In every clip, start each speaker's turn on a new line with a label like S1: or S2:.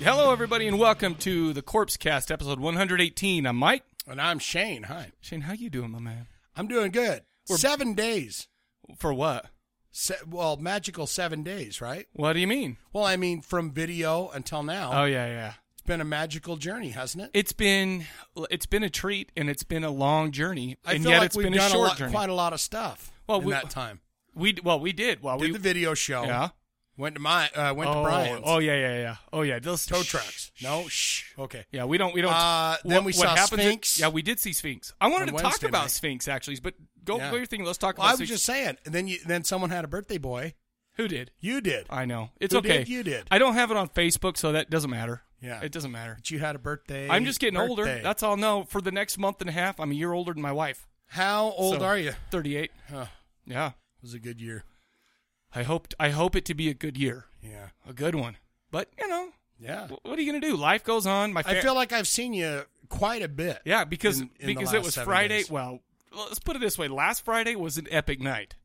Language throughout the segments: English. S1: Hello, everybody, and welcome to the Corpse Cast, episode 118. I'm Mike.
S2: And I'm Shane. Hi.
S1: Shane, how you doing, my man?
S2: I'm doing good. seven days.
S1: For what?
S2: Se- well, magical seven days, right?
S1: What do you mean?
S2: Well, I mean, from video until now,
S1: Oh yeah, yeah.
S2: it's been a magical journey, hasn't it?
S1: It's been it's been a treat, and it's been a long journey,
S2: I
S1: and
S2: feel
S1: yet
S2: like
S1: it's
S2: we've
S1: been
S2: done
S1: a short
S2: lot,
S1: journey.
S2: quite a lot of stuff
S1: Well,
S2: in
S1: we-
S2: that time.
S1: we d- well, we did. Well,
S2: Did
S1: we
S2: the video show.
S1: yeah.
S2: Went to my. Uh, went
S1: oh,
S2: to Brian's.
S1: oh yeah, yeah, yeah. Oh yeah. Those
S2: Tow
S1: shh.
S2: trucks. No. Shh. Okay.
S1: Yeah, we don't. We don't.
S2: Uh, then we saw
S1: happens is-
S2: Sphinx.
S1: yeah, we did see Sphinx. I wanted
S2: On
S1: to talk
S2: Wednesday
S1: about
S2: night.
S1: Sphinx actually, but go
S2: Yeah.
S1: go your thing. Let's talk about.
S2: Well, I was
S1: Sphinx.
S2: just saying. And then you. Then someone had a birthday boy.
S1: who did.
S2: You did.
S1: I know it's
S2: Who
S1: okay.
S2: did? You did.
S1: I don't have it on Facebook, so that doesn't matter.
S2: Yeah.
S1: it doesn't matter.
S2: But you had a birthday.
S1: I'm just getting older.
S2: birthday.
S1: That's all. No, for the next month and a half, I'm a year older than my wife.
S2: how old
S1: So,
S2: are you?
S1: 38.
S2: Huh. It
S1: Yeah.
S2: was a good year.
S1: I hoped. I hope it to be a good year,
S2: Yeah.
S1: a good one. But you know,
S2: Yeah.
S1: wh- what are you gonna do? Life goes on. My
S2: I
S1: fa-
S2: feel like I've seen you quite a bit.
S1: yeah, because
S2: in- in the
S1: because it
S2: last
S1: was
S2: seven
S1: Friday.
S2: days.
S1: Well, let's put it this way: last Friday was an epic night.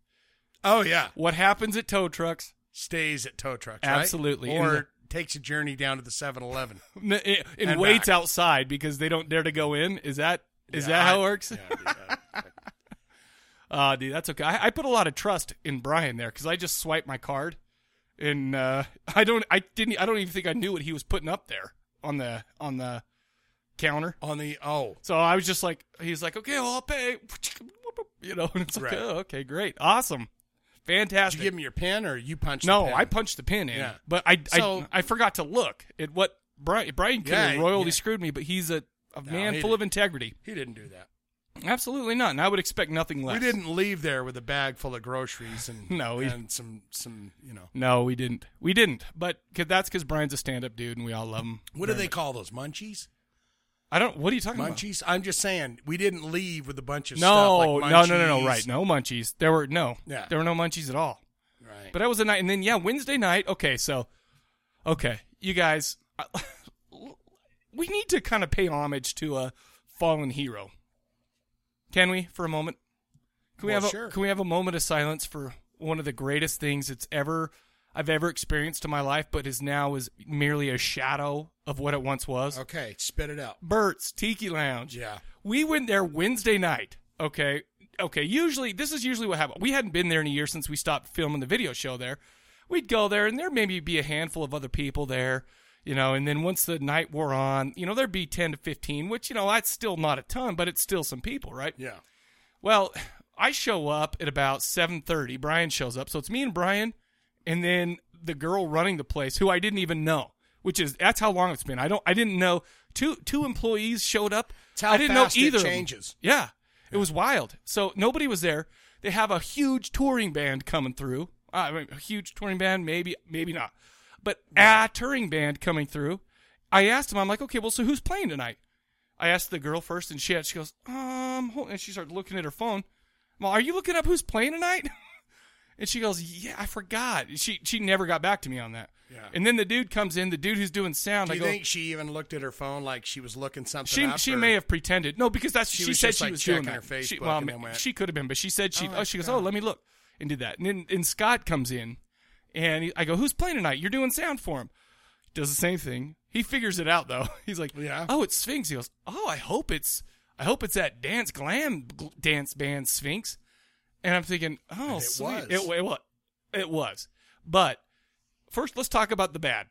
S2: Oh yeah.
S1: What happens at tow trucks?
S2: Stays at tow trucks. right?
S1: Absolutely. In
S2: Or takes a journey down to the 7-Eleven.
S1: n- i- and,
S2: And
S1: waits
S2: back.
S1: outside because they don't dare to go in. Is that is that how it works? Uh, dude, that's okay. I, I put a lot of trust in Brian there because I just swiped my card, and uh, I don't, I didn't, I don't even think I knew what he was putting up there on the on the counter.
S2: On the oh,
S1: So I was just like, he's like, okay, well, I'll pay, you know, and it's like,
S2: Right.
S1: oh, okay, great, awesome, fantastic.
S2: did you give him your pen or you punched?
S1: no,
S2: the pen?
S1: I punched the pin in,
S2: Yeah.
S1: but I,
S2: So-
S1: I I forgot to look at what Brian Brian could
S2: Yeah,
S1: have royally
S2: yeah.
S1: screwed me, but he's a, a man
S2: he
S1: full of integrity.
S2: He didn't do that.
S1: Absolutely not, and I would expect nothing less.
S2: We didn't leave there with a bag full of groceries and
S1: No, we-
S2: and some some you know.
S1: No, we didn't. We didn't. But cause that's because Brian's a stand-up dude, and we all love him.
S2: What do they call those munchies?
S1: I don't. What are you talking
S2: Munchies. I'm just saying we didn't leave with a bunch of
S1: about?
S2: stuff.
S1: No,
S2: like
S1: no, no, no, no.
S2: munchies.
S1: Right? No munchies. There were no.
S2: Yeah.
S1: There were no munchies at all.
S2: Right.
S1: But that was a night, and then yeah, Wednesday night. Okay, so, okay, you guys, I, we need to kind of pay homage to a fallen hero. Can we for a moment? Can we
S2: Well,
S1: have a,
S2: sure.
S1: Can we have a moment of silence for one of the greatest things that's ever I've ever experienced in my life, but is now is merely a shadow of what it once was.
S2: okay, spit it out.
S1: Burt's Tiki Lounge.
S2: Yeah.
S1: We went there Wednesday night. Okay. Okay. Usually, this is usually what happened. We hadn't been there in a year since we stopped filming the video show there. We'd go there, and there maybe be a handful of other people there, you know. And then once the night wore on, you know, there'd be 10 to 15, which, you know, that's still not a ton, but it's still some people, right?
S2: Yeah.
S1: Well, I show up at about 7:30. Brian shows up. So it's me and Brian and then the girl running the place who I didn't even know, which is that's how long it's been. I don't I didn't know two two employees showed up.
S2: It's how
S1: I didn't
S2: fast it
S1: know either of them.
S2: changes.
S1: Yeah. It was wild. So nobody was there. They have a huge touring band coming through. Uh, I mean, a huge touring band, maybe maybe not. But a touring band coming through. I asked him, I'm like, okay, well, so who's playing tonight? I asked the girl first, and she had, she goes, um, hold, and she started looking at her phone. Well, are you looking up who's playing tonight? and she goes, yeah, I forgot. She she never got back to me on that.
S2: Yeah.
S1: And then the dude comes in, the dude who's doing sound.
S2: Do
S1: I
S2: you
S1: go,
S2: think she even looked at her phone like she was looking something
S1: oh. she
S2: up?
S1: she
S2: or-
S1: may have pretended. No, because that's she,
S2: was
S1: said
S2: just,
S1: she
S2: like,
S1: was doing
S2: checking
S1: that.
S2: her
S1: she,
S2: Facebook
S1: well,
S2: and then went-
S1: she could have been, but she said she.
S2: Oh,
S1: Oh, she goes. Oh,
S2: God.
S1: let me look, and did that. And then and Scott comes in, and he, I go, "Who's playing tonight? You're doing sound for him." Does the same thing. He figures it out though. He's like,
S2: Yeah.
S1: Oh, it's Sphinx. He goes, "Oh, I hope it's I hope it's that dance glam gl- dance band Sphinx." And I'm thinking, "Oh,
S2: And it
S1: sweet.
S2: was.
S1: It, it was. It was." But first, let's talk about the bad.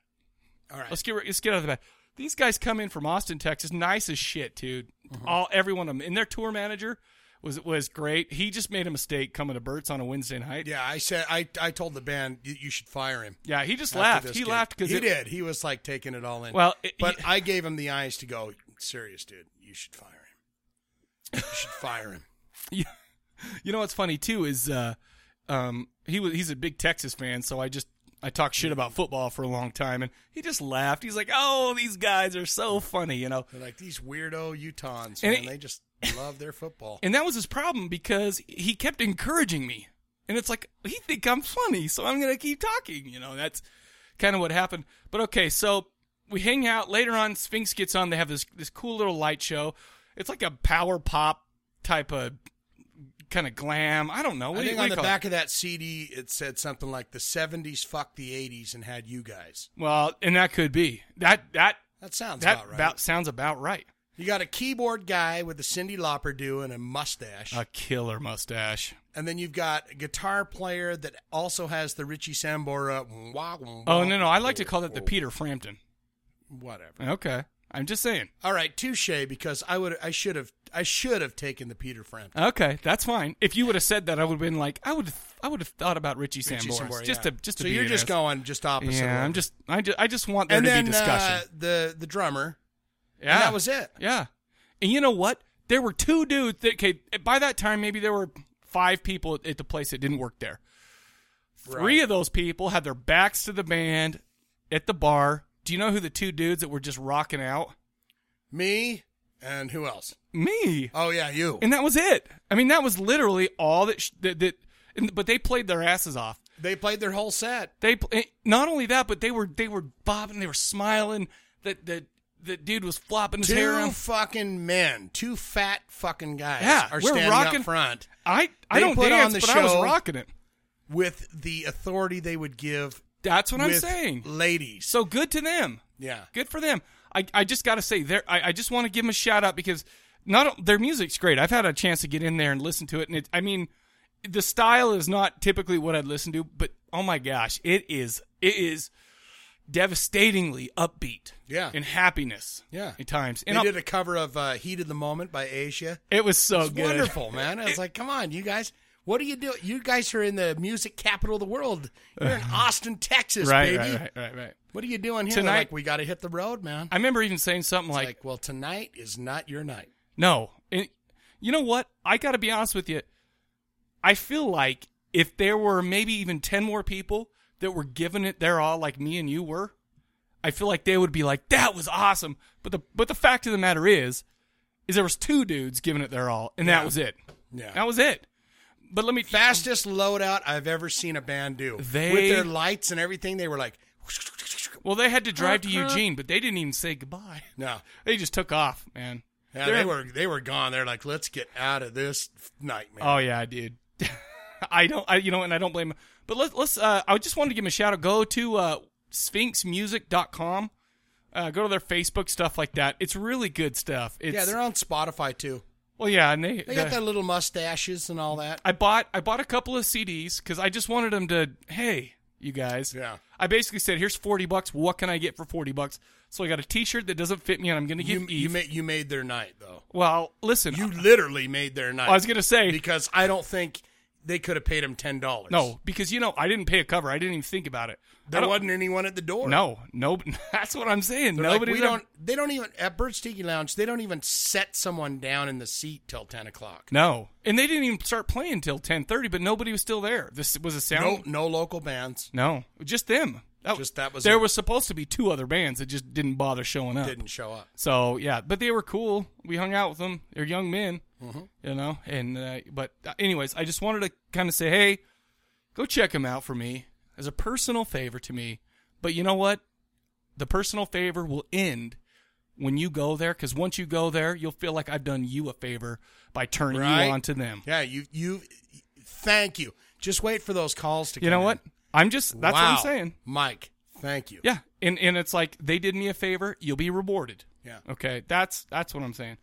S2: All right.
S1: Let's get let's get out of the bed.
S2: Mm-hmm.
S1: These guys come in from Austin, Texas, nice as shit, dude. All every one of them, and their tour manager was was great. He just made a mistake coming to Burt's on a Wednesday night.
S2: Yeah, I said I I told the band you, you should fire him.
S1: Yeah, he just
S2: after
S1: laughed.
S2: this
S1: He
S2: gig."
S1: laughed 'cause
S2: he
S1: it-
S2: did. He was like taking it all in.
S1: Well, it-
S2: but
S1: he-
S2: I gave him the eyes to go. Serious, dude. You should fire him. You should fire him.
S1: Yeah. You know what's funny too is uh, um, he was he's a big Texas fan, so I just I talked shit about football for a long time, and he just laughed. He's like, "Oh, these guys are so funny," you know.
S2: They're like these weirdo Utahns,
S1: And
S2: man.
S1: it-
S2: they just love their football.
S1: And that was his problem because he kept encouraging me. And it's like, he think I'm funny, so I'm going to keep talking. You know, that's kind of what happened. But okay, so we hang out. Later on, Sphinx gets on. They have this, this cool little light show. It's like a power pop type of kind of glam. I don't know. What do
S2: I
S1: you-
S2: think
S1: what
S2: on
S1: do you
S2: the
S1: call it?
S2: back of that CD, it said something like the '70s fucked the '80s and had you guys.
S1: Well, and that could be. That, that,
S2: That sounds
S1: that
S2: about right.
S1: about- sounds about right.
S2: you got a keyboard guy with a Cindy Lauper do and a mustache,
S1: A killer mustache.
S2: and then you've got a guitar player that also has the Richie Sambora. wah, wah,
S1: Oh,
S2: wah,
S1: no, no. I like to
S2: wah,
S1: call that the
S2: wah.
S1: Peter Frampton.
S2: Whatever.
S1: Okay. I'm just saying.
S2: All right, touche. Because I would, I should have, I should have taken the Peter Frampton.
S1: Okay, that's fine. If you would have said that, I would have been like, I would, I would have thought about Richie
S2: Richie
S1: Sambora.
S2: Sambora,
S1: just
S2: yeah.
S1: to, just to
S2: so
S1: be
S2: you're
S1: an
S2: just
S1: ass.
S2: going just opposite.
S1: Yeah,
S2: of
S1: I'm
S2: what-
S1: just, I just, I just want there
S2: and
S1: to
S2: then
S1: be
S2: Uh,
S1: discussion.
S2: the the drummer.
S1: yeah,
S2: that was it.
S1: Yeah, and you know what? There were two dudes. That, okay, by that time, maybe there were five people at the place that didn't work there. Three
S2: Right.
S1: of those people had their backs to the band at the bar. Do you know who the two dudes that were just rocking out?
S2: Me and who else?
S1: Me.
S2: Oh yeah, you.
S1: And that was it. I mean, that was literally all that. Sh- that, that and, but they played their asses off.
S2: They played their whole set.
S1: They pl- eh, not only that, but they were they were bobbing, they were smiling. That the the dude was flopping his hair
S2: Two
S1: around.
S2: fucking men, two fat fucking guys,
S1: Yeah,
S2: are
S1: we're
S2: standing
S1: rocking-
S2: up front
S1: I I
S2: They
S1: don't
S2: put on
S1: dance,
S2: the
S1: but I was
S2: show.
S1: rocking it.
S2: with the authority they would give.
S1: That's what I'm
S2: with
S1: saying.
S2: ladies.
S1: So good to them.
S2: yeah,
S1: Good for them. I, I just got to say, there. I, I just want to give them a shout out because not their music's great. I've had a chance to get in there and listen to it, and it, I mean, the style is not typically what I'd listen to, but oh my gosh, it is it is devastatingly upbeat,
S2: Yeah.
S1: and happiness,
S2: Yeah.
S1: at times.
S2: they
S1: And I'll-
S2: did a cover of uh, "Heat of the Moment" by Asia.
S1: it was so
S2: It's
S1: good,
S2: wonderful, man. I was like, come on, you guys. What are you doing? You guys are in the music capital of the world. You're in Austin, Texas,
S1: right,
S2: baby.
S1: right, right, right, right.
S2: What are you doing here? They're
S1: Tonight-
S2: like, we got to hit the road, man.
S1: I remember even saying something
S2: Like,
S1: like,
S2: well, tonight is not your night.
S1: No. And you know what? I got to be honest with you. I feel like if there were maybe even 10 more people that were giving it their all like me and you were, I feel like they would be like that was awesome. But the but the fact of the matter is is there was two dudes giving it their all and that was it.
S2: Yeah.
S1: That was it. But let me
S2: fastest loadout I've ever seen a band do.
S1: They-
S2: with their lights and everything, they were like,
S1: Well, they had to drive
S2: Uh,
S1: to Eugene, but they didn't even say goodbye.
S2: no,
S1: They just took off, man.
S2: yeah,
S1: They're-
S2: they were they were gone. They're like, let's get out of this nightmare.
S1: Oh yeah, dude. I don't, I you know, and I don't blame him. But let's let's. Uh, I just wanted to give him a shout out. Go to uh, sphinxmusic.com. Uh, go to their Facebook stuff like that. It's really good stuff. It's,
S2: yeah, they're on Spotify too.
S1: well, yeah, and they.
S2: They got
S1: the-
S2: their little mustaches and all that.
S1: I bought I bought a couple of CDs because I just wanted them to. Hey, you guys.
S2: Yeah.
S1: I basically said, here's forty bucks. What can I get for forty bucks? So I got a T-shirt that doesn't fit me, and I'm going to
S2: You
S1: give
S2: you
S1: Eve.
S2: made you made their night though.
S1: well, listen. uh,
S2: You literally made their night.
S1: I was going to say
S2: because I don't think they could have paid him ten dollars.
S1: no because you know I didn't pay a cover. I didn't even think about it. I
S2: there
S1: don't-
S2: wasn't anyone at the door.
S1: No, no, that's what I'm saying.
S2: They're like,
S1: Nobody.
S2: we
S1: ever-
S2: don't. They don't even at Bird's Tiki Lounge. They don't even set someone down in the seat till ten o'clock.
S1: No, and they didn't even start playing till 10:30, but nobody was still there. This was a
S2: No,
S1: sound.
S2: no local bands.
S1: No, just them. That,
S2: Just that was
S1: There
S2: it.
S1: was supposed to be two other bands that just didn't bother showing up.
S2: Didn't show up.
S1: So yeah, but they were cool. We hung out with them. They're young men, you know. And uh, but uh, anyways, I just wanted to kind of say, hey, go check them out for me as a personal favor to me. But you know what? The personal favor will end when you go there because once you go there, you'll feel like I've done you a favor by turning
S2: Right.
S1: you on to them.
S2: Yeah, you you. Thank you. Just wait for those calls to.
S1: You know
S2: come
S1: what?
S2: in.
S1: I'm just that's what I'm
S2: Wow.
S1: saying.
S2: Mike. Thank you.
S1: Yeah, and and it's like they did me a favor. You'll be rewarded.
S2: Yeah.
S1: Okay, that's that's what I'm saying.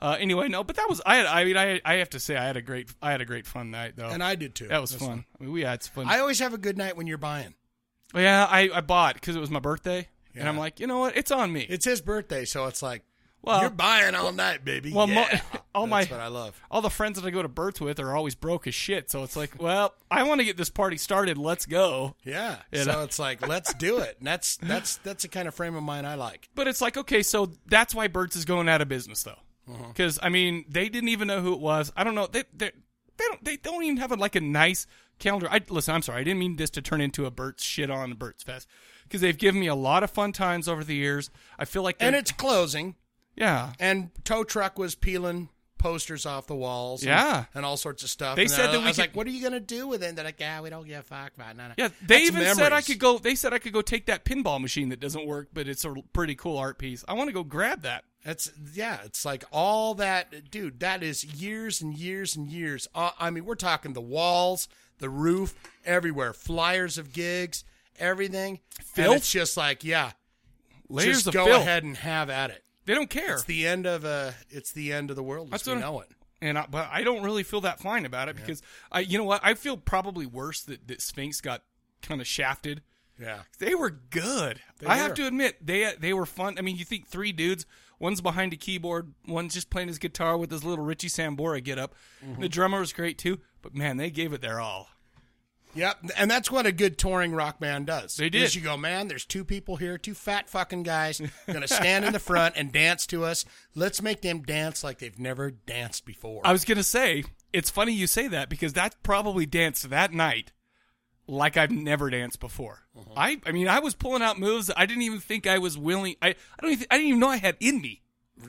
S1: Uh, anyway, no, but that was I. Had, I mean, I I have to say I had a great I had a great fun night though.
S2: and I did too.
S1: that was
S2: This
S1: fun.
S2: one.
S1: I mean, we had some fun.
S2: I always have a good night when you're buying.
S1: yeah, I I bought because it was my birthday, and
S2: Yeah.
S1: I'm like, you know what? It's on me.
S2: It's his birthday, so it's like
S1: well,
S2: you're buying all night, baby.
S1: well,
S2: yeah.
S1: mo- all
S2: That's
S1: my
S2: what I love.
S1: all the friends that I go to birth with are always broke as shit. So it's like, well, I want to get this party started. Let's go.
S2: Yeah.
S1: You
S2: so
S1: know?
S2: it's like, let's do it. And that's that's that's the kind of frame of mind I like.
S1: But it's like, okay, so that's why Burt's is going out of business though,
S2: Uh-huh.
S1: because I mean, they didn't even know who it was. I don't know. They they they don't they don't even have a, like a nice calendar. I listen. I'm sorry. I didn't mean this to turn into a Burt's shit on Burt's fest because they've given me a lot of fun times over the years. I feel like
S2: And
S1: they're-
S2: it's closing.
S1: yeah.
S2: And tow truck was peeling posters off the walls. and-
S1: Yeah.
S2: And, all sorts of stuff.
S1: They
S2: And
S1: said
S2: I,
S1: that
S2: I
S1: we
S2: was
S1: could-
S2: like, what are you gonna do with it? And they're like, yeah, we don't give a fuck about it. No, no.
S1: Yeah, they
S2: That's
S1: even said I
S2: memories.
S1: could go. They said I could go take that pinball machine that doesn't work, but it's a pretty cool art piece. I want to go grab that.
S2: That's yeah. It's like all that, dude. That is years and years and years. Uh, I mean, we're talking the walls, the roof, everywhere. Flyers of gigs, everything. And
S1: Filth?
S2: it's just like yeah.
S1: Layers
S2: just
S1: of
S2: go
S1: filth.
S2: ahead and have at it.
S1: They don't care.
S2: It's the end of uh It's the end of the world. As
S1: That's
S2: we
S1: what I'm-
S2: know it.
S1: and I, but I don't really feel that fine about it because I, you know what, I feel probably worse that, that Sphinx got kind of shafted.
S2: Yeah.
S1: They were good. I have
S2: were.
S1: to admit they they were fun. I mean, you think three dudes, one's behind a keyboard, one's just playing his guitar with his little Richie Sambora get up.
S2: Mm-hmm.
S1: The drummer was great too, but man, they gave it their all.
S2: Yep. And that's what a good touring rock band does.
S1: They did.
S2: Is you go, man. There's two people here, two fat fucking guys, gonna stand in the front and dance to us. Let's make them dance like they've never danced before.
S1: I was gonna say it's funny you say that because that probably danced that night like I've never danced before.
S2: Mm-hmm.
S1: I I mean I was pulling out moves that I didn't even think I was willing. I I don't even, I didn't even know I had in me.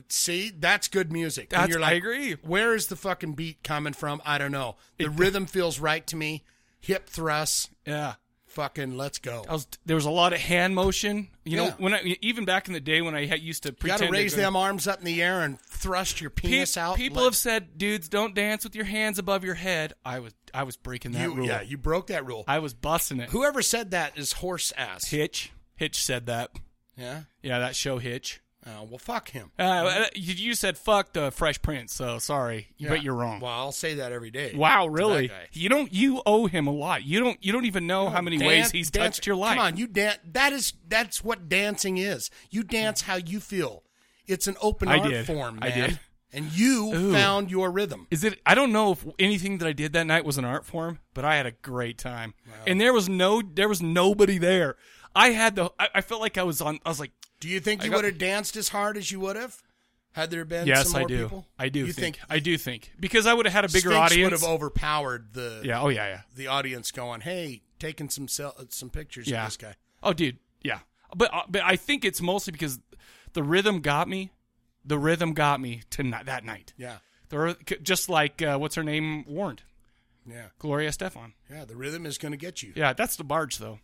S2: See, that's good music.
S1: That's-
S2: and you're like,
S1: I agree.
S2: Where is the fucking beat coming from? I don't know. The rhythm feels right to me. Hip thrusts,
S1: Yeah.
S2: fucking let's go.
S1: I was, there was a lot of hand motion. You know,
S2: Yeah.
S1: when I, even back in the day when I had, used to
S2: You got
S1: pretend
S2: to raise
S1: to go-
S2: them arms up in the air and thrust your
S1: Pe-
S2: penis out.
S1: People have said, "Dudes, don't dance with your hands above your head." I was I was breaking that
S2: you,
S1: rule.
S2: yeah, you broke that rule.
S1: I was busting it.
S2: Whoever said that is horse ass.
S1: Hitch Hitch said that.
S2: Yeah.
S1: Yeah, that show Hitch.
S2: Uh, well, fuck him.
S1: Uh, uh, you you said fuck the Fresh Prince, so sorry,
S2: Yeah.
S1: but you're wrong.
S2: Well, I'll say that every day.
S1: Wow,
S2: to that
S1: really?
S2: guy.
S1: You don't you owe him a lot. You don't you don't even know how many ways
S2: Dan-
S1: he's
S2: dance-
S1: touched your life.
S2: Come on, you dance. That is that's what dancing is. You dance how you feel. It's an open
S1: I
S2: art
S1: did.
S2: form,
S1: I
S2: man.
S1: did.
S2: And you
S1: Ooh.
S2: found your rhythm.
S1: Is it? I don't know if anything that I did that night was an art form, but I had a great time, and there was no, there was nobody there. I had the, I, I felt like I was on. I was like,
S2: Do you think
S1: I
S2: you
S1: got-
S2: would have danced as hard as you would have had there been?
S1: yes,
S2: some
S1: I
S2: more
S1: do,
S2: People?
S1: I do
S2: You
S1: think, I do think, because I would have had a bigger
S2: Sphinx would
S1: audience.
S2: have overpowered the
S1: yeah, oh yeah, yeah,
S2: the audience going, hey, taking some sel- uh, some pictures
S1: yeah.
S2: of this guy.
S1: Oh, dude, yeah, but uh, but I think it's mostly because the rhythm got me. The rhythm got me to ni- that night.
S2: Yeah,
S1: The, ryth- just like uh, what's her name warned,
S2: yeah,
S1: Gloria Stefan.
S2: yeah. The rhythm is going to get you.
S1: Yeah, that's the barge though.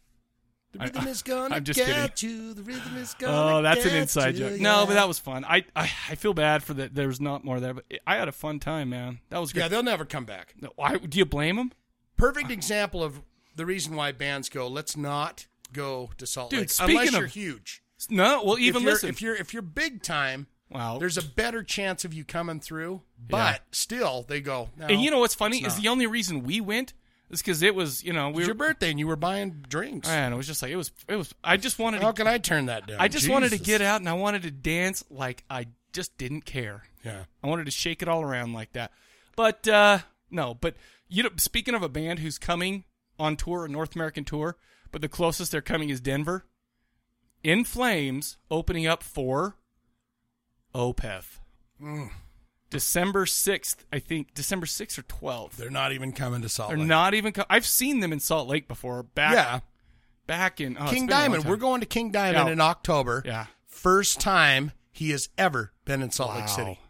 S2: The
S1: I-
S2: rhythm is going to
S1: I'm just
S2: get you. The rhythm is going.
S1: Oh, that's an inside
S2: you.
S1: joke. No,
S2: yeah.
S1: but that was fun. I, I I feel bad for that. There was not more there, but I had a fun time, man. That was
S2: yeah,
S1: good.
S2: they'll never come back.
S1: No, I, do you blame him,
S2: perfect example of the reason why bands go. Let's not go to Salt
S1: Dude,
S2: Lake
S1: speaking
S2: unless
S1: of-
S2: you're huge.
S1: No. Well, even
S2: if you're,
S1: listen.
S2: if you're if you're big time,
S1: wow.
S2: there's a better chance of you coming through. But
S1: Yeah.
S2: still, they go. No,
S1: and you know what's funny
S2: it's
S1: is
S2: not.
S1: the only reason we went is because it was you know we
S2: it's
S1: were
S2: your birthday and you were buying drinks.
S1: man it was just like it was it was I just wanted
S2: How
S1: to,
S2: can I turn that down?
S1: I just wanted to
S2: Jesus.
S1: get out and I wanted to dance like I just didn't care.
S2: Yeah,
S1: I wanted to shake it all around like that. But uh no, but you know speaking of a band who's coming on tour, a North American tour, but the closest they're coming is Denver. In Flames opening up for Opeth.
S2: Mm.
S1: December 6th, I think, December 6th or 12th.
S2: they're not even coming to Salt
S1: They're
S2: Lake.
S1: not even co- I've seen them in Salt Lake before. Back
S2: yeah,
S1: back in oh, it's
S2: King
S1: been a long
S2: Diamond.
S1: time.
S2: We're going to King Diamond
S1: Yeah.
S2: in October.
S1: Yeah.
S2: First time he has ever been in Salt Lake City.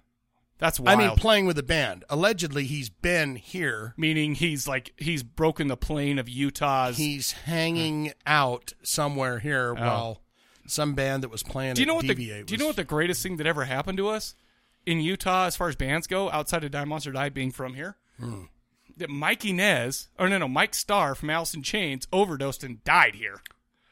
S1: That's wild.
S2: I mean, playing with a band. Allegedly, he's been here
S1: meaning he's like he's broken the plane of Utah's
S2: he's hanging out somewhere here while some band that was playing
S1: do you know
S2: at
S1: what the
S2: Deviate was,
S1: do you know what the greatest thing that ever happened to us in Utah as far as bands go outside of Die Monster Die being from here
S2: Hmm.
S1: that Mike Inez or no no Mike Starr from Alice in Chains overdosed and died here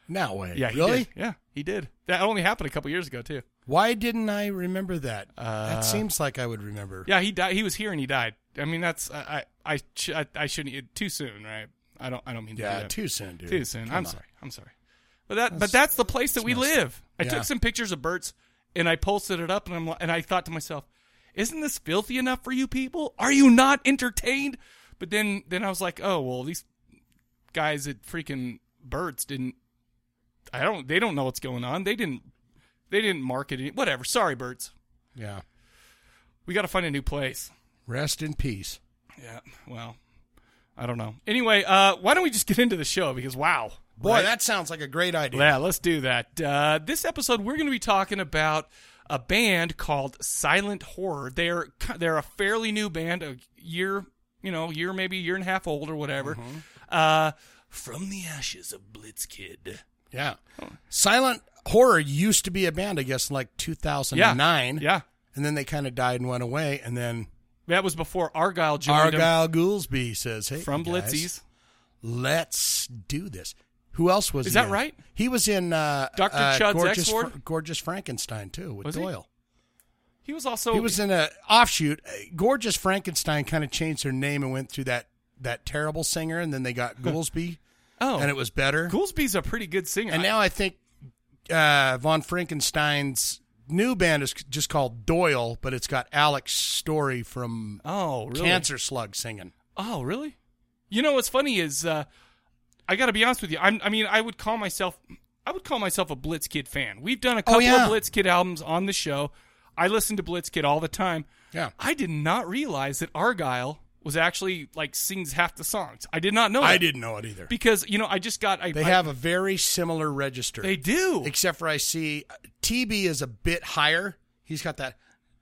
S2: No way.
S1: yeah he
S2: really?
S1: did. yeah he did that only happened a couple years ago too
S2: Why didn't I remember that? that seems like I would remember.
S1: Uh, yeah he died he was here and he died I mean that's I I I, sh- I, I shouldn't it- too soon right I don't I don't mean to do
S2: Yeah,
S1: that.
S2: too soon, dude.
S1: too soon
S2: Come
S1: I'm
S2: on.
S1: sorry I'm sorry but that but that's the place that we live I
S2: Yeah.
S1: took some pictures of Burt's and I posted it up and I'm li- and I thought to myself isn't this filthy enough for you people? Are you not entertained? But then then I was like, oh well, these guys at freaking Birds didn't. I don't. They don't know what's going on. They didn't. They didn't market it. Whatever. Sorry, Birds.
S2: Yeah.
S1: We got to find a new place.
S2: Rest in peace.
S1: Yeah. Well, I don't know. Anyway, uh, why don't we just get into the show? Because wow,
S2: Boy,
S1: right?
S2: that sounds like a great idea.
S1: Yeah, let's do that. Uh, this episode, we're going to be talking about a band called Silent Horror. They're they're a fairly new band, a year, you know, year maybe a year and a half old or whatever.
S2: Mm-hmm.
S1: Uh, from the ashes of Blitzkid.
S2: Yeah. Silent horror used to be a band, I guess, in like 2009.
S1: Yeah.
S2: And then they kind of died and went away. And then
S1: That was before Argyle joined 'em
S2: Argyle Goolsby says, hey,
S1: from
S2: you guys,
S1: Blitzies.
S2: Let's do this. Who else was
S1: Is
S2: he
S1: that
S2: in?
S1: right?
S2: He was in uh,
S1: Dr.
S2: uh,
S1: Chud's
S2: Gorgeous,
S1: X-Ward?
S2: Fra- Gorgeous Frankenstein, too, with
S1: Was he?
S2: Doyle.
S1: He was also
S2: He was in a offshoot. Uh, Gorgeous Frankenstein kind of changed their name and went through that that terrible singer, and then they got Goolsby,
S1: oh,
S2: and it was better.
S1: Goolsby's a pretty good singer.
S2: And now I think uh, Von Frankenstein's new band is just called Doyle, but it's got Alex Story from
S1: oh, really?
S2: Cancer Slug singing.
S1: Oh, really? You know what's funny is uh, I got to be honest with you. I'm, I mean, I would call myself I would call myself a Blitzkid fan. We've done a couple
S2: Oh, yeah.
S1: of Blitzkid albums on the show. I listen to Blitzkid all the time.
S2: Yeah.
S1: I did not realize that Argyle was actually like sings half the songs. I did not know.
S2: I
S1: that.
S2: didn't know it either.
S1: because you know I just got I,
S2: They
S1: I-
S2: have a very similar register.
S1: they do
S2: except for I see TB is a bit higher. He's got that.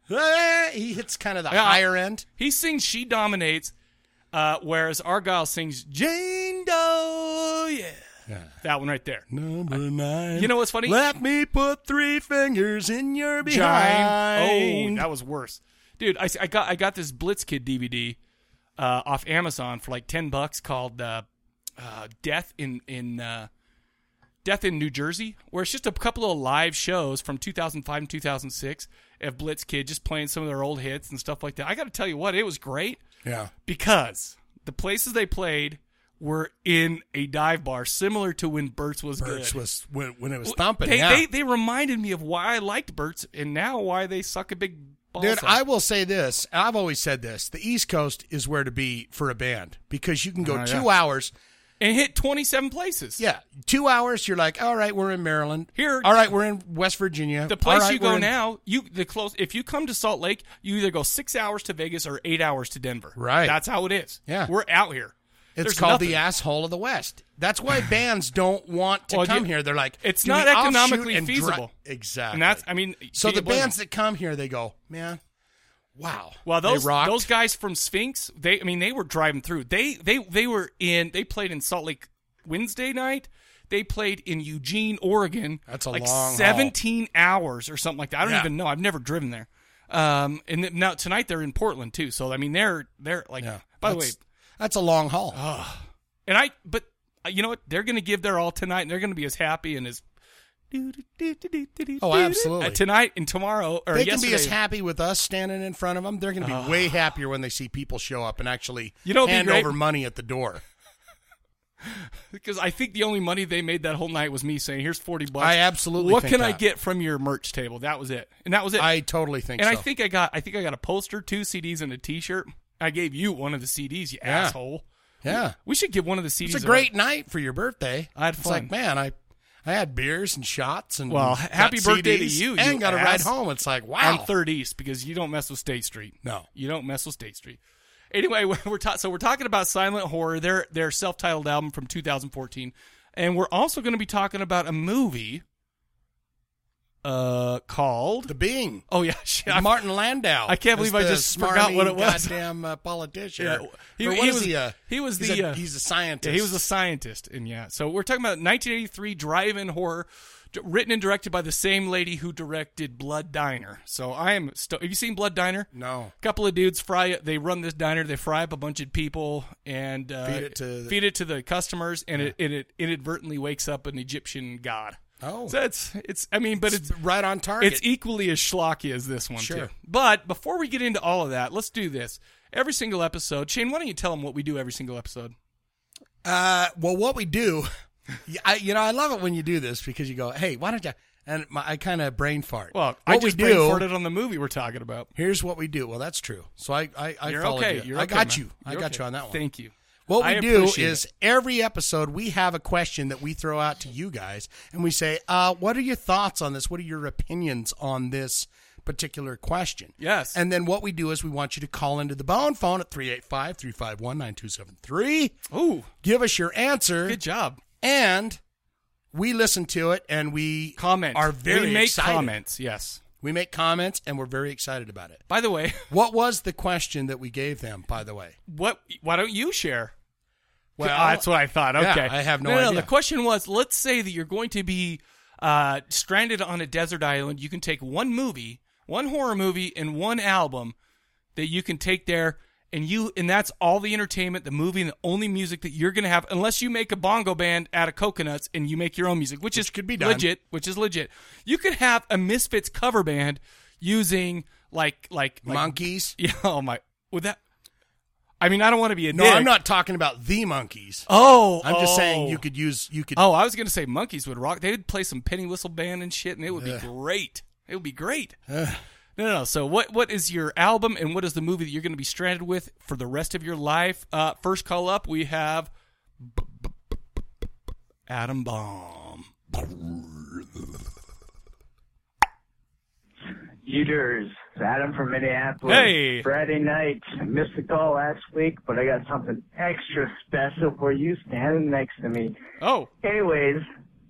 S2: "Ah," he hits kind of the
S1: Yeah.
S2: higher end.
S1: He sings "She Dominates," uh, whereas Argyle sings "Jane Doe." Yeah,
S2: Yeah.
S1: that one right there.
S2: Number nine.
S1: You know what's funny?
S2: Let me put three fingers in your
S1: Jane.
S2: behind.
S1: Oh, that was worse, dude. I, I got I got this Blitzkid DVD uh, off Amazon for like ten bucks called uh, uh, "Death in in uh, Death in New Jersey," where it's just a couple of live shows from 2005 and 2006 of Blitzkid just playing some of their old hits and stuff like that. I got to tell you what, it was great
S2: yeah.
S1: because the places they played were in a dive bar similar to when Burt's was
S2: Birch
S1: good.
S2: was when, when it was
S1: Well,
S2: thumping.
S1: They,
S2: yeah.
S1: they they reminded me of why I liked Burt's and now why they suck a big ball.
S2: Dude,
S1: sack.
S2: I will say this. and I've always said this. The East Coast is where to be for a band because you can go
S1: Oh,
S2: two
S1: yeah.
S2: hours.
S1: and hit twenty seven places.
S2: Yeah, two hours. You're like, all right, we're in Maryland.
S1: Here-
S2: all right, we're in West Virginia.
S1: The
S2: All
S1: place
S2: right,
S1: you
S2: we're
S1: go
S2: in-
S1: now, you the close if you come to Salt Lake, you either go six hours to Vegas or eight hours to Denver.
S2: Right.
S1: That's how it is.
S2: Yeah.
S1: We're out here.
S2: It's
S1: There's
S2: called
S1: nothing.
S2: the asshole of the West. That's why bands don't want to
S1: Well,
S2: come
S1: you-
S2: here. They're like,
S1: it's
S2: "Do
S1: not
S2: we offshoot
S1: economically
S2: and dri-"
S1: feasible.
S2: exactly.
S1: And that's I mean
S2: so
S1: can you
S2: the
S1: blame
S2: bands
S1: them?
S2: that come here, they go, man, wow.
S1: Well,
S2: They
S1: those
S2: rocked.
S1: those guys from Sphinx, they I mean they were driving through. They they they were in they played in Salt Lake Wednesday night. They played in Eugene, Oregon.
S2: That's a
S1: like
S2: long haul.
S1: 17 hours or something like that. I don't
S2: Yeah.
S1: even know. I've never driven there. Um and then- now tonight they're in Portland too. So I mean they're they're like
S2: Yeah.
S1: by the way, Ah.
S2: That's- that's a long haul.
S1: and I but uh, you know what? They're going to give their all tonight and they're going to be as happy and as
S2: Oh, absolutely.
S1: Uh, Tonight and tomorrow or
S2: they can be as
S1: yesterday. Ah.
S2: happy with us standing in front of them. They're going to be way happier when they see people show up and actually
S1: You know what'd be
S2: hand
S1: great?
S2: over money at the door.
S1: Because I think the only money they made that whole night was me saying, "Here's forty bucks."
S2: I absolutely
S1: What
S2: think
S1: can I
S2: that.
S1: get from your merch table? That was it, and that was it.
S2: I totally think
S1: and
S2: so.
S1: I think I got, I think I got a poster, two CDs, and a T-shirt. I gave you one of the CDs, you
S2: Yeah.
S1: asshole.
S2: yeah,
S1: We should give one of the CDs.
S2: it's a
S1: away.
S2: great night for your birthday.
S1: I had
S2: it's
S1: fun.
S2: like, man, I I had beers and shots and
S1: Well,
S2: got
S1: happy birthday to
S2: CDs
S1: you,
S2: and
S1: you
S2: got a ride
S1: ass.
S2: home. It's like, wow,
S1: on Third East because you don't mess with State Street.
S2: No.
S1: you don't mess with State Street. Anyway, we're ta- so we're talking about Silent Horror, their their self titled album from 2014, and we're also going to be talking about a movie uh called
S2: the being.
S1: Oh yeah, shit, I-
S2: Martin Landau.
S1: I can't
S2: is
S1: believe I
S2: the
S1: just forgot what it was.
S2: Goddamn uh, politician.
S1: Yeah,
S2: Or-
S1: he-
S2: or
S1: he
S2: what is
S1: was-
S2: he? uh,
S1: he was
S2: he's
S1: the,
S2: a-
S1: uh,
S2: he's a scientist.
S1: Yeah, he was a scientist, and yeah. So we're talking about 1983 drive-in horror, d- written and directed by the same lady who directed Blood Diner. So I am. Sto- Have you seen Blood Diner?
S2: no.
S1: couple of dudes fry. They run this diner. They fry up a bunch of people and uh,
S2: Feed it to the-
S1: feed it to the customers, and it, and it inadvertently wakes up an Egyptian god.
S2: Oh,
S1: So it's it's. I mean, but it's
S2: it's right on target.
S1: it's equally as schlocky as this one
S2: Sure.
S1: too. But before we get into all of that, let's do this. Every single episode, Shane, why don't you tell them what we do every single episode?
S2: Uh, well, what we do, y- I, you know, I love it when you do this because you go, hey, why don't you? and my, I kind of brain fart.
S1: Well,
S2: what
S1: I just
S2: we do.
S1: farted on the movie we're talking about.
S2: Here's what we do. Well, that's true. So I, I, I
S1: You're
S2: followed
S1: okay.
S2: you.
S1: You're
S2: I
S1: okay,
S2: got
S1: man.
S2: you. I
S1: You're
S2: got
S1: okay.
S2: you on that one.
S1: Thank you.
S2: What
S1: I
S2: we do
S1: appreciate
S2: is every episode we have a question that we throw out to you guys, and we say, uh, "What are your thoughts on this? What are your opinions on this particular question?"
S1: Yes.
S2: And then what we do is we want you to call into the Bone Phone at 385-351-9273.
S1: Ooh,
S2: Give us your answer,
S1: good job.
S2: and we listen to it, and we
S1: Comment.
S2: Are very
S1: we make
S2: excited.
S1: comments. Yes.
S2: We make comments, and we're very excited about it.
S1: By the way,
S2: What was the question that we gave them? By the way,
S1: what? Why don't you share?
S2: Well,
S1: Oh, that's what I thought.
S2: yeah,
S1: Okay,
S2: I have no idea.
S1: The question was: Let's say that you're going to be uh, stranded on a desert island. You can take one movie, one horror movie, and one album that you can take there, and you and that's all the entertainment, the movie, and the only music that you're going to have, unless you make a bongo band out of coconuts and you make your own music, which, is
S2: could be done.
S1: legit. Which is legit. You could have a Misfits cover band using like like, like
S2: monkeys.
S1: yeah, oh my. Would that? I mean, I don't want to be a
S2: No,
S1: dick.
S2: I'm not talking about the monkeys.
S1: Oh,
S2: I'm just saying
S1: oh.
S2: you could use you could.
S1: Oh, I was gonna say monkeys would rock. They would play some penny whistle band and shit, and it would be great. It would be great. No, no, no. So, what what is your album, and what is the movie that you're gonna be stranded with for the rest of your life? Uh, first call up, we have Adam Bomb.
S3: Eaters, it's Adam from Minneapolis.
S1: Hey.
S3: Friday night. I missed the call last week, but I got something extra special for you standing next to me.
S1: Oh,
S3: Anyways,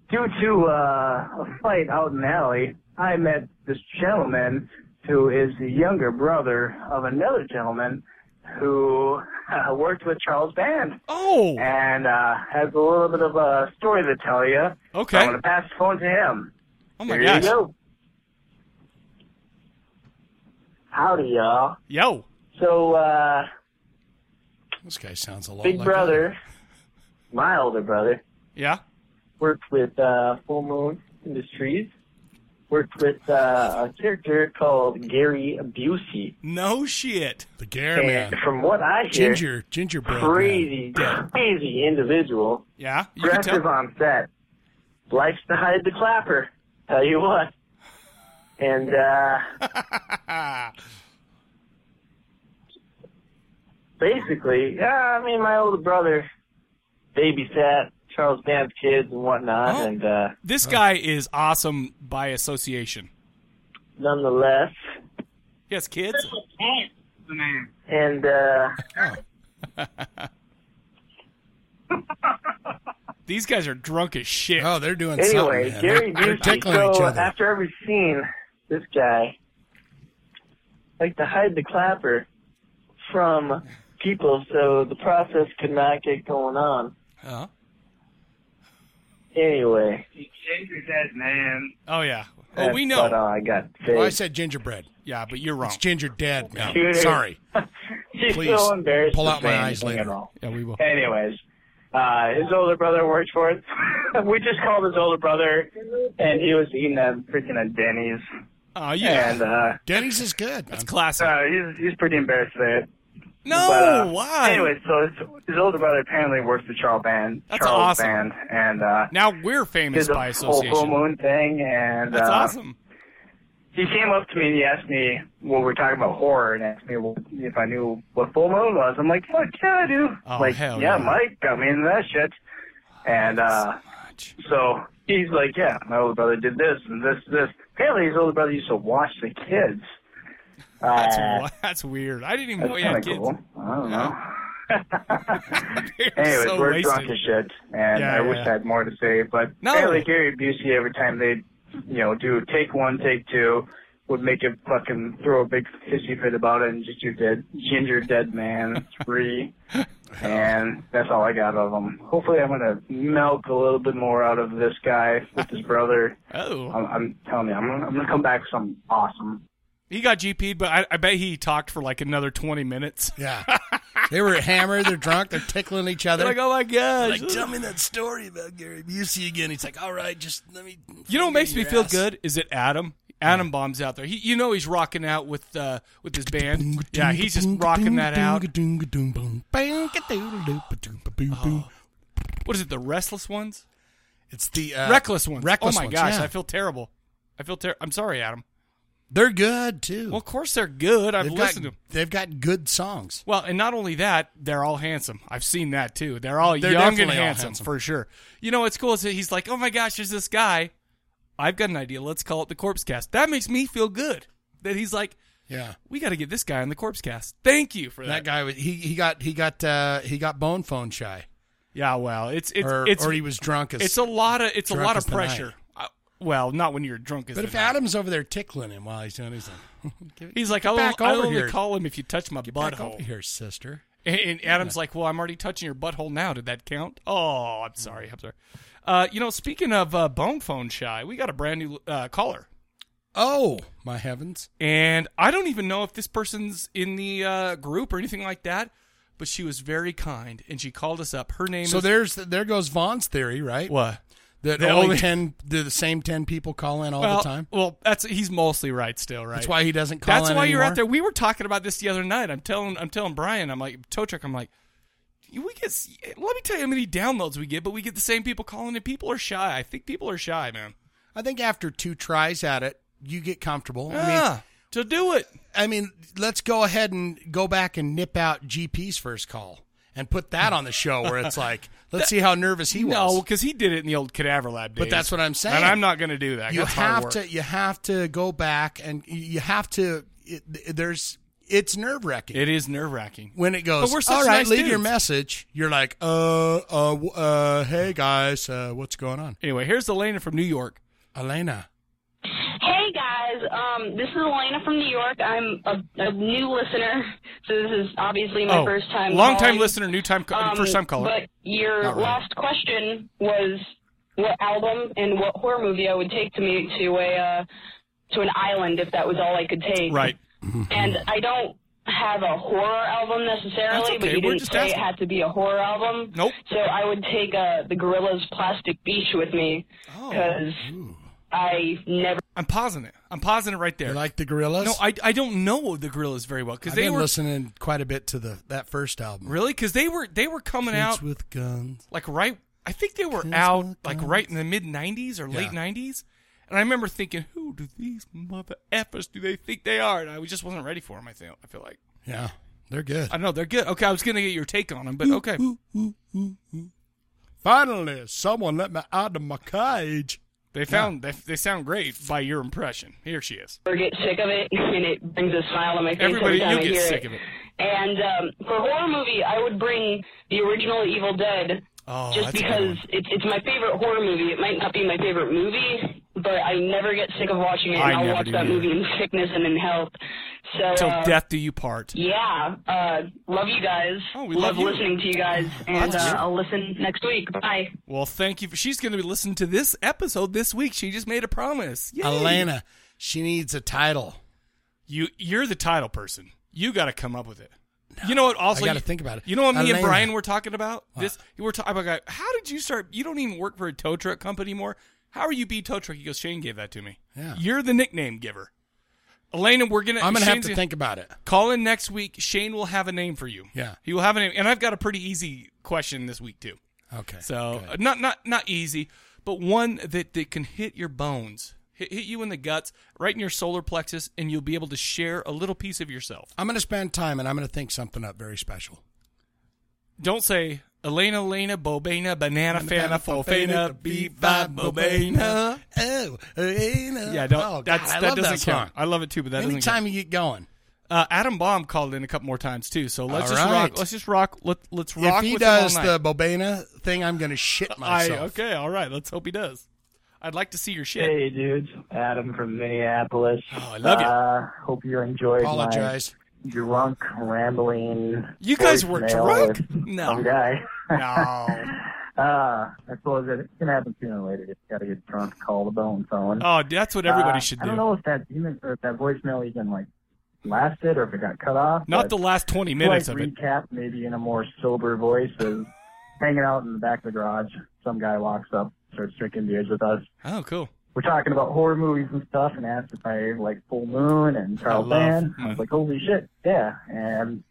S3: due to uh, a fight out in the alley, I met this gentleman who is the younger brother of another gentleman who uh, worked with Charles Band
S1: oh,
S3: and uh, has a little bit of a story to tell you.
S1: Okay.
S3: I'm going to pass the phone to him.
S1: oh my
S3: Here
S1: gosh,
S3: you go. Howdy, y'all.
S1: yo,
S3: So, uh,
S2: This guy sounds a lot.
S3: Big
S2: like
S3: Brother, my older brother,
S1: yeah,
S3: worked with uh, Full Moon Industries. Worked with uh, a character called Gary Busey.
S1: no shit.
S2: the Gare man,
S3: And from what I hear,
S2: ginger gingerbread. Man.
S3: crazy, crazy individual.
S1: Yeah, you can
S3: Aggressive
S1: tell.
S3: on set. Likes to hide the clapper. Tell you what. And uh, basically, yeah, I mean, my older brother babysat Charles Band's kids and whatnot,
S1: Oh.
S3: and uh,
S1: This guy is awesome by association.
S3: nonetheless,
S1: He has kids. Oh.
S3: and uh,
S1: These guys are drunk as shit.
S2: Oh, they're doing
S3: anyway,
S2: something. man.
S3: Gary
S2: they're, they're
S3: Busey.
S2: tickling each
S3: So
S2: other.
S3: after every scene, this guy like to hide the clapper from people, so the process could not get going on.
S1: Huh?
S3: Anyway,
S1: Oh yeah. Oh,
S3: that's
S1: we
S3: about
S1: know.
S3: all uh, I got to say.
S2: well, I said gingerbread.
S1: Yeah, but you're wrong.
S2: It's ginger dead man.
S3: Shooter.
S2: Sorry.
S3: She's
S2: please,
S3: so embarrassed
S2: pull
S3: to
S2: out
S3: say
S2: my eyes
S3: anything
S2: later.
S3: at all.
S1: Yeah, we will.
S3: Anyways, uh, his older brother worked for it. we just called his older brother, and he was eating at freaking at Denny's.
S1: Oh yeah.
S3: And uh,
S2: Denny's is good.
S1: That's
S2: man.
S1: classic.
S3: uh, he's he's pretty embarrassed about it.
S1: no,
S3: But, uh,
S1: why?
S3: Anyway, so his, his older brother apparently works for Charles Band.
S1: That's
S3: Charles
S1: awesome.
S3: Band, and uh,
S1: now we're famous
S3: did
S1: by
S3: the whole
S1: association.
S3: full moon thing, and
S1: That's
S3: uh,
S1: awesome.
S3: he came up to me and he asked me, well, we we're talking about horror, and asked me what- if I knew what full moon was. I'm like, fuck yeah, I do.
S1: Oh,
S3: like,
S1: hell
S3: yeah,
S1: yeah.
S3: Mike got me into that shit. And uh, so he's like, yeah, my older brother did this and this, this. Apparently, his older brother used to watch the kids.
S1: That's,
S3: uh,
S1: wi- that's weird. I didn't even
S3: that's
S1: know you
S3: kind
S1: had
S3: of
S1: kids.
S3: cool. I don't know.
S1: You're
S3: Anyways,
S1: so
S3: we're
S1: wasted.
S3: drunk as shit, and
S1: Yeah,
S3: I
S1: yeah,
S3: wish
S1: yeah.
S3: I had more to say, but
S1: No.
S3: apparently Gary Busey, every time they, you know, do take one, take two, would make it fucking throw a big hissy fit about it and just do dead ginger dead man three, and that's all I got of him. Hopefully, I'm gonna milk a little bit more out of this guy with his brother.
S1: Oh,
S3: I'm, I'm telling you, I'm gonna, I'm gonna come back with something awesome.
S1: he got GP'd, but I, I bet he talked for like another 20 minutes.
S2: Yeah. They were hammered. They're drunk. They're tickling each other.
S1: like, oh my gosh.
S2: me that story about Gary Busey again. He's like, all right, just let me.
S1: you know what makes me feel good is it Adam. Adam Bomb's out there. He, you know he's rocking out with uh, with his band. Yeah, he's just rocking that out. What is it? The Restless Ones? Oh.
S2: It's the uh,
S1: Reckless ones.
S2: Reckless
S1: oh my
S2: ones,
S1: gosh,
S2: yeah.
S1: I feel terrible. I feel ter- I'm sorry, Adam.
S2: They're good too.
S1: Well, of course they're good. I've
S2: They've got-
S1: listened to 'em.
S2: They've got good songs.
S1: Well, and not only that, they're all handsome. I've seen that too. They're all
S2: They're
S1: young and
S2: definitely all
S1: handsome,
S2: handsome.
S1: for sure. You know what's cool is that he's like, "Oh my gosh, there's this guy. I've got an idea. Let's call it the Corpse Cast." That makes me feel good. That he's like,
S2: Yeah.
S1: "We got to get this guy on the Corpse Cast." Thank you for that.
S2: That guy was he, he got he got uh he got bone phone shy.
S1: Yeah, well, it's it's
S2: or,
S1: it's
S2: or he was drunk as
S1: it's a lot of it's a
S2: drunk
S1: lot
S2: as
S1: of
S2: the night.
S1: pressure. I- well, not when you're drunk as
S2: But
S1: the
S2: if
S1: night.
S2: Adam's over there tickling him while he's doing his thing,
S1: he's like,
S2: Get
S1: "I'll,
S2: back
S1: I'll
S2: over
S1: only
S2: here.
S1: call him if you touch my
S2: get back over
S1: butthole."
S2: here, sister.
S1: And, and Adam's like, "Well, I'm already touching your butthole now. Did that count?" Oh,
S2: Mm.
S1: I'm sorry. I'm sorry. Uh, you know, speaking of uh, bone phone shy, we got a brand new uh, caller,
S2: Oh my heavens!
S1: and I don't even know if this person's in the uh, group or anything like that. But she was very kind, and she called us up. Her name
S2: So
S1: is
S2: there's there goes Vaughn's theory, right?
S1: what?
S2: That
S1: The
S2: only
S1: only-
S2: ten do the same ten people call in all
S1: well,
S2: the time.
S1: Well, that's he's mostly right still, right?
S2: That's why he doesn't call
S1: That's
S2: in
S1: why
S2: anymore.
S1: you're out there. We were talking about this the other night. I'm telling I'm telling Brian. I'm like Tochuk. I'm like, we get. Let me tell you how many downloads we get, but we get the same people calling in. People are shy. I think people are shy, man.
S2: I think after two tries at it, you get comfortable. I mean,
S1: yeah, to do it.
S2: I mean, let's go ahead and go back and nip out GP's first call and put that on the show where it's like, let's see how nervous he was.
S1: No, because he did it in the old cadaver lab days.
S2: But that's what I'm saying.
S1: And I'm not going to do that.
S2: you
S1: That's hard
S2: have
S1: work.
S2: to you have to go back and you- you have to it, there's it's nerve wracking
S1: It is nerve wracking.
S2: when it goes
S1: But we're such
S2: all right
S1: nice
S2: leave your
S1: dudes."
S2: message you're like uh uh w- uh hey guys uh what's going on
S1: Anyway, here's Elena from New York.
S2: elena
S4: Hey guys, um, this is Elena from New York. I'm a, a new listener, so this is obviously my
S1: oh,
S4: first time.
S1: long time
S4: calling.
S1: listener, new time, ca- uh,
S4: Um,
S1: first time caller.
S4: But your
S2: Not really.
S4: last question was what album and what horror movie I would take to me to a uh, to an island if that was all I could take.
S1: right.
S4: And I don't have a horror album necessarily,
S1: That's
S4: but
S1: okay.
S4: you
S1: We're
S4: didn't
S1: just
S4: say
S1: asking.
S4: it had to be a horror album.
S1: Nope.
S4: So I would take uh, the Gorillas' Plastic Beach with me
S5: Oh.
S4: because Oh. I never.
S1: I'm pausing it. I'm pausing it right there.
S2: you like the gorillas
S1: no, I, I don't know the gorillas very well because
S2: have
S1: they
S2: been
S1: were
S2: listening quite a bit to the that first album
S1: Really? Because they were they were coming
S2: Kids
S1: out
S2: with guns
S1: like right. I think they were
S2: Kids
S1: out
S2: with
S1: like
S2: guns.
S1: right in the mid '90s or late
S2: Yeah.
S1: '90s, and I remember thinking, "Who do these mother effers do they think they are?" And I just wasn't ready for them. I think I feel like
S2: yeah they're good
S1: I don't know they're good. Okay, I was gonna get your take on them, but okay.
S2: finally someone let me out of my cage
S1: They found they, they sound great by your impression. Here she is.
S4: ever get sick of it, and it brings a smile to my face every
S1: Everybody,
S4: time
S1: you'll
S4: I
S1: get
S4: hear
S1: sick
S4: it.
S1: of it.
S4: And um, for horror movie, I would bring the original Evil Dead,
S1: Oh,
S4: just
S1: that's a good
S4: because it's it's my favorite horror movie. It might not be my favorite movie, but I never get sick of watching it, and
S1: I
S4: will
S1: never
S4: watch
S1: do
S4: that
S1: either.
S4: movie in sickness and in health. So
S1: Till
S4: uh,
S1: death do you part.
S4: yeah, uh, love you guys.
S1: Oh, we love you. Oh,
S4: listening to you guys, and
S1: That's-
S4: uh, I'll listen next week. Bye.
S1: Well, thank you. For, she's going to be listening to this episode this week. She just made a promise. Yay.
S2: elena she needs a title
S1: You you're the title person. You got to come up with it. you know what? Also,
S2: I gotta
S1: you-
S2: think about it.
S1: You know what? Me and
S2: Elena.
S1: Brian were talking about this. We were talking about like, how did you start? You don't even work for a tow truck company anymore. How are you be tow truck? He goes, Shane gave that to me.
S2: Yeah.
S1: You're the nickname giver. Elena, we're gonna.
S2: i'm gonna have
S1: Shane's
S2: to think about it
S1: Call in next week. Shane will have a name for you.
S2: Yeah.
S1: he will have a name, and I've got a pretty easy question this week too.
S2: okay
S1: So
S2: good.
S1: uh, not not not easy, but one that, that can hit your bones, hit, hit you in the guts, right in your solar plexus, and you'll be able to share a little piece of yourself.
S2: I'm going to spend time and I'm going to think something up very special.
S1: Don't say Elena, Elena, Bobena, Banana, Fana, Fofana, Biba, Bobena.
S2: Oh, Elena.
S1: Yeah, don't,
S2: Oh, God,
S1: that's,
S2: I
S1: that
S2: love
S1: doesn't
S2: that
S1: count.
S2: song.
S1: I love it too, but that doesn't count.
S2: Anytime you get going,
S1: Uh, Adam Baum called in a couple more times too, so let's
S2: All
S1: just rock.
S2: right.
S1: Let's just rock. Let, let's rock
S2: if he
S1: with
S2: does
S1: him all
S2: the
S1: night.
S2: Bobena thing, I'm going to shit
S1: I,
S2: myself.
S1: okay, all right. Let's hope he does. I'd like to see your shit.
S3: Hey, dudes. Adam from Minneapolis.
S1: Oh, I love you.
S3: Uh, hope you enjoyed
S2: Apologize.
S3: my drunk rambling.
S1: You guys were
S3: voicemail
S1: drunk?
S3: with
S1: No.
S3: Some guy.
S1: No.
S3: Uh, I suppose that it's gonna happen sooner or later. Just gotta get drunk, call the bone phone.
S1: Oh, that's what everybody
S3: Uh,
S1: should
S3: I
S1: do.
S3: don't know if that even or if that voicemail even like lasted or if it got cut off.
S1: Not
S3: but
S1: the last 20
S3: slight
S1: minutes of it.
S3: recap, maybe in a more sober voice, is hanging out in the back of the garage. Some guy walks up, starts drinking beers with us.
S1: Oh, cool.
S3: We're talking about horror movies and stuff, and asked if I like Full Moon and Charles
S1: love
S3: Band. I
S1: Moon.
S3: was like, holy shit, yeah. And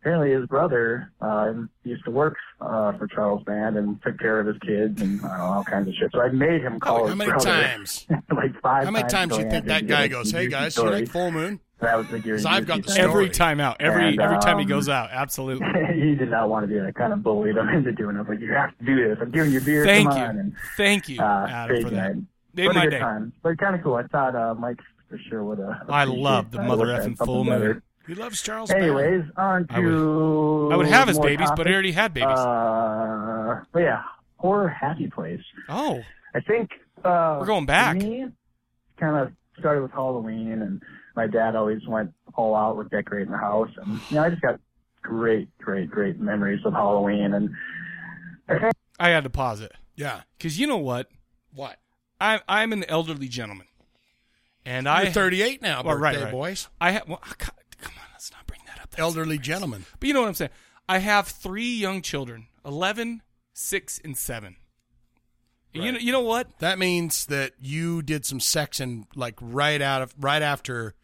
S3: apparently his brother um, used to work uh, for Charles Band and took care of his kids and I don't know, all kinds of shit. So I made him call
S2: Oh,
S3: his
S2: how many
S3: brother,
S2: times?
S3: like five
S2: How many times do you
S3: going after
S2: think that
S3: he
S2: guy
S3: did
S2: goes,
S3: the
S2: "Hey
S3: Yuki
S2: guys, you
S3: story.
S2: like Full Moon?"
S3: That was the Gary.
S2: 'Cause I've got
S3: Yuki
S2: the
S3: thing.
S1: Every
S2: Story.
S1: time out, every
S3: And,
S1: every time he
S3: um,
S1: goes out, absolutely.
S3: he did not want to do that. I kind of bullied him into doing it. I was like, you have to do this. I'm giving you beer.
S1: Thank
S3: Come
S1: you,
S3: on. And,
S1: thank you,
S3: uh,
S1: Adam, for
S3: crazy
S1: that.
S3: night.
S1: Made
S3: What a
S1: my
S3: good
S1: day.
S3: time. But kind of cool. I thought uh, Mike for sure would have.
S1: I love the mother effing full moon.
S2: He loves Charles. Band.
S3: Anyways, on
S1: I
S3: to
S1: I would have his
S3: more
S1: babies, but I
S3: topics.
S1: already had babies.
S3: Uh, but yeah, horror happy place.
S1: oh,
S3: I think uh,
S1: We're going back.
S3: Me kind of started with Halloween, and my dad always went all out with decorating the house, and you know I just got great, great, great memories of Halloween, and
S1: I had to pause it
S2: Yeah.
S1: because you know what?
S2: What?
S1: I'm I'm an elderly gentleman, and
S2: You're
S1: I
S2: 38 now,
S1: Well,
S2: birthday
S1: right, right.
S2: boys.
S1: I have. Well, I ca- come on, let's not bring that up.
S2: Elderly gentleman.
S1: But you know what I'm saying? I have three young children 11, 6, and 7. You, know, you know what?
S2: That means that you did some sex and like right out of right after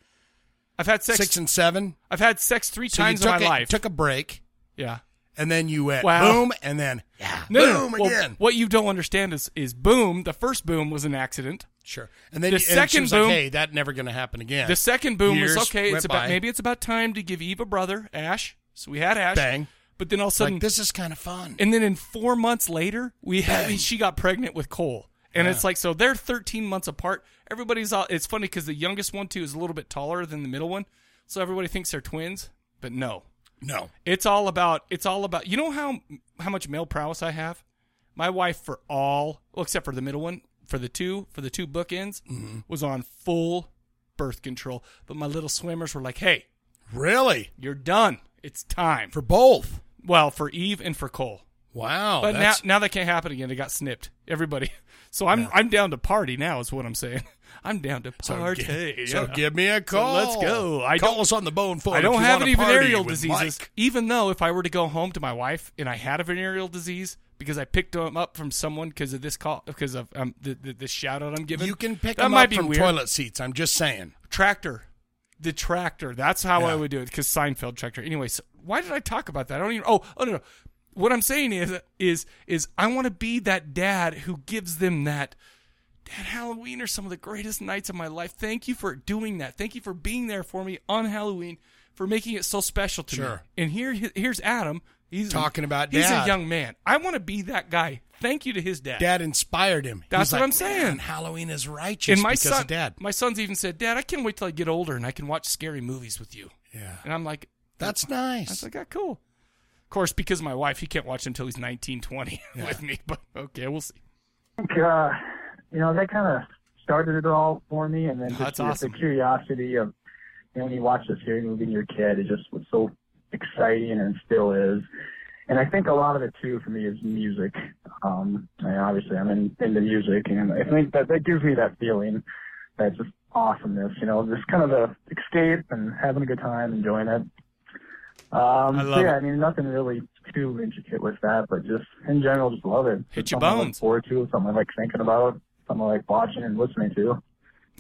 S1: I've had sex.
S2: six and seven.
S1: I've had sex three
S2: So you
S1: times in
S2: took
S1: my
S2: a,
S1: life.
S2: Took a break
S1: yeah.
S2: and then you went
S1: Wow.
S2: boom and then yeah,
S1: No, no, no.
S2: boom
S1: Well,
S2: again.
S1: what you don't understand is, is boom. The first boom was an accident.
S2: sure. And then
S1: the
S2: you, and she
S1: second
S2: was
S1: boom-
S2: like, hey, that never going to happen again.
S1: The second boom
S2: Years
S1: was okay.
S2: went
S1: It's about
S2: by.
S1: maybe it's about time to give Eve a brother, Ash. So we had Ash.
S2: Bang.
S1: But then all of a sudden,
S2: like this is kind of fun.
S1: and then in four months later, we had,
S2: Bang.
S1: she got pregnant with Cole. And it's like so they're 13 months apart. Everybody's all it's funny because the youngest one too is a little bit taller than the middle one, so everybody thinks they're twins, but no.
S2: no.
S1: It's all about it's all about you know how how much male prowess I have. My wife for all well except for the middle one for the two for the two bookends was on full birth control, but my little swimmers were like, "Hey,
S2: Really?
S1: you're done. It's time."
S2: For both.
S1: well, for Eve and for Cole.
S2: Wow.
S1: But now,
S2: that's-
S1: now that can't happen again. It got snipped. Everybody. So I'm I'm down to party now. Is what I'm saying. I'm down to
S2: so,
S1: party.
S2: gi-
S1: yeah.
S2: so give me a call.
S1: let's go. I
S2: call
S1: don't-
S2: us on the bone phone.
S1: I
S2: if
S1: don't
S2: you
S1: have
S2: want
S1: any
S2: to party
S1: venereal
S2: with
S1: diseases.
S2: Mike.
S1: Even though if I were to go home to my wife and I had a venereal disease because I picked them up from someone because of this call because of um the, the, the shout out I'm giving.
S2: You can pick
S1: that
S2: them
S1: might
S2: up
S1: be
S2: from
S1: weird.
S2: toilet seats. I'm just saying.
S1: tractor. The tractor. That's how I
S2: Yeah.
S1: would do it because Seinfeld tractor. Anyway, so why did I talk about that? I don't even. Oh, oh no, no. What I'm saying is, is, is I want to be that dad who gives them that. Dad, Halloween are some of the greatest nights of my life. Thank you for doing that. Thank you for being there for me on Halloween, for making it so special to me.
S2: Sure.
S1: And here, here's Adam. He's
S2: Talking about
S1: He's
S2: dad.
S1: a young man. I want to be that guy. Thank you to his dad.
S2: Dad inspired him.
S1: That's
S2: He's
S1: what
S2: like,
S1: I'm saying.
S2: "Man, Halloween is righteous
S1: and my
S2: because
S1: son,
S2: of Dad.
S1: my son's even said, "Dad, I can't wait till I get older and I can watch scary movies with you."
S2: Yeah,
S1: And I'm like,
S2: that's nice.
S1: I was like, ah, cool. Of course, because of my wife, he can't watch until he's 19, 20 with me. But okay, we'll see.
S3: think uh, you know that kind of started it all for me, and then
S1: Oh,
S3: just
S1: that's
S3: the,
S1: awesome.
S3: the curiosity of you know when you watch a scary movie and you're a kid, it just was so exciting and still is. And I think a lot of it too for me is music. Um, I obviously I'm in, into music, and I think that that gives me that feeling that just awesomeness. You know, just kind of the escape and having a good time, enjoying it. Um,
S1: I
S3: so
S1: love
S3: yeah,
S1: it.
S3: I mean, nothing really too intricate with that, but just in general, just love it.
S1: Hit
S3: It's
S1: your
S3: something I look
S1: bones.
S3: forward to, something I like thinking about, something I like watching and listening to.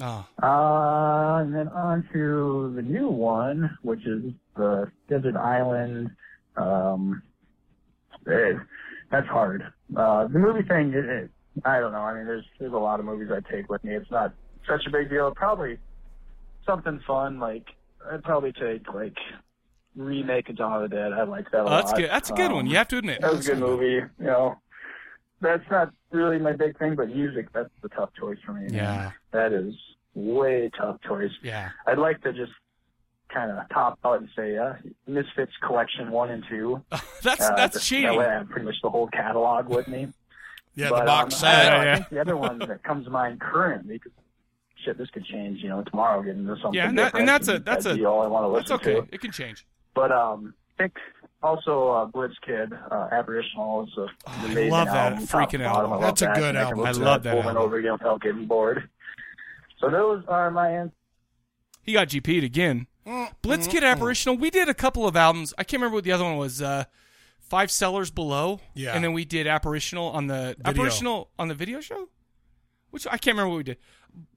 S1: Oh,
S3: Uh, and then on to the new one, which is the Desert Island. Um, eh, that's hard. Uh, the movie thing, it, it, I don't know. I mean, there's there's a lot of movies I take with me. It's not such a big deal. Probably something fun like I'd probably take like remake of Dawn of the Dead. I like that a
S1: Oh,
S3: lot.
S1: that's good. That's a good one.
S3: Um,
S1: You have to admit.
S3: that was a good movie. You know, that's not really my big thing, but music, that's the tough choice for me. man.
S1: Yeah.
S3: That is way tough choice.
S1: Yeah.
S3: I'd like to just kind of top out and say, uh, Misfits Collection 1 and 2.
S1: That's
S3: Uh,
S1: that's
S3: just-
S1: cheating.
S3: That way I have pretty much the whole catalog with me.
S2: yeah,
S3: But,
S2: the box
S3: um, I,
S2: set.
S3: don't know, I
S1: Yeah,
S3: think the other one that comes to mind currently, 'cause shit, this could change, you know, tomorrow getting into something
S1: Yeah, and, that,
S3: different,
S1: and that's a that's
S3: that'd
S1: a
S3: be all I want to
S1: that's
S3: listen
S1: okay.
S3: to.
S1: It can change.
S3: But um, I think also uh, Blitz Kid, uh, Aboriginal is a an
S1: Oh, I
S3: amazing
S1: love that
S3: album, top
S1: freaking
S3: to
S1: album.
S3: bottom. I love
S2: That's a
S3: that.
S2: good
S3: And
S2: album.
S3: I, can
S1: I
S3: listen to
S1: love that
S3: over and
S1: album.
S3: over again without getting bored. So those are my answers.
S1: He got GP'd again.
S2: Mm-hmm.
S1: Blitz Kid Apparitional. We did a couple of albums. I can't remember what the other one was. Uh, Five Sellers Below.
S2: Yeah.
S1: And then we did Apparitional on the
S2: Video.
S1: Apparitional on the video show, which I can't remember what we did.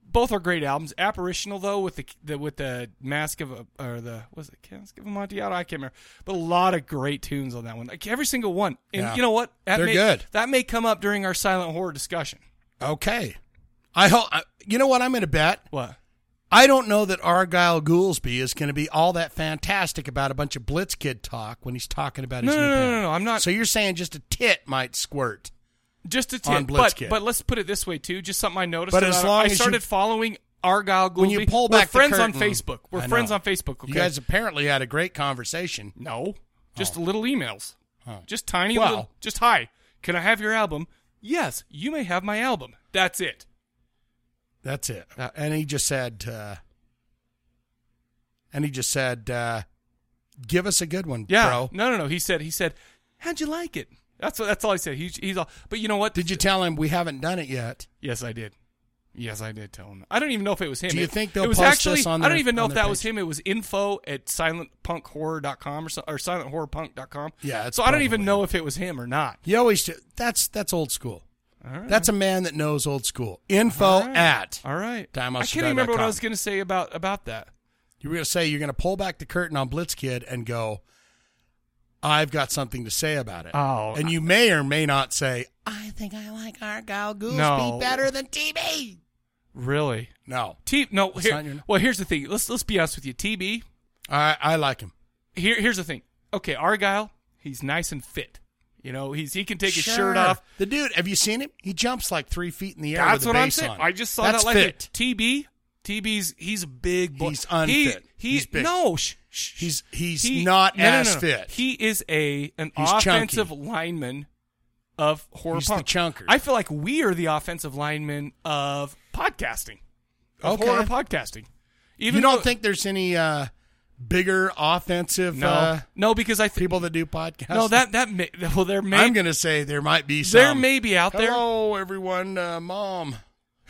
S1: both are great albums. Apparitional though, with the, the with the mask of a, or the was it Mask of Amontillado? I can't remember, but a lot of great tunes on that one. Like every single one. And
S2: Yeah.
S1: you know what? That
S2: They're
S1: may,
S2: good.
S1: That may come up during our silent horror discussion.
S2: Okay. I hope. You know what? I'm going to bet.
S1: What?
S2: I don't know that Argyle Goolsby is going to be all that fantastic about a bunch of Blitz Kid talk when he's talking about his
S1: No,
S2: new
S1: no, no,
S2: band.
S1: no, no, I'm not-
S2: So you're saying just a tit might squirt?
S1: Just a
S2: On
S1: tip, but
S2: Blitzkid.
S1: but let's put it this way too. Just something I noticed.
S2: But
S1: that
S2: as
S1: I-
S2: long
S1: I
S2: as you-
S1: started following Argyle Gould.
S2: When you pull back the
S1: we're friends on
S2: curtain-
S1: Facebook. We're
S2: I
S1: friends
S2: know.
S1: on Facebook. Okay.
S2: You guys apparently had a great conversation.
S1: No, just little emails. Just tiny
S2: Wow.
S1: little. Just hi. Can I have your album? Yes, you may have my album. That's it.
S2: That's it. Uh, and he just said, uh, and he just said, uh, give us a good one,
S1: Yeah.
S2: bro.
S1: No, no, no. He said. He said. How'd you like it? That's what. That's all he said. He, he's all. But you know what?
S2: Did you tell him we haven't done it yet?
S1: Yes, I did. Yes, I did tell him. I don't even know if it was him.
S2: Do you
S1: It-
S2: think they'll
S1: it was
S2: post
S1: actually,
S2: this on
S1: I don't
S2: their-
S1: even know
S2: on
S1: if
S2: their
S1: that was
S2: page?
S1: him. It was info at silentpunkhorror.com or, so, or silenthorrorpunk.com.
S2: Yeah, it's
S1: So I don't even
S2: probably
S1: know if it was him or not.
S2: You always do. That's that's old school.
S1: All right.
S2: That's a man that knows old school. Info
S1: All right.
S2: at.
S1: All right.
S2: Time
S1: I
S2: out
S1: can't even remember what I
S2: Chicago.com.
S1: was going to say about about that.
S2: You were going to say you're going to pull back the curtain on Blitzkid and go, I've got something to say about it.
S1: Oh,
S2: and you may or may not say, I think I like Argyle Goose
S1: No.
S2: better than TB.
S1: Really?
S2: No,
S1: T no.
S2: That's
S1: Here,
S2: not your-
S1: well, here's the thing. Let's let's be honest with you. TB.
S2: I, I like him.
S1: Here here's the thing. Okay, Argyle. He's nice and fit. You know, he's he can take his
S2: Sure.
S1: shirt off.
S2: The dude, have you seen him? He jumps like three feet in the air.
S1: That's
S2: with
S1: what
S2: the
S1: I'm
S2: bass
S1: saying.
S2: on.
S1: I just saw
S2: That's
S1: that like
S2: fit.
S1: TB. TB's he's a big boy.
S2: He's unfit.
S1: He, he-
S2: He's big.
S1: no. Sh- sh-
S2: He's-
S1: sh-
S2: he's not
S1: no, no, no,
S2: as
S1: no.
S2: fit.
S1: He is a an
S2: He's chunky.
S1: offensive lineman of horror
S2: He's the
S1: punk.
S2: chunker.
S1: I feel like we are the offensive linemen of podcasting. Of
S2: Okay.
S1: horror podcasting. Even
S2: you don't
S1: though-
S2: think there's any uh, bigger offensive
S1: no,
S2: uh,
S1: no, because I think
S2: people that do podcasts?
S1: no that that may, well there may
S2: I'm going to say there might be some.
S1: there may be out there
S2: Hello, everyone. Uh, Mom,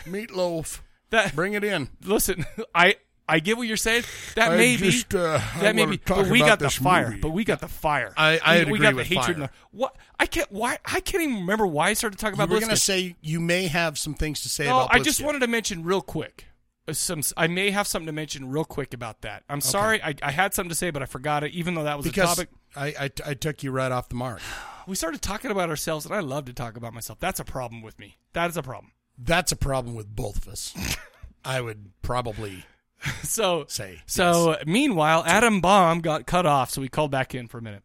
S2: meatloaf.
S1: that
S2: Bring it in.
S1: listen I I get what you're saying that
S2: I
S1: may be
S2: just, uh, I
S1: that may
S2: wanna
S1: be
S2: talk
S1: but we
S2: about
S1: got the
S2: this
S1: fire
S2: movie.
S1: but we got the fire
S2: I- I
S1: we, we
S2: agree
S1: got
S2: with
S1: the hatred
S2: fire.
S1: and the- what I can't why I can't even remember why I started talking
S2: You
S1: about
S2: were going to
S1: Blitzkid.
S2: say you may have some things to say
S1: No,
S2: about
S1: I just
S2: Blitzkid.
S1: wanted to mention real quick. uh, Some I may have something to mention real quick about that. I'm sorry, I, I had something to say, but I forgot it. Even though that was
S2: because
S1: a topic,
S2: I, I, I took you right off the mark.
S1: we started talking about ourselves, and I love to talk about myself. That's a problem with me. That is a problem.
S2: That's a problem with both of us. I would probably
S1: So
S2: say.
S1: so meanwhile, Adam Baum got cut off, so we called back in for a minute.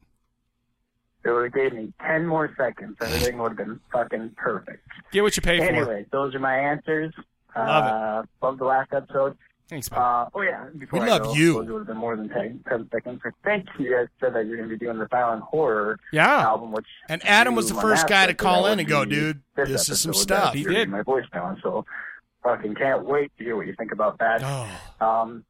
S3: It would have gave me 10 more seconds. Everything would have been fucking perfect.
S1: Get what you pay for.
S3: Anyway, those are my answers.
S1: Love
S3: uh, Love the last episode.
S1: Thanks, man.
S3: Uh, oh, yeah. Before
S2: We
S3: I
S2: love
S3: go,
S2: you.
S3: It would have been more than 10, 10 seconds. Thank you. You guys said that you're going to be doing the silent horror
S1: yeah,
S3: album, which
S2: And Adam was the
S3: you
S2: first
S3: last
S2: guy to
S3: episode,
S2: call
S3: that
S2: in and
S3: would
S2: go,
S3: be
S2: dude, this is some
S3: episode that
S2: stuff.
S1: He
S3: you're
S1: did.
S3: in My voicemail, so fucking can't wait to hear what you think about that.
S1: Oh.
S3: Um,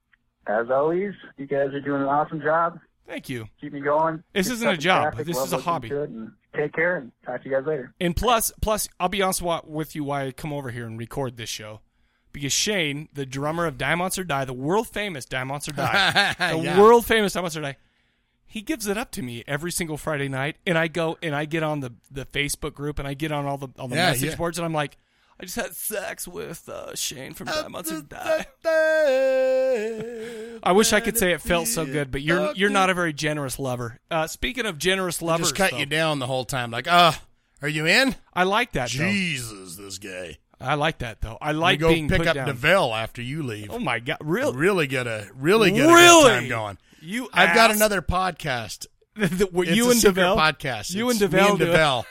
S3: as always, you guys are doing an awesome job.
S1: thank you.
S3: Keep me going.
S1: This
S3: Keep
S1: isn't a
S3: stuck in
S1: job.
S3: traffic.
S1: This
S3: Love
S1: is a
S3: listening
S1: hobby.
S3: to it, and Take care and talk to you guys later.
S1: And plus, plus, I'll be honest wa- with you why I come over here and record this show. Because Shane, the drummer of Die Monster Die, the world famous Die Monster Die, the
S2: Yeah.
S1: world famous Die Monster Die, he gives it up to me every single Friday night. And I go and I get on the, the Facebook group and I get on all the, all the
S2: Yeah,
S1: message
S2: yeah.
S1: boards and I'm like, I just had sex with uh, Shane from Die Monster Die. I
S2: I
S1: wish I could say it felt so good, but you're you're not a very generous lover. Uh, speaking of generous lovers,
S2: Just cut
S1: though,
S2: you down the whole time. Like, uh, are you in?
S1: I like that. Though.
S2: Jesus, this guy.
S1: I like that though. I
S2: I
S1: like
S2: go
S1: being
S2: pick
S1: put
S2: up
S1: down.
S2: Deville after you leave.
S1: Oh my god! Really?
S2: Really get a really get a
S1: Really?
S2: good time going.
S1: You
S2: I've got
S1: ass.
S2: another podcast.
S1: that were
S2: It's
S1: you
S2: a
S1: and
S2: secret
S1: Devel
S2: podcast.
S1: You
S2: It's
S1: and
S2: me
S1: Devel. do it.
S2: Devel.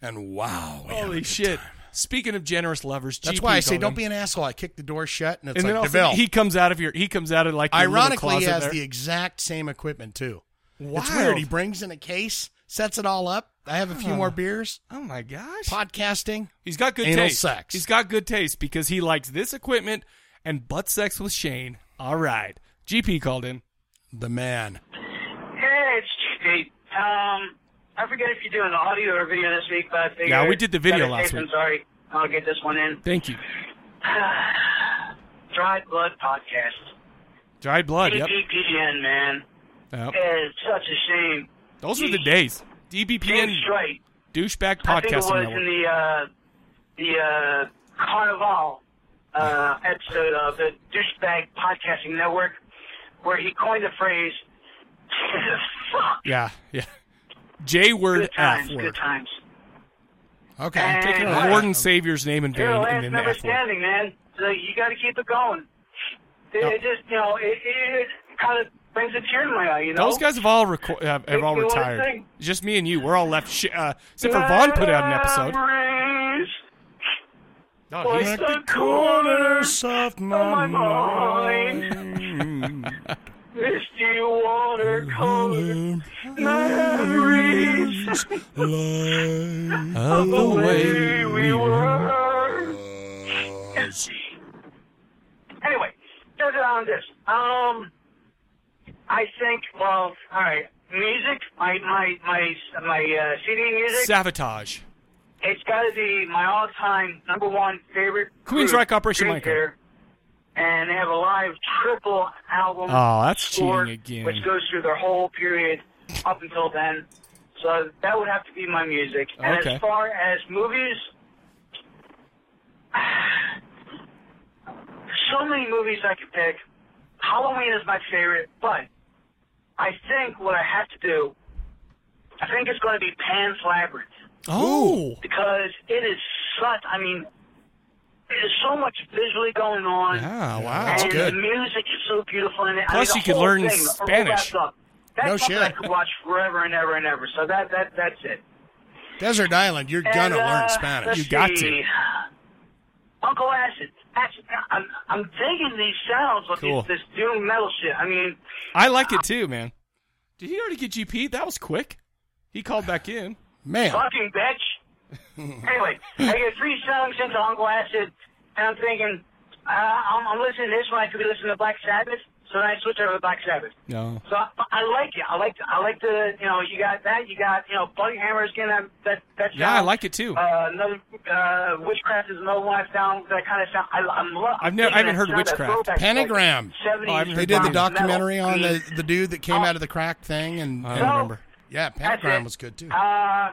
S2: and wow, we have a
S1: Holy
S2: good
S1: shit!
S2: time.
S1: Speaking of generous lovers,
S2: That's
S1: GP
S2: why I say
S1: told
S2: don't
S1: him.
S2: be an asshole. I kick the door shut, and it's
S1: And then
S2: like
S1: also,
S2: Devel.
S1: he comes out of your. He comes out of like. your little
S2: Ironically, he
S1: closet
S2: has
S1: there.
S2: the exact same equipment too.
S1: Wild.
S2: It's weird. He brings in a case, sets it all up. I have a few more beers.
S1: Oh my gosh!
S2: Podcasting.
S1: He's got good
S2: Anal
S1: taste.
S2: sex.
S1: He's got good taste because he likes this equipment and butt sex with Shane. All right. GP called in.
S2: The man.
S5: Hey, it's GP. Um, I forget if you're doing audio or video this week, but I figured
S1: Yeah, we did the video
S5: Better
S1: last
S5: safe than
S1: week.
S5: Sorry, I'll get this one in.
S1: Thank you.
S5: Dried Blood Podcast.
S1: Dried blood. Yep.
S5: DBPN, man.
S1: Yep.
S5: It's such a shame.
S1: Those were the days. DBPN
S5: James Strike.
S1: douchebag
S5: I think it
S1: podcasting
S5: was in
S1: network.
S5: the uh, the uh, Carnival uh, episode of the Douchebag Podcasting Network where he coined the phrase, fuck,
S1: Yeah, yeah. J word
S5: good
S1: F
S5: times, good
S1: word.
S5: times.
S2: Okay.
S5: And-
S1: Taking
S5: All
S1: our
S5: right.
S1: Lord and Savior's name in
S5: You're the
S1: vain
S5: last
S1: and then the
S5: number
S1: F word.
S5: standing, man. So you got to keep it going. It,
S2: No.
S5: it just, you know, it, it kind of brings a tear to my eye, you know?
S1: Those guys have all reco- have, have all
S5: You know what I'm
S1: retired.
S5: saying?
S1: Just me and you. We're all left. Sh- uh, except for Vaughn put out an episode. Oh,
S5: Memories
S2: No,
S5: was
S2: he's,
S5: Oh, the corner
S1: of
S6: Oh,
S5: of my mind. Misty watercolor memories
S1: Of the way
S5: way we were. Anyway, no doubt on this. Um, I think. Well, all right. Music, my my my my uh, CD music.
S1: sabotage.
S5: It's got to be my all-time number one favorite.
S1: Queens
S5: group,
S1: Rock Operation
S5: Dream
S1: Michael.
S5: Theater. And they have a live triple album.
S1: Oh, that's
S5: score,
S1: cheating again.
S5: Which goes through their whole period up until then. So that would have to be my music. And
S1: Okay.
S5: as far as movies, so many movies I could pick. Halloween is my favorite, but I think what I have to do, I think it's going to be Pan's Labyrinth
S1: Oh,
S5: because it is such. I mean, there's so much visually going on.
S1: yeah, wow.
S2: that's
S5: and
S2: good.
S5: the music is so beautiful in it.
S1: Plus
S5: I mean,
S1: you
S5: the
S1: could
S5: whole
S1: learn
S5: thing, the whole wrapped
S1: Spanish.
S5: up. That's
S2: No
S5: something
S2: shit.
S5: I could watch forever and ever and ever. So that that that's it.
S2: Desert Island, you're
S5: And,
S2: gonna learn
S5: uh,
S2: Spanish.
S5: let's
S1: You got
S5: see. Uncle Acid. Acid. I'm I'm digging these sounds with
S1: Cool.
S5: this, this doom metal shit. I mean,
S1: I like it too, man. Did he already get GP? That was quick. He called back in.
S2: Man,
S5: fucking bitch. anyway, I get three songs into Uncle Acid, and I'm thinking, uh, I'm, I'm listening to this one. I could be listening to Black Sabbath, so then I switch over to Black Sabbath.
S1: No.
S5: So I, I like it. I like I like the you know you got that you got you know Bloody Hammer's getting that that, that sound.
S1: Yeah, I like it too.
S5: Uh, another uh, witchcraft is another one I found that kind of sound. I, I'm lo-
S1: I've never- I haven't heard Witchcraft.
S2: Pentagram.
S1: Oh, I haven't
S2: they
S1: heard
S2: did the
S1: Metal.
S2: documentary on the, the dude that came out of the crack thing, and,
S1: I
S2: and-
S1: don't remember.
S2: yeah,
S5: That's
S2: Pentagram
S5: it.
S2: was good too.
S5: Uh,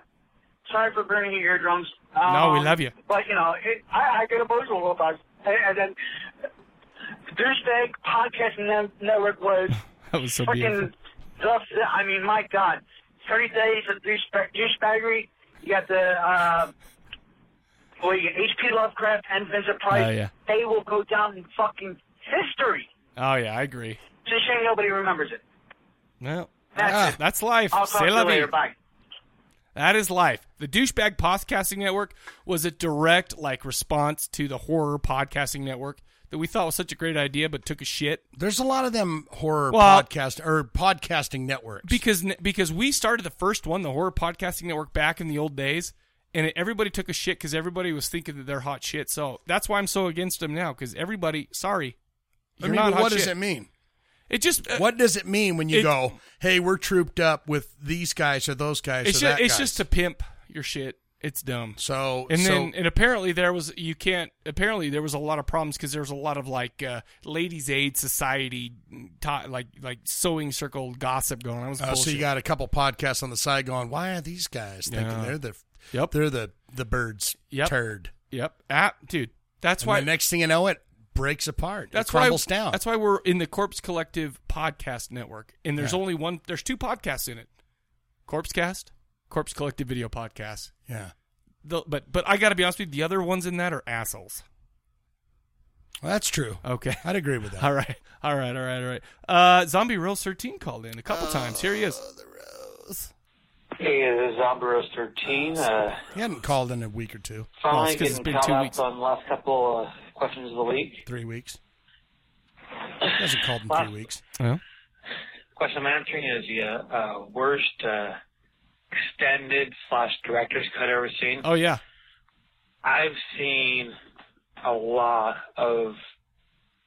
S5: sorry for burning your eardrums. Um,
S1: No, we love you.
S5: But you know, it, I, I get emotional little times. And, and then, douchebag podcast Ne- network was
S1: That was so beautiful.
S5: freaking stuff. that- I mean, my God, thirty days of douchebag douchebaggery. You got the uh, well, you got H.P. Lovecraft and Vincent Price.
S1: Oh, yeah.
S5: They will go down in fucking history.
S1: Oh yeah, I agree.
S5: It's a shame nobody remembers it.
S1: No,
S5: That's
S2: Ah.
S5: it.
S1: that's life.
S5: I'll talk
S1: C'est
S5: to
S1: la
S5: you
S1: vie.
S5: later. Bye.
S1: That is life. The douchebag podcasting network was a direct like response to the horror podcasting network that we thought was such a great idea, but took a shit
S2: There's a lot of them horror
S1: Well-
S2: podcast or podcasting networks.
S1: because because we started the first one, the horror podcasting network, back in the old days, and it, everybody took a shit because everybody was thinking that they're hot shit. So that's why I'm so against them now because everybody, sorry,
S2: I
S1: you're
S2: mean,
S1: not
S2: but
S1: hot
S2: what does
S1: shit.
S2: it mean?
S1: It just uh,
S2: What does it mean when you
S1: It-
S2: go, "Hey, we're trooped up with these guys or those guys"?
S1: it's
S2: or
S1: just
S2: that
S1: it's
S2: guy.
S1: just to pimp your shit. It's dumb.
S2: so
S1: And
S2: so-
S1: then, and apparently there was you can't. Apparently there was a lot of problems because there was a lot of like uh, ladies' aid society, ta- like like sewing circle gossip going. on. That was
S2: Uh, so
S1: bullshit.
S2: you got a couple podcasts on the side going, "Why are these guys thinking
S1: Yeah.
S2: they're the
S1: Yep.
S2: they're the the birds
S1: Yep.
S2: turd?"
S1: yep, ah, dude. That's
S2: And
S1: why.
S2: the next thing you know, it breaks apart.
S1: that's
S2: it crumbles
S1: why.
S2: down.
S1: That's why we're in the Corpse Collective podcast network, and there's only one. There's two podcasts in it: Corpse Cast, Corpse Collective Video Podcast.
S2: yeah.
S1: The, but but I got to be honest with you, the other ones in that are assholes.
S2: Well, that's true.
S1: Okay.
S2: I'd agree with that.
S1: All right, all right, all right, all right. Uh, Zombie Real Thirteen called in a couple times. Here he is.
S6: Hey, this is Zombaros 13. Uh,
S2: He hadn't called in a week or two,
S1: Well,
S6: finally
S1: it's 'cause it's
S6: getting
S1: been
S6: caught
S1: two
S6: up
S1: weeks.
S6: on the last couple uh, questions of the week.
S2: three weeks. He hasn't called in three weeks.
S6: Question I'm answering is the uh, uh, worst uh, extended slash director's cut I've ever seen.
S1: Oh yeah,
S6: I've seen a lot of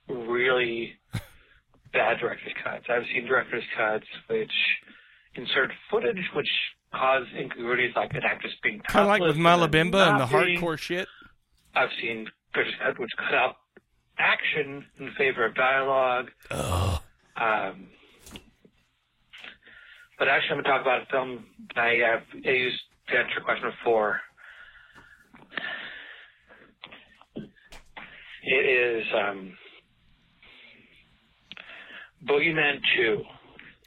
S6: really bad director's cuts. I've seen director's cuts which insert footage which cause incongruities like an actress being
S1: kind of like with
S6: topless and
S1: Malabimba and the
S6: not being-
S1: hardcore shit.
S6: I've seen Chris Edwards cut out action in favor of dialogue. Um, but actually, I'm going to talk about a film that I, have I used to answer question four. It is um, Boogeyman Two.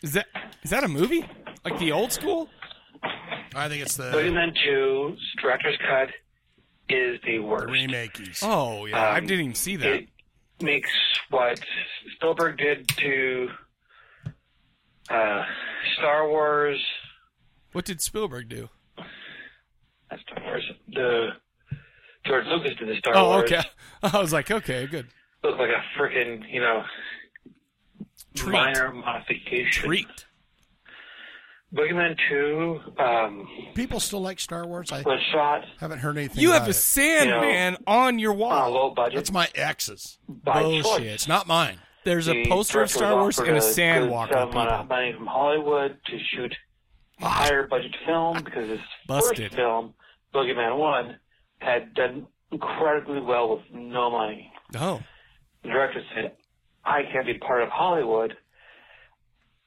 S1: Is that is that a movie? Like the old school?
S2: I think it's the
S6: Boogeyman Two 's director's cut is the worst.
S2: remakeies.
S1: Oh yeah, I
S6: Um,
S1: didn't even see that.
S6: It makes what Spielberg did to uh, Star Wars.
S1: What did Spielberg do?
S6: Not Star Wars. The George Lucas did the Star
S1: Oh,
S6: Wars.
S1: okay. I was like, okay, good.
S6: Look like a freaking you know
S1: Treat.
S6: minor modification.
S1: Treat.
S6: Boogeyman Two um,
S2: People still like Star Wars. I
S6: was shot
S2: haven't heard anything.
S1: You
S2: about
S1: have a
S2: it.
S1: Sandman on your
S6: on a
S1: wall.
S6: low budget
S2: That's my ex's.
S6: by
S1: bullshit.
S6: choice.
S2: It's not mine.
S1: There's a
S6: The
S1: poster of
S6: director
S1: Star
S6: was
S1: Wars and a
S6: offered
S1: sand
S6: good
S1: walker.
S6: sum of
S1: people. Ah.
S6: money from Hollywood to shoot a higher budget film because his
S1: Busted.
S6: first film, Boogeyman One, had done incredibly well with no money.
S1: Oh,
S6: The director said, "I can't be part of Hollywood.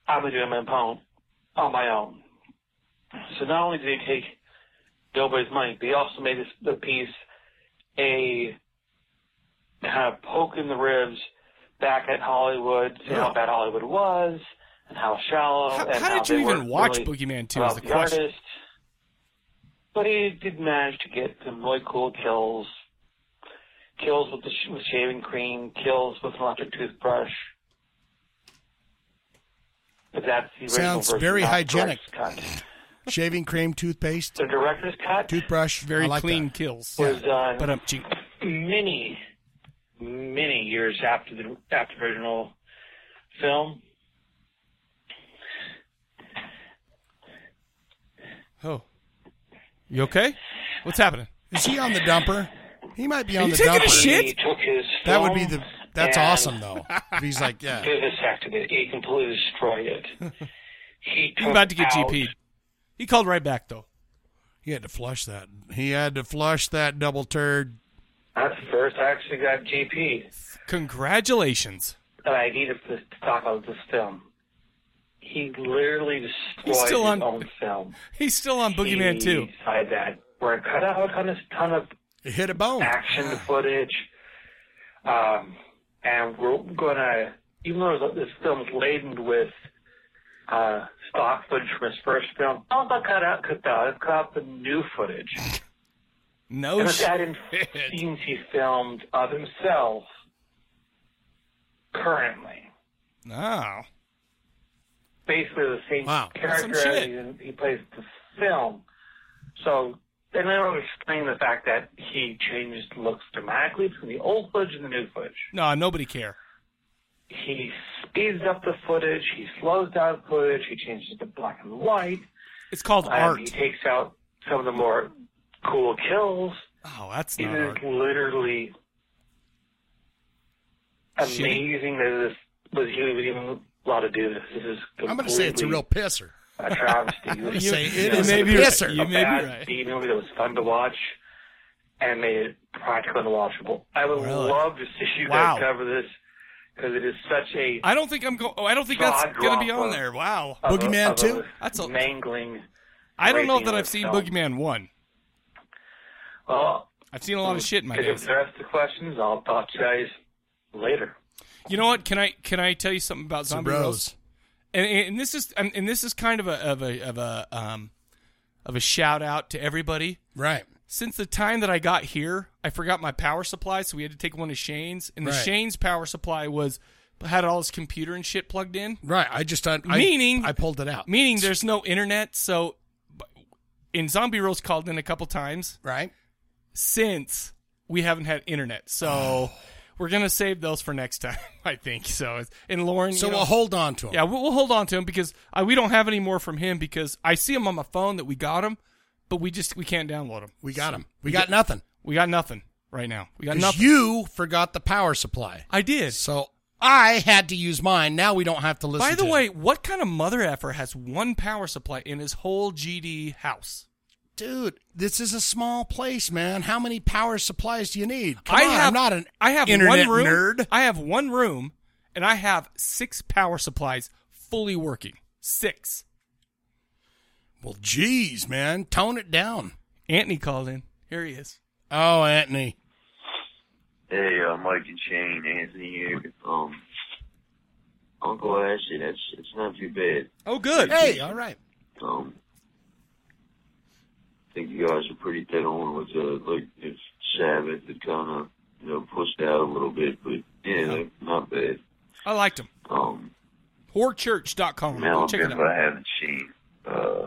S6: I'm gonna do it on my own." On my own. So not only did he take nobody's money, but he also made this the piece a kind of poke in the ribs back at Hollywood, saying how bad Hollywood was and how shallow.
S1: How-
S6: and
S1: how did you
S6: they
S1: even
S6: weren't
S1: watch
S6: really
S1: Boogeyman 2 is
S6: about
S1: the question.
S6: Artist. But he did manage to get some really cool kills. Kills with the sh- with shaving cream, kills with an electric toothbrush. But that's the original
S2: Sounds
S6: version,
S2: very
S6: not
S2: hygienic.
S6: director's cut.
S2: Shaving cream, toothpaste,
S6: The director's cut
S2: toothbrush.
S1: very
S2: I like
S1: clean
S2: that.
S1: kills.
S6: was uh, done
S1: But um, gee,
S6: many, many years after the after the original film.
S1: oh, you okay? What's happening?
S2: Is he on the dumper? He might be on
S1: you
S2: the
S1: taking a
S2: dumper.
S1: shit?
S6: He took his
S2: That would
S6: film
S2: be the. That's
S6: and
S2: awesome though. If he's like, yeah.
S6: Vivisected it. He completely destroyed it. He
S1: He's
S6: took
S1: about to get
S6: out
S1: GP'd. He called right back though.
S2: He had to flush that. He had to flush that double turd.
S6: That's the first I actually got GP
S1: Congratulations.
S6: that I needed for to talk about this film. He literally destroyed
S1: He's still
S6: his
S1: on-
S6: own film.
S1: He's still on Boogeyman
S6: he
S1: Two.
S6: decided that where it cut out a ton of, ton of
S2: It hit a bone.
S6: action footage, um, and we're gonna even though this film's laden with uh, stock footage from his first film, all but cut out, cut out, cut out the new footage.
S1: No
S6: And it's
S1: shit.
S6: added scenes he filmed of himself currently.
S1: No.
S6: Basically the same
S2: Wow.
S6: character
S1: That's some
S6: as
S1: shit.
S6: he, he plays the film. So, and I don't explain the fact that he changed looks dramatically from the old footage and the new footage.
S1: No, nobody care.
S6: He speeds up the footage, he slows down footage, he changes it to black and white,
S1: It's called
S6: and he
S1: art.
S6: takes out some of the more cool kills.
S1: Oh, that's
S6: It
S1: not
S6: is
S1: art.
S6: literally amazing that this was he was even allowed to do this. This is
S2: I'm going to say it's a
S6: completely
S2: real pisser.
S6: a travesty. It was
S2: You- say it is
S1: may
S2: a
S1: be right.
S2: pisser.
S1: You
S6: a
S1: may be
S6: bad
S1: right.
S6: B movie that was fun to watch and made it practical and watchable. I would
S1: Really?
S6: love to see you
S1: Wow.
S6: guys cover this because it is such a
S1: I don't think I'm going. Oh, I don't think that's
S6: Jaw
S1: going to be on
S6: dropper.
S1: there. Wow.
S6: of a-
S2: Boogeyman
S6: of
S2: too?
S6: a
S1: That's a-
S6: mangling.
S1: I don't know
S6: raising
S1: that
S6: of
S1: I've seen
S6: film.
S1: Boogeyman one.
S6: Well,
S1: I've seen a lot of shit in my
S6: to
S1: days.
S6: address the questions, I'll talk to you guys later.
S1: You know what? Can I can I tell you something about
S2: Some
S1: zombie roast?
S2: bros.
S1: and, and this is and, and this is kind of a of a of a um of a shout out to everybody.
S2: Right.
S1: Since the time that I got here, I forgot my power supply, so we had to take one of Shane's, and the
S2: Right.
S1: Shane's power supply was had all his computer and shit plugged in,
S2: Right. I just I, I-
S1: Meaning-
S2: I, pulled it out.
S1: Uh, meaning there's no internet. So, but- and Zombie Roast called in a couple times
S2: right.
S1: since we haven't had internet, so. We're gonna save those for next time, I think. So, it's- and Lauren,
S2: So
S1: you know-
S2: we'll hold on to him.
S1: Yeah, we'll, we'll hold on to him because I, we don't have any more from him because I see him on my phone that we got him, but we just we can't download him.
S2: We got him. We got nothing.
S1: We got nothing right now. We got
S2: 'Cause
S1: nothing.
S2: you forgot the power supply.
S1: I did.
S2: So I had to use mine. Now we don't have to listen.
S1: By the
S2: to
S1: way, what kind of mother effer has one power supply in his whole GD house?
S2: dude, this is a small place, man. How many power supplies do you need? Come
S1: I
S2: on,
S1: have
S2: I'm not an
S1: I have
S2: internet
S1: one room.
S2: nerd.
S1: I have one room, and I have six power supplies fully working. Six.
S2: Well, geez, man, tone it down.
S1: Anthony called in. Here he is.
S2: Oh, Anthony,
S7: Hey, uh, Mike and Shane, Anthony here. Um, Uncle Ashley, that's it's not too bad.
S1: Oh, good.
S2: Hey, all right.
S7: Um, I think you guys are pretty dead on with uh, like the Sabbath. It kind of you know pushed out a little bit, but yeah, like, not bad.
S1: I liked him.
S7: Um,
S1: Whorechurch.com. Go
S7: now
S1: check it
S7: if
S1: out.
S7: I haven't seen, uh,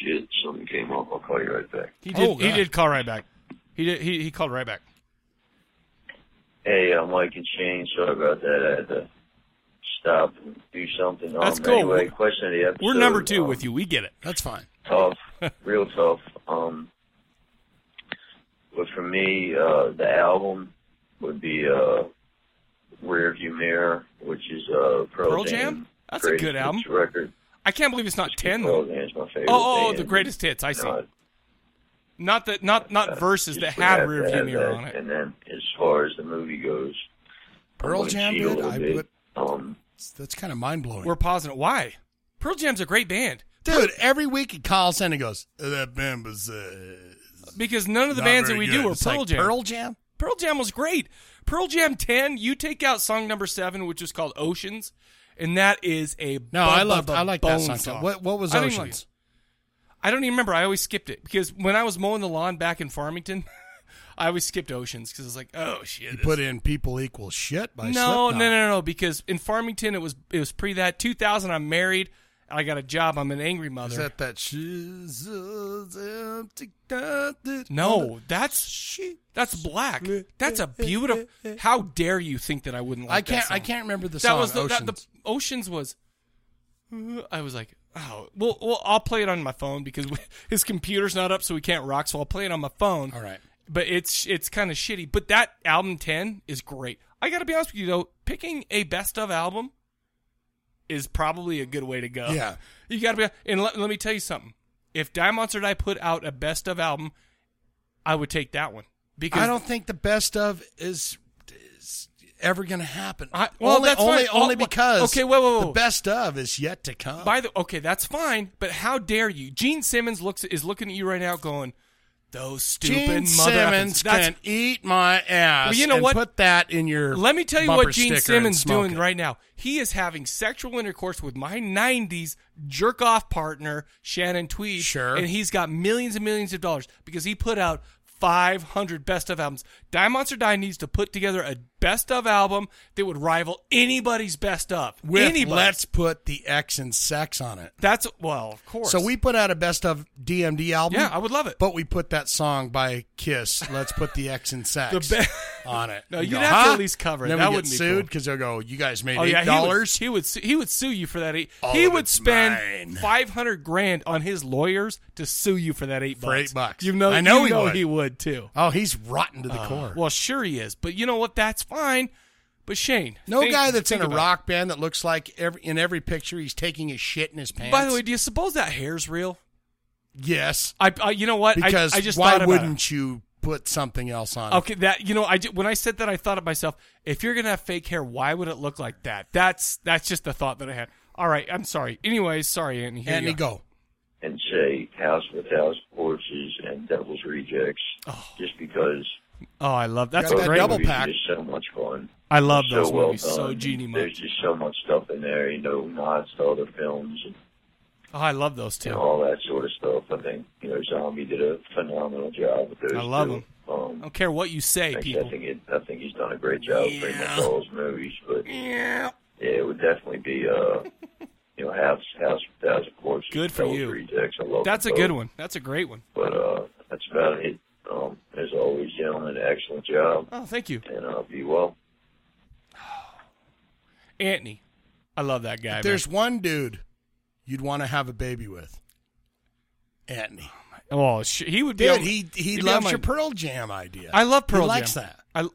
S7: shit, something came up. I'll call you right back.
S1: He did.
S2: Oh,
S1: he
S2: God.
S1: did call right back. He did. He, he called right back.
S7: Hey, I'm Mike and Shane. Sorry about that. I had to stop and do something.
S1: That's
S7: um,
S1: cool.
S7: Anyway, question of the episode.
S1: We're number two
S7: um,
S1: with you. We get it.
S2: That's fine.
S7: tough, real tough. Um, but for me, uh, the album would be uh, Rearview Mirror, which is uh, Pearl,
S1: Pearl Jam? That's a
S7: greatest
S1: good album.
S7: hits Record.
S1: I can't believe it's not ten
S7: Pearl
S1: though.
S7: Jam's my favorite.
S1: Oh, oh,
S7: band.
S1: the greatest hits. I
S7: You
S1: see.
S7: know,
S1: Not that. Not not verses
S7: just
S1: that
S7: would
S1: had
S7: have to
S1: rearview
S7: have
S1: mirror
S7: Uh, that. uh,
S1: on it.
S7: And then, as far as the movie goes,
S2: Pearl
S7: I'm gonna
S2: Jam,
S7: cheat
S2: dude,
S7: a little
S2: I
S7: bit.
S2: would-
S7: Um,
S2: That's kind of mind blowing.
S1: We're pausing it. Why? Pearl Jam's a great band
S2: Dude, every week he calls in and goes, "Uh, "That band was uh,
S1: because none of the
S2: not
S1: bands that
S2: very
S1: we
S2: good."
S1: do were
S2: It's
S1: Pearl
S2: like,
S1: Jam.
S2: Pearl Jam.
S1: Pearl Jam was great. Pearl Jam 10, you take out song number 7 which is called Oceans and that is a
S2: No, I loved. I like that
S1: bone
S2: song. too. What What was
S1: I didn't like
S2: Oceans?
S1: I don't even remember. I always skipped it because when I was mowing the lawn back in Farmington, I always skipped Oceans because I was like, oh shit.
S2: You put in "People Equal Shit"
S1: no, no,
S2: by Slipknot.
S1: no, no, no, because in Farmington it was it was pre that 2000 I'm married, I got a job, I'm an angry mother.
S2: Is that that? She's um, a empty dusted-
S1: no, that's that's black. That's a beautiful. How dare you think that I wouldn't like
S2: I can't.
S1: That song.
S2: I can't remember the
S1: that
S2: song.
S1: was the,
S2: Oceans.
S1: that, the oceans was uh, i was like oh well, well i'll play it on my phone because we, his computer's not up so we can't rock so i'll play it on my phone
S2: All right.
S1: but it's it's kind of shitty but that album 10 is great i gotta be honest with you though picking a best of album is probably a good way to go
S2: Yeah.
S1: you gotta be and let, let me tell you something if diamonds or die put out a best of album i would take that one because
S2: I don't think the best of is, is ever going to happen.
S1: I- well,
S2: only
S1: that's fine.
S2: only,
S1: Oh,
S2: only
S1: wh-
S2: because
S1: okay, whoa, whoa, whoa.
S2: the best of is yet to come.
S1: By the okay, that's fine, but how dare you? Gene Simmons looks is looking at you right now, going, "Those stupid
S2: Gene
S1: mother
S2: Simmons
S1: effers." That's-
S2: can eat my ass.
S1: Well, you know
S2: and
S1: what?
S2: Put that in your.
S1: Let me tell you
S2: bumper
S1: what Gene
S2: sticker and
S1: Simmons
S2: smoke
S1: doing
S2: it.
S1: right now. He is having sexual intercourse with my '90s jerk off partner Shannon Tweed,
S2: Sure.
S1: and he's got millions and millions of dollars because he put out 500 best of albums. Die Monster Die needs to put together a best of album that would rival anybody's best of.
S2: With
S1: anybody's.
S2: let's put the X and sex on it.
S1: that's well, of course.
S2: So we put out a best of DMD album.
S1: yeah, I would love it.
S2: But we put that song by Kiss. Let's put the X and sex
S1: The be-
S2: on it.
S1: No,
S2: You
S1: you'd
S2: go,
S1: have to at
S2: "Huh?"
S1: least cover it.
S2: Then
S1: That
S2: we get
S1: wouldn't be
S2: sued
S1: cool.
S2: because they'll go, "You guys made
S1: Oh yeah,
S2: eight
S1: he would-
S2: dollars."
S1: He would, su- he would sue you for that eight.
S2: All
S1: he
S2: of
S1: would
S2: it's
S1: spend
S2: mine.
S1: five hundred grand on his lawyers to sue you for that eight
S2: For
S1: bucks.
S2: eight bucks.
S1: You know,
S2: I know
S1: you
S2: he
S1: know
S2: would.
S1: he would too.
S2: Oh, he's rotten to the core.
S1: Well, sure he is, but you know what? That's fine. But Shane,
S2: no
S1: think-
S2: guy that's in
S1: think
S2: a
S1: about it.
S2: rock band that looks like every in every picture he's taking his shit in his pants.
S1: By the way, do you suppose that hair's real?
S2: yes,
S1: I, I you know what? I-
S2: because
S1: I, just thought
S2: why
S1: about
S2: wouldn't you put something else
S1: it.
S2: on?
S1: Okay, that you know, I ju- when I said that, I thought of myself. If you're gonna have fake hair, why would it look like that? That's that's just the thought that I had. All right, I'm sorry. Anyways, sorry, Anthony.
S2: it?
S1: Here
S2: And
S1: you
S2: you go.
S7: and say House with House Horses and Devil's Rejects, just because
S1: Oh, I love that's
S2: Got
S1: a
S2: that
S1: great.
S2: double
S1: movie.
S7: movies
S2: pack.
S7: are just so much fun.
S1: I love
S7: so
S1: those
S7: well
S1: movies.
S7: done.
S1: So genie
S7: There's
S1: much.
S7: just so much stuff in there, you know, nods to other films and
S1: Oh, I love those
S7: you
S1: two.
S7: know, all that sort of stuff. I think you know, Zombie did a phenomenal job with those.
S1: I love
S7: two.
S1: him. I
S7: Um,
S1: don't care what you say,
S7: actually, I
S1: people.
S7: think it, I think he's done a great job yeah. pretty much all his movies, but yeah, it would definitely be uh, you know, House House with House Horses.
S1: Good for
S7: Devil's
S1: you.
S7: Rejects. I love
S1: That's a
S7: them
S1: good
S7: both.
S1: one. That's a great one.
S7: But uh, that's about it. Um, as always, gentlemen, excellent job,
S1: Oh, thank you,
S7: and uh, be well.
S1: Anthony. I love that guy.
S2: If there's one dude you'd want to have a baby with, Anthony.
S1: man. oh, sh- he would be.
S2: Dude,
S1: on-
S2: he he
S1: he'd be on
S2: loves
S1: my-
S2: your Pearl Jam idea.
S1: I love Pearl
S2: He likes
S1: Jam.
S2: that.
S1: I,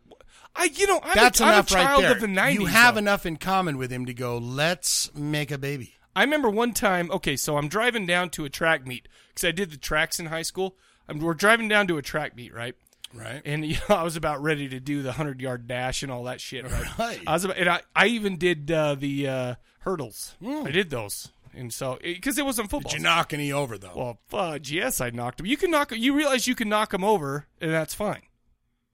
S1: I, you know, I'm,
S2: That's
S1: a, I'm a
S2: enough right
S1: child
S2: there.
S1: of the '90s.
S2: you have
S1: though.
S2: enough in common with him to go. Let's make a baby.
S1: I remember one time. Okay, so I'm driving down to a track meet because I did the tracks in high school. I'm, we're driving down to a track meet, right?
S2: Right.
S1: And you know, I was about ready to do the hundred yard dash and all that shit. Right.
S2: Right.
S1: I was about, and I, I even did uh, the uh, hurdles. I did those. and so because it, wasn't football.
S2: Hmm. Did you knock any over though?
S1: Well, fudge. Yes, I knocked him. You can knock. You realize you can knock him over, and that's fine.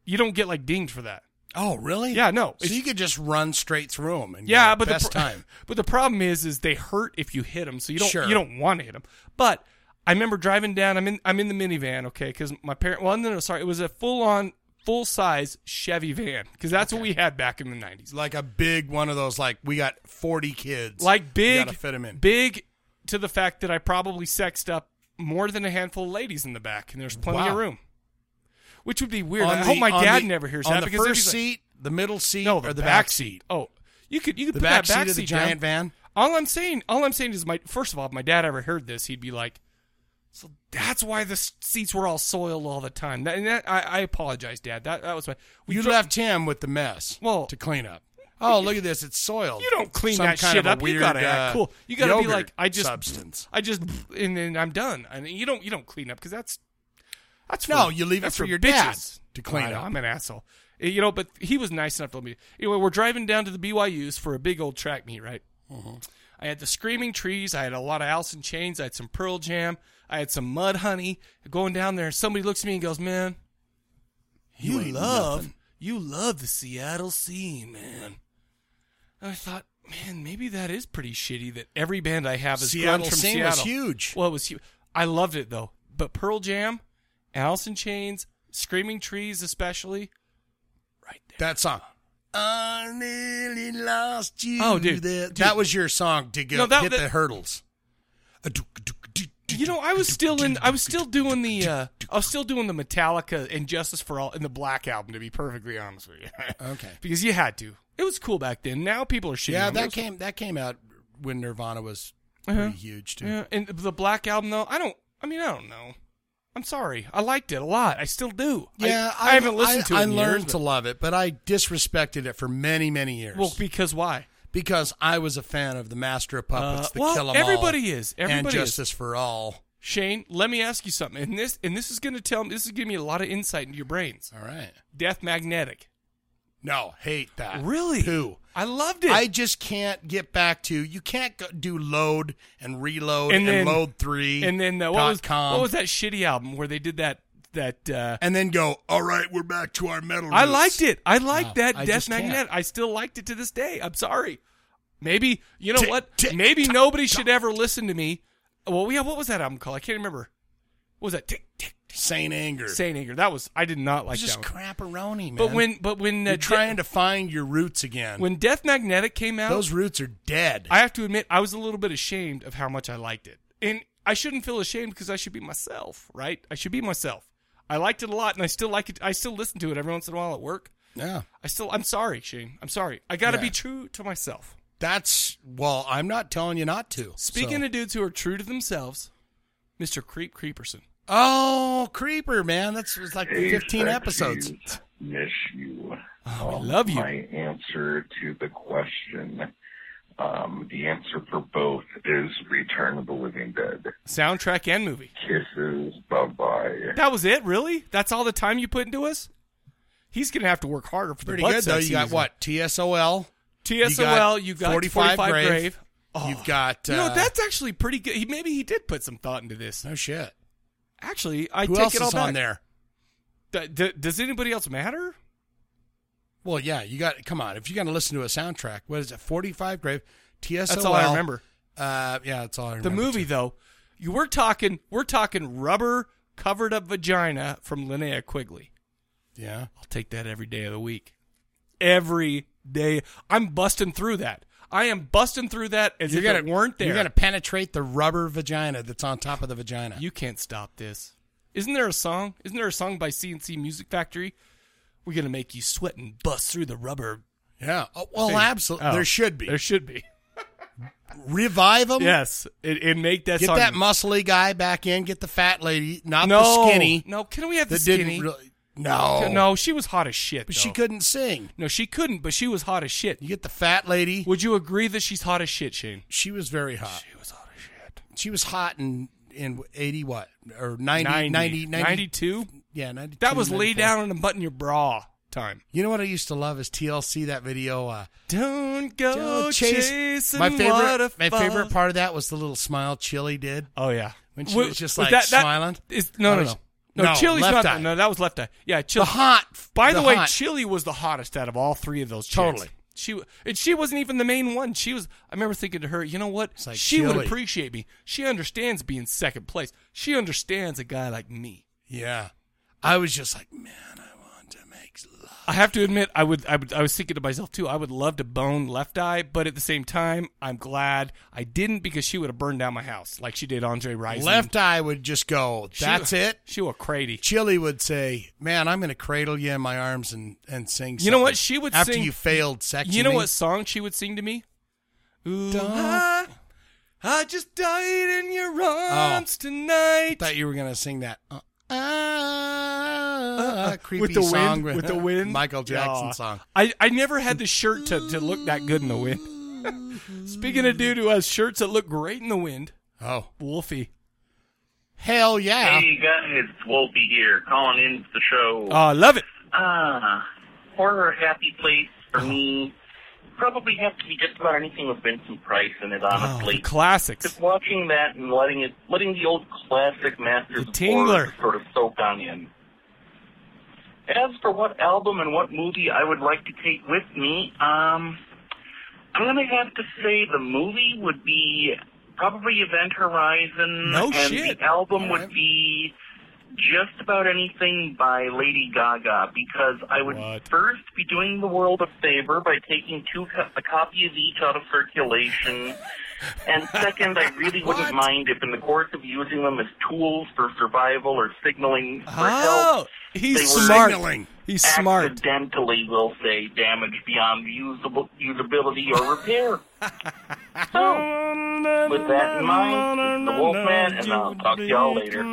S1: You don't get like dinged for that.
S2: Oh, really?
S1: Yeah, no.
S2: So you could just run straight through them and
S1: yeah,
S2: get
S1: but
S2: best
S1: the pro-
S2: time.
S1: But the problem is, is they hurt if you hit them. So you don't
S2: Sure.
S1: you don't want to hit them. But I remember driving down. I'm in I'm in the minivan, okay, because my parent. Well, no, no, sorry, it was a full on full size Chevy van because that's what we had back in the '90s.
S2: Like a big one of those. Like we got forty kids.
S1: Like
S2: You
S1: big,
S2: gotta fit them in.
S1: big to the fact that I probably sexed up more than a handful of ladies in the back, and there's plenty of
S2: Wow.
S1: room. Which would be weird.
S2: On
S1: I
S2: the-
S1: hope my
S2: on
S1: dad
S2: the-
S1: never hears
S2: on
S1: that
S2: the
S1: because they'd
S2: first
S1: be like-
S2: seat, the middle seat,
S1: no, the
S2: or the
S1: back,
S2: back,
S1: seat. Oh, you could you could
S2: The
S1: put
S2: back
S1: that
S2: seat
S1: back
S2: of the
S1: down.
S2: giant van?
S1: All I'm saying, all I'm saying is my first of all, if my dad ever heard this, he'd be like, "So that's why the s- seats were all soiled all the time." That, and that, I, I apologize, Dad. That that was my. We
S2: You
S1: dro-
S2: left him with the mess.
S1: Well-
S2: to clean up. Oh, look at this! It's soiled.
S1: You don't clean
S2: Some
S1: that
S2: kind
S1: shit
S2: of a
S1: up.
S2: Weird,
S1: you gotta
S2: uh,
S1: act cool. You gotta be
S2: yogurt
S1: like, I just
S2: substance.
S1: I just and then I'm done. And you don't you don't clean up because that's that's
S2: No,
S1: for-
S2: you leave it
S1: that's
S2: for your
S1: bitches.
S2: dad to clean
S1: I know,
S2: up.
S1: I'm an asshole. Eh, You know, but he was nice enough to let me. Anyway, we're driving down to the BYU's for a big old track meet, right?
S2: Mm-hmm.
S1: I had the Screaming Trees. I had a lot of Alice in Chains. I had some Pearl Jam. I had some Mud Honey. Going down there, somebody looks at me and goes, "Man, you,
S2: ain't
S1: love
S2: nothing."
S1: you love the Seattle scene, man." And I thought, man, maybe that is pretty shitty that every band I have is
S2: Seattle
S1: from
S2: scene
S1: Seattle.
S2: was huge.
S1: Well, it was huge. I loved it though. But Pearl Jam, Alice in Chains, Screaming Trees, especially.
S2: That song. I nearly lost you.
S1: Oh, dude.
S2: That,
S1: Dude.
S2: that was your song to go,
S1: No, that-
S2: hit
S1: that-
S2: the hurdles.
S1: You know, I was still in. I was still doing the. Uh, I was still doing the Metallica and Justice for All and the Black album. To be perfectly honest with you,
S2: Okay.
S1: because you had to. It was cool back then. Now people are shitting.
S2: Yeah,
S1: on me. It
S2: that
S1: was-
S2: came that came out when Nirvana was
S1: Uh-huh.
S2: pretty huge too.
S1: Yeah, and the Black album though. I don't. I mean, I don't know. I'm sorry. I liked it a lot. I still do. I-
S2: Yeah,
S1: I, haven't listened to it.
S2: I
S1: in
S2: learned
S1: years,
S2: to
S1: but-
S2: love it, but I disrespected it for many, many years.
S1: Well, because why?
S2: because I was a fan of the Master of Puppets,
S1: Uh,
S2: the
S1: well,
S2: Kill 'Em
S1: everybody is.
S2: and
S1: Everybody is.
S2: Justice for All.
S1: Shane, let me ask you something. And this and this is going to tell me this is giving me a lot of insight into your brains.
S2: All right.
S1: Death magnetic.
S2: No, hate that.
S1: Really?
S2: Who?
S1: I loved it.
S2: I just can't get back to. You can't go, do load and reload
S1: And
S2: and,
S1: then-
S2: load three
S1: and then uh, what
S2: dot
S1: was
S2: com,
S1: what was that shitty album where they did that that uh
S2: And then go. All right, we're back to our metal.
S1: I
S2: roots."
S1: liked it. I liked
S2: No,
S1: that
S2: I
S1: Death
S2: just can't.
S1: Magnetic. I still liked it to this day. I'm sorry. Maybe you know
S2: Tick,
S1: what?
S2: tick,
S1: Maybe
S2: tock,
S1: nobody should ever listen to me. Well, yeah. What was that album called? I can't remember. What was that? Tick tick.
S2: Saint anger.
S1: Saint anger. That was. I did not like
S2: It's just
S1: that. One.
S2: crapperoni, man.
S1: But when but when uh,
S2: you're
S1: De-
S2: trying to find your roots again,
S1: when Death Magnetic came out,
S2: those roots are dead.
S1: I have to admit, I was a little bit ashamed of how much I liked it. And I shouldn't feel ashamed because I should be myself, right? I should be myself. I liked it a lot and I still like it. I still listen to it every once in a while at work.
S2: yeah,
S1: I still, I'm sorry, Shane. I'm sorry. I got to
S2: Yeah.
S1: be true to myself.
S2: that's well. I'm not telling you not to.
S1: Speaking
S2: so.
S1: of dudes who are true to themselves, Mr. Creep Creeperson.
S2: oh, creeper, man, that's it's like 15
S8: Hey,
S2: episodes.
S8: sexies, Miss you. Um,
S1: Oh, I love you.
S8: My answer to the question, um, the answer for both is Return of the Living Dead.
S1: Soundtrack and movie.
S8: Kisses, bye bye.
S1: That was it, really? That's all the time you put into us? He's going to have to work harder for
S2: Pretty
S1: the blood
S2: good though.
S1: sex
S2: You got
S1: he's in.
S2: what? TSOL.
S1: TSOL, you got 45, Grave. Oh.
S2: You've got. Uh,
S1: You know, that's actually pretty good. He, maybe he did put some thought into this.
S2: no shit.
S1: Actually, I
S2: Who
S1: take
S2: else
S1: it all
S2: is on
S1: back. D-
S2: there?
S1: d- does anybody else matter?
S2: Well, yeah, you got. Come on, if you're gonna listen to a soundtrack, what is it? Forty-five Grave, TSOL.
S1: That's all I remember.
S2: Uh, yeah, that's all I remember.
S1: The movie,
S2: too.
S1: though, you we're talking we're talking rubber covered up vagina from Linnea Quigley.
S2: Yeah.
S1: I'll take that every day of the week. Every day, I'm busting through that. I am busting through that as if it weren't there.
S2: You're gonna penetrate the rubber vagina that's on top of the vagina.
S1: You can't stop this. Isn't there a song? Isn't there a song by CNC Music Factory? We're gonna make you sweat and bust through the rubber.
S2: yeah. Oh, well,
S1: thing.
S2: absolutely.
S1: Oh,
S2: there should be.
S1: There should be.
S2: Revive them.
S1: Yes, and, and make that
S2: Get
S1: song.
S2: that muscly guy back in. Get the fat lady, not
S1: no,
S2: the skinny.
S1: No, can we have the
S2: that
S1: skinny?
S2: didn't really. No.
S1: No, she was hot as shit.
S2: But she
S1: though.
S2: couldn't sing.
S1: No, she couldn't. But she was hot as shit.
S2: You get the fat lady.
S1: Would you agree that she's hot as shit, Shane?
S2: She was very hot.
S1: She was hot as shit.
S2: She was hot in in 80 what or 90 90, 90
S1: 92?
S2: yeah 92
S1: That was lay
S2: 94.
S1: down and button your bra. time.
S2: You know what I used to love is TLC that video. Uh,
S1: Don't go
S2: Don't
S1: chasing
S2: my favorite. My
S1: waterfalls.
S2: favorite part of that was the little smile Chili did.
S1: Oh yeah,
S2: when she
S1: Wh-
S2: was just like
S1: that- that
S2: smiling.
S1: is- no,
S2: I
S1: no,
S2: was-
S1: no, no. Chili's
S2: left
S1: not.
S2: eye.
S1: that. No, that was left eye. Yeah, Chili.
S2: The hot.
S1: By the,
S2: the
S1: way,
S2: hot.
S1: Chili was the hottest out of all three of those. Chicks.
S2: Totally.
S1: She w- and she wasn't even the main one. She was. I remember thinking to her, you know what?
S2: like
S1: she would
S2: Chili.
S1: appreciate me. She understands being second place. She understands a guy like me.
S2: Yeah, I was just like, man,
S1: I have to admit, I would, I would, I was thinking to myself too. I would love to bone Left Eye, but at the same time, I'm glad I didn't because she would have burned down my house like she did Andre Rising.
S2: left eye would just go.
S1: She-
S2: That's it.
S1: She will crazy.
S2: Chili would say, "Man, I'm going to cradle you in my arms and and sing."
S1: You know what
S2: something."
S1: she would
S2: after
S1: sing-
S2: you failed sex.
S1: You know what song she would sing to me? Ooh,
S2: Don't-
S1: I, I just died in your arms
S2: I
S1: tonight.
S2: Oh. thought you were going to sing that. Uh, ah, creepy
S1: Uh, with the
S2: song
S1: wind, with the wind,
S2: Michael Jackson
S1: Yeah.
S2: song.
S1: I, I never had the shirt to, to look that good in the wind. Speaking of dude who has shirts that look great in the wind,
S2: Oh,
S1: Wolfie.
S2: hell yeah!
S6: Hey guys, it's Wolfie here, calling in to the show.
S1: Oh, I love it.
S6: Ah, horror happy place for me. Probably have to be just about anything with Vincent Price in it,
S1: Oh, the
S6: honestly.
S1: classics.
S6: just watching that and letting it, letting the old classic masters
S1: The
S6: of horror
S1: Tingler.
S6: sort of soak on in. As for what album and what movie I would like to take with me, um, I'm gonna have to say the movie would be probably Event Horizon,
S1: No
S6: and
S1: shit.
S6: the album
S2: All right.
S6: would be just about anything by Lady Gaga because I would
S1: What?
S6: first be doing the world a favor by taking two co- a copy of each out of circulation. And second, I really wouldn't mind if, in the course of using them as tools for survival or signaling for
S1: Oh,
S6: help,
S1: he's
S6: They were
S1: smart.
S2: signaling.
S1: He's smart.
S6: accidentally, we'll say, damage beyond usable usability or repair. so, with that in mind, this is the Wolfman, and I'll talk to y'all later.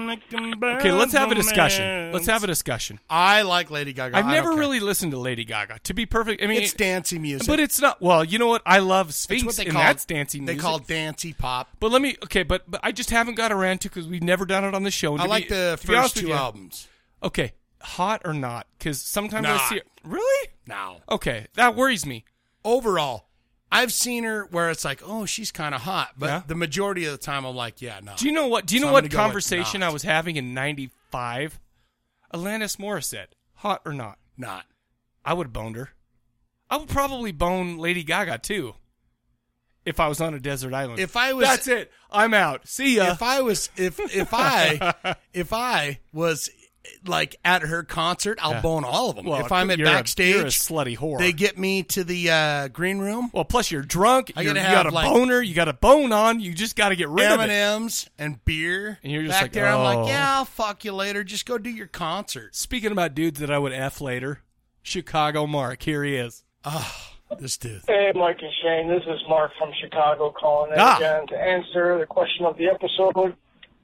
S1: Okay, let's have a discussion. Let's have a discussion.
S2: I like Lady Gaga.
S1: I've
S2: I don't
S1: never
S2: care.
S1: really listened to Lady Gaga. To be perfect, I mean,
S2: It's dancing music,
S1: but it's not. Well, you know what? I love Sphinx,
S2: It's what they
S1: and
S2: call
S1: that's dancing.
S2: They
S1: music.
S2: call dancey pop.
S1: But let me. Okay, but, but I just haven't got around to because we've never done it on the show. And
S2: I
S1: to be-
S2: like the
S1: to be honest
S2: first
S1: with
S2: two
S1: you-
S2: albums.
S1: Okay, hot or not? Because sometimes I
S2: Not.
S1: see it. Really?
S2: Now,
S1: Okay, that worries me.
S2: overall, I've seen her where it's like, oh, she's kind of hot, but
S1: Yeah.
S2: the majority of the time, I'm like, yeah, no.
S1: Do you know what? Do you
S2: So
S1: know
S2: I'm
S1: what
S2: gonna go with
S1: conversation
S2: not.
S1: I was having in '95? Alanis Morissette, hot or not?
S2: not?
S1: I would have boned her. I would probably bone Lady Gaga too. If I was on a desert island.
S2: If I was-
S1: That's it. I'm out. See ya.
S2: If I was, if if I, if I was like at her concert, I'll bone all of them.
S1: Well,
S2: if I'm at
S1: you're a-
S2: backstage,
S1: you're a slutty whore.
S2: They get me to the uh, green room,
S1: well, plus you're drunk.
S2: I
S1: you're-
S2: gotta
S1: you
S2: have,
S1: got a
S2: like-
S1: boner. You got a bone on. You just got to get rid
S2: M
S1: of
S2: and
S1: it.
S2: M's and beer,
S1: And you're just
S2: back
S1: like,
S2: there. I'm
S1: oh.
S2: like, yeah, I'll fuck you later. Just go do your concert.
S1: Speaking about dudes that I would f later, Chicago Mark. Here he is.
S2: Ah, This dude.
S3: Hey, Mike and Shane, this is Mark from Chicago calling in
S1: Ah.
S3: again to answer the question of the episode.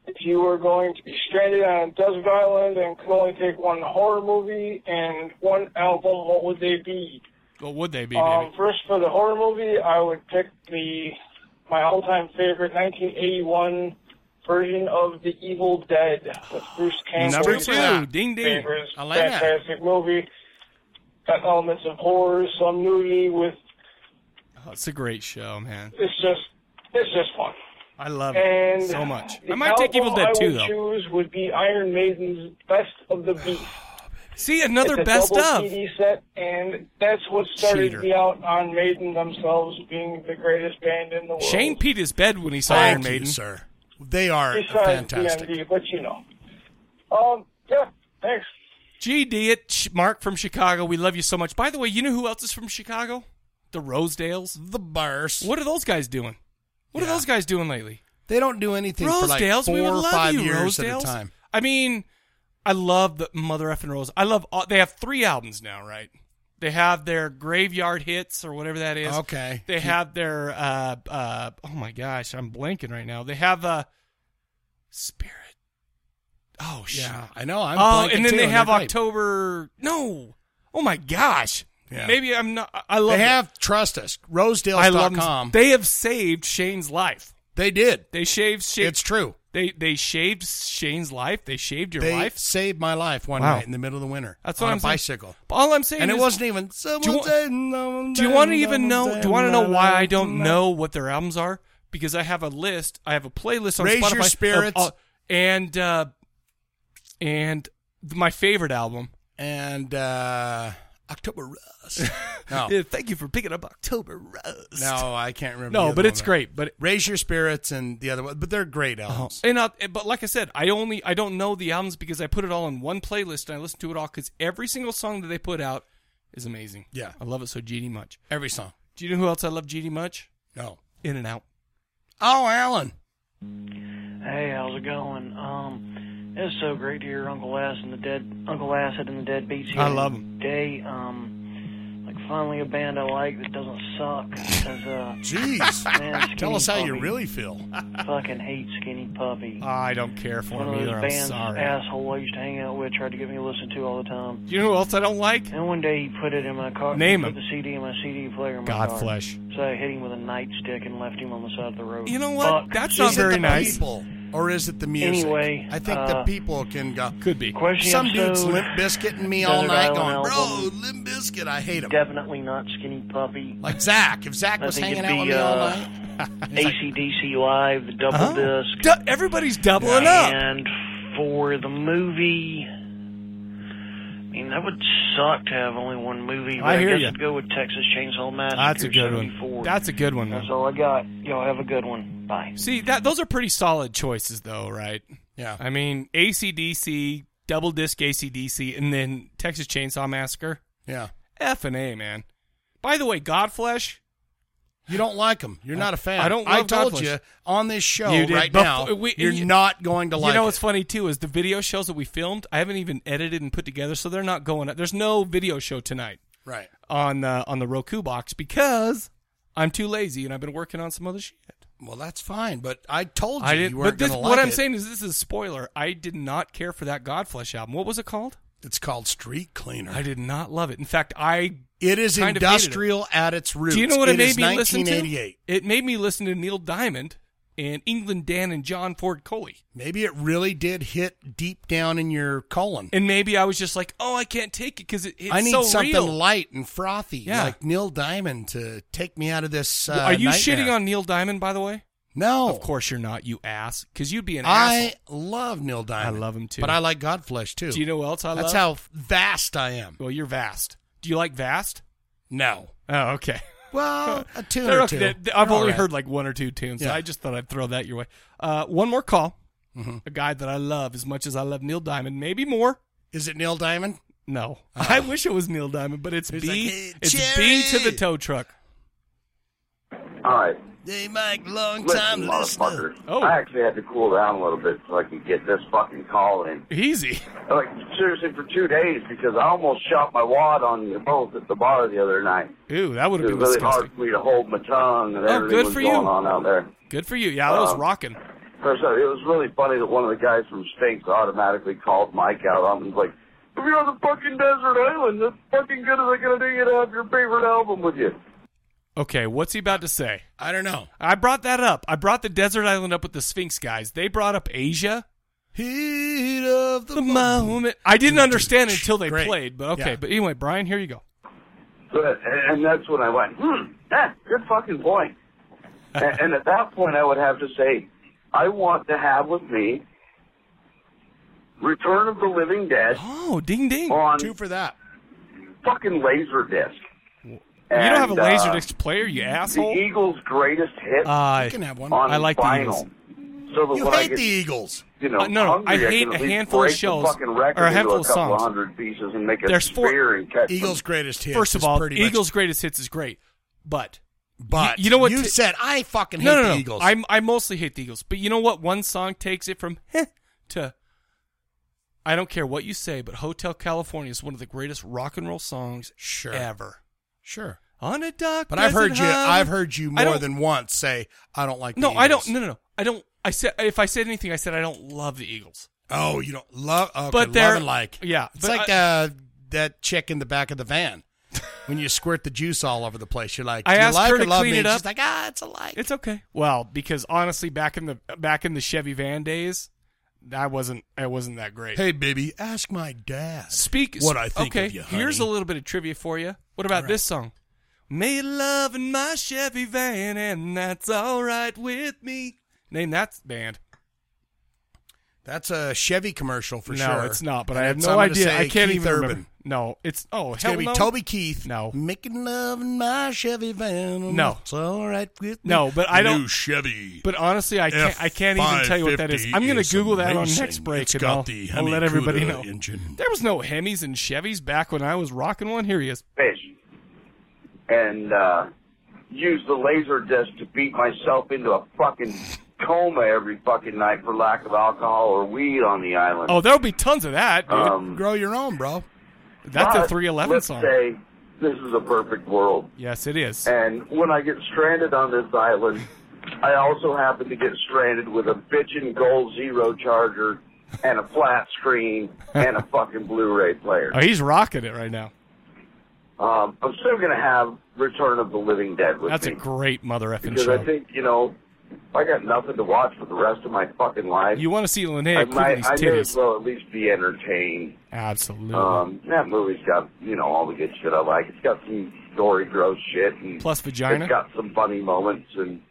S3: If you were going to be stranded on a desert island and could only take one horror movie and one album, what would they be?
S1: What would they be,
S3: Um,
S1: baby?
S3: first, for the horror movie, I would pick the my all-time favorite 1981 version of The Evil Dead with Bruce Campbell.
S1: Number
S2: Thanks for that.
S1: two. Ding ding.
S3: favorite
S2: I like that.
S3: fantastic movie. Got elements of horror, some nudity with
S1: Oh, it's a great show, man.
S3: it's just it's just fun.
S1: I love
S3: And
S1: it so much.
S3: the
S1: I might take Evil
S3: album
S1: Dead
S3: I
S1: too,
S3: would
S1: though.
S3: Choose would be Iron Maiden's Best of the Beast.
S1: See, another
S3: it's a
S1: best
S3: double
S1: of.
S3: CD set, and that's what started
S1: Cheater.
S3: me out on Maiden themselves being the greatest band in the world.
S1: Shane peed his bed when he saw
S2: Thank
S1: Iron Maiden.
S2: you, sir. They are
S3: besides
S2: fantastic.
S3: DMD, but you know. Um, yeah, thanks.
S1: GD it, Sh- Mark from Chicago. We love you so much. By the way, you know who else is from Chicago? The Rosedales.
S2: The bars.
S1: What are those guys doing? What are
S2: Yeah.
S1: those guys doing lately?
S2: They don't do anything for like
S1: Rosedales,
S2: four
S1: we would
S2: or
S1: love
S2: five
S1: you,
S2: years
S1: Rosedales.
S2: at a time.
S1: I mean, I love the mother effing Rose. I love. All, they have three albums now, right? They have their graveyard hits or whatever that is.
S2: Okay.
S1: They have their uh uh oh my gosh, I'm blanking right now. They have uh Spirit. Oh shit.
S2: Yeah, I know. I'm
S1: oh,
S2: blanking
S1: and then
S2: too,
S1: they
S2: and
S1: have
S2: they're great.
S1: October. No. Oh my gosh.
S2: Yeah.
S1: Maybe I'm not. I- I love.
S2: They
S1: it.
S2: have trust us. Rosedales.com.
S1: I love. them. They have saved Shane's life.
S2: They did.
S1: They shaved. Sha-
S2: It's true.
S1: They they shaved Shane's life. They shaved your
S2: they
S1: life.
S2: saved my life one
S1: Wow.
S2: night in the middle of the winter.
S1: That's
S2: on
S1: what
S2: a
S1: I'm saying.
S2: bicycle.
S1: All I'm saying
S2: and it
S1: is-
S2: wasn't even.
S1: do you,
S2: want,
S1: do you want to even know? Do you want to know why I don't know what their albums are? Because I have a list. I have a playlist on
S2: Raise
S1: Spotify.
S2: your
S1: of
S2: spirits.
S1: all- and uh, and th- my favorite album.
S2: And uh, October Rust. No.
S1: Yeah, thank you for picking up October Rust.
S2: No, I can't remember.
S1: No,
S2: the other
S1: but
S2: one
S1: it's
S2: now.
S1: great, but-
S2: raise your spirits and the other one. But they're great albums.
S1: And uh, but like I said, I only I don't know the albums because I put it all in one playlist and I listen to it all because every single song that they put out is amazing.
S2: Yeah.
S1: I love it so GD much.
S2: Every song.
S1: Do you know who else I love GD much?
S2: No.
S1: In and Out.
S2: Oh, Alan.
S9: Hey, how's it going? Um, it's so great to hear Uncle Ass and the Dead Uncle Acid and the Dead Beats here
S1: I love 'em.
S9: today. Um, like finally a band I like that doesn't suck. Cause, uh,
S2: Jeez,
S9: man, Skinny
S2: tell us how you
S9: Puppy
S2: really feel.
S9: Fucking hate Skinny Puppy.
S1: I don't care for
S9: One
S1: him
S9: of
S1: either.
S9: those
S1: I'm
S9: bands
S1: sorry.
S9: asshole I used to hang out with tried to get me to listen to all the time.
S1: You know who else I don't like?
S9: And one day he put it in my car.
S1: Name
S9: he
S1: him.
S9: Put the CD in my CD player. In my car.
S1: Godflesh.
S9: So I hit him with a nightstick and left him on the side of the road.
S1: You know what?
S9: Fuck
S1: That's
S9: you.
S1: not very
S2: the
S1: nice.
S2: People, or is it the music?
S9: Anyway,
S2: I think
S9: uh,
S2: the people can go.
S1: Could be.
S9: Question
S2: Some
S9: episode,
S2: dudes limp biscuiting me all
S9: Desert
S2: night,
S9: Island
S2: going,
S9: album.
S2: "Bro, limp biscuit, I hate him."
S9: Definitely not skinny puppy.
S2: Like Zach, if Zach
S9: I
S2: was
S9: think
S2: hanging
S9: it'd
S2: out with
S9: be,
S2: me all
S9: uh,
S2: night,
S9: ACDC Live, the double
S1: Huh?
S9: disc.
S1: Du- everybody's doubling up.
S9: and for the movie, I mean, that would suck to have only one movie. But
S1: I
S9: I,
S1: hear
S9: guess
S1: ya.
S9: I'd go with Texas Chainsaw Massacre.
S1: That's a good one.
S9: 74.
S1: That's a good one.
S9: That's
S1: Man.
S9: all I got. Y'all have a good one. Bye.
S1: See that those are pretty solid choices though, right?
S2: Yeah.
S1: I mean ACDC, double disc ACDC, and then Texas Chainsaw Massacre.
S2: yeah,
S1: F and A, man. By the way, Godflesh.
S2: you don't like him. You're not a fan.
S1: I don't
S2: I
S1: love
S2: told
S1: Godflesh.
S2: you on this show
S1: You did
S2: right
S1: befo-
S2: now.
S1: we-
S2: you're
S1: you-
S2: not going to like.
S1: you know
S2: it.
S1: what's funny too is the video shows that we filmed. I haven't even edited and put together, so they're not going. up. There's no video show tonight
S2: right?
S1: on uh, on the Roku box because I'm too lazy and I've been working on some other shit.
S2: Well, that's fine. But I told you
S1: I didn't.
S2: you
S1: But
S2: weren't
S1: this,
S2: going to like
S1: what I'm
S2: it.
S1: saying is, this is a spoiler. I did not care for that Godflesh album. What was it called?
S2: It's called Street Cleaner.
S1: I did not love it. In fact, I
S2: It is
S1: kind of hated it.
S2: industrial at its roots.
S1: Do you know what it, made
S2: is
S1: me listen to?
S2: 1988.
S1: It made me listen to Neil Diamond and England Dan and John Ford Coley.
S2: Maybe it really did hit deep down in your colon.
S1: And maybe I was just like, oh, I can't take it because it, it's
S2: I need
S1: so
S2: something
S1: real.
S2: light and frothy,
S1: Yeah.
S2: like Neil Diamond, to take me out of this. Uh,
S1: Are you
S2: nightmare.
S1: shitting on Neil Diamond, by the way?
S2: No,
S1: Of course you're not, you ass. Because you'd be an
S2: I
S1: asshole.
S2: love Neil Diamond.
S1: love him too.
S2: but I like Godflesh too.
S1: Do you know who else I
S2: That's
S1: love?
S2: how vast I am.
S1: Well, you're vast. Do you like vast?
S2: No,
S1: Oh, okay.
S2: well, a tune
S1: They're
S2: or
S1: okay.
S2: two.
S1: They- they- I've
S2: They're all
S1: only
S2: right.
S1: heard like one or two tunes. so
S2: Yeah.
S1: I just thought I'd throw that your way. Uh, one more call.
S2: Mm-hmm.
S1: A guy that I love as much as I love Neil Diamond, maybe more.
S2: Is it Neil Diamond? Oh.
S1: No, I wish it was Neil Diamond, but it's B.
S2: He's like, "Hey,
S1: it's
S2: Jerry!"
S1: B to the tow truck.
S8: All right.
S2: Hey, Mike, long
S8: Listen, motherfucker.
S1: Oh.
S8: I actually had to cool down a little bit so I could get this fucking call in.
S1: Easy.
S8: Like, seriously, for two days, because I almost shot my wad on you both at the bar the other night.
S1: Ew, that would
S8: It
S1: have
S8: was really
S1: been
S8: hard
S1: disgusting.
S8: for me to hold my tongue and
S1: Oh,
S8: everything
S1: good
S8: was
S1: for
S8: going
S1: you.
S8: on out there.
S1: Good for you. Yeah, that was
S8: Um,
S1: rocking.
S8: First, uh, it was really funny that one of the guys from Stinks automatically called Mike out on him. like, if you're on the fucking desert island, that's fucking good as I gonna do you to have your favorite album with you.
S1: Okay, what's he about to say?
S2: I don't know.
S1: I brought that up. I brought the desert island up with the Sphinx guys. They brought up Asia.
S2: Heat of the,
S1: The moment. I didn't understand until they
S2: Great.
S1: played, but okay.
S2: Yeah.
S1: But anyway, Brian, here you go.
S8: So, and and that's when I went, hmm, yeah, good fucking point. and, and at that point, I would have to say, I want to have with me Return of the Living Dead
S1: Oh, ding ding.
S8: on
S2: Two for that.
S8: fucking Laserdisc.
S1: you don't have a
S8: And, uh,
S1: Laserdisc player, you asshole.
S8: The Eagles' greatest hit
S1: Uh,
S2: You can have one.
S8: on
S1: I like the Eagles.
S8: vinyl. so that
S2: you
S8: when I
S2: hate
S8: get
S2: the Eagles.
S8: you know,
S1: Uh, no, no,
S8: hungry,
S1: I
S8: can
S1: hate
S8: at
S1: a
S8: least
S1: handful of
S8: break the
S1: shows,
S8: fucking record
S1: or a
S8: into
S1: handful of
S8: couple
S1: songs.
S8: hundred pieces and make a
S1: There's four-
S8: spear and catch
S2: Eagles'
S8: them.
S2: greatest hit.
S1: First of
S2: is
S1: all,
S2: pretty much-
S1: Eagles' greatest hits is great, but
S2: But
S1: you know what
S2: You
S1: t-
S2: said I fucking hate
S1: no, no, no.
S2: the Eagles.
S1: I'm, I mostly hate the Eagles, but you know what? One song takes it from heh to. I don't care what you say, but Hotel California is one of the greatest rock and roll songs
S2: sure,
S1: ever.
S2: sure.
S1: On a duck.
S2: But I've heard you. I've heard you
S1: I
S2: more
S1: don't-
S2: than once say I don't like.
S1: No,
S2: the
S1: I don't.
S2: Eagles."
S1: No, no, no. I don't. I said if I said anything, I said I don't love the Eagles.
S2: Oh, you don't love. Okay,
S1: But
S2: love
S1: they're-
S2: and like. uh,
S1: yeah,
S2: it's
S1: but
S2: like
S1: I-
S2: uh, that chick in the back of the van. when you squirt the juice all over the place. You're like,
S1: I
S2: "Do you
S1: asked
S2: like
S1: her
S2: or
S1: to
S2: love
S1: clean
S2: me?"
S1: it up.
S2: She's like, ah, it's a like.
S1: It's okay. Well, because honestly, back in the back in the Chevy van days, I wasn't I wasn't that great.
S2: Hey, baby, ask my dad.
S1: Speak
S2: what I think
S1: okay,
S2: of you.
S1: Here's a
S2: honey.
S1: little bit of trivia for you. What about this song? Made love in my Chevy van, and that's all right with me. Name that band.
S2: That's a Chevy commercial for
S1: no,
S2: sure.
S1: it's not. But
S2: And
S1: I have
S2: it's-
S1: no
S2: I'm gonna
S1: idea.
S2: say
S1: I can't
S2: Keith
S1: even
S2: Urban.
S1: remember. No, it's oh
S2: It's
S1: hell
S2: gonna be
S1: no.
S2: Toby Keith.
S1: No,
S2: making love in my Chevy van.
S1: No.
S2: it's all right with me.
S1: No, but I
S2: New
S1: don't.
S2: Chevy.
S1: But honestly, I can't. I can't even tell you what that is. I'm going to
S2: F550
S1: Google that on
S2: amazing.
S1: next break,
S2: It's
S1: and
S2: got
S1: I'll,
S2: the
S1: I'll let everybody know.
S2: Hemi-Cuda engine.
S1: There was no Hemis and Chevys back when I was rocking one. Here he is.
S8: fish and uh, use the laser disc to beat myself into a fucking coma every fucking night for lack of alcohol or weed on the island.
S1: Oh, there'll be tons of that, dude.
S8: Um,
S2: Grow your own, bro.
S1: That's a
S8: But
S1: 311
S8: let's
S1: song.
S8: say this is a perfect world.
S1: Yes, it is.
S8: And when I get stranded on this island, I also happen to get stranded with a bitchin' gold zero charger and a flat screen and a fucking Blu-ray player.
S1: Oh, he's rocking it right now.
S8: Um, I'm still going to have Return of the Living Dead with
S1: That's
S8: me.
S1: a great mother effing
S8: because I
S1: show.
S8: think you know I got nothing to watch for the rest of my fucking life.
S1: You want to see
S8: I
S1: Linnea
S8: might,
S1: Quigley's
S8: I may as
S1: titties?
S8: well at least be entertained.
S1: Absolutely.
S8: Um, that movie's got you know all the good shit I like. It's got some story, gross shit, and
S1: Plus vagina?
S8: It's got some funny moments, and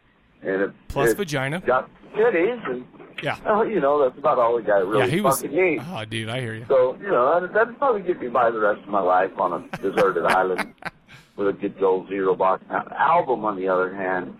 S8: and it
S1: Plus
S8: it's
S1: vagina.
S8: Got it is, and
S1: yeah,
S8: well, you know that's about all the guy really
S1: yeah, he was.
S8: fucking needs.
S1: Oh, dude, I hear you.
S8: So you know that, that'd probably get me by the rest of my life on a deserted island with a good old zero box Now, album. On the other hand,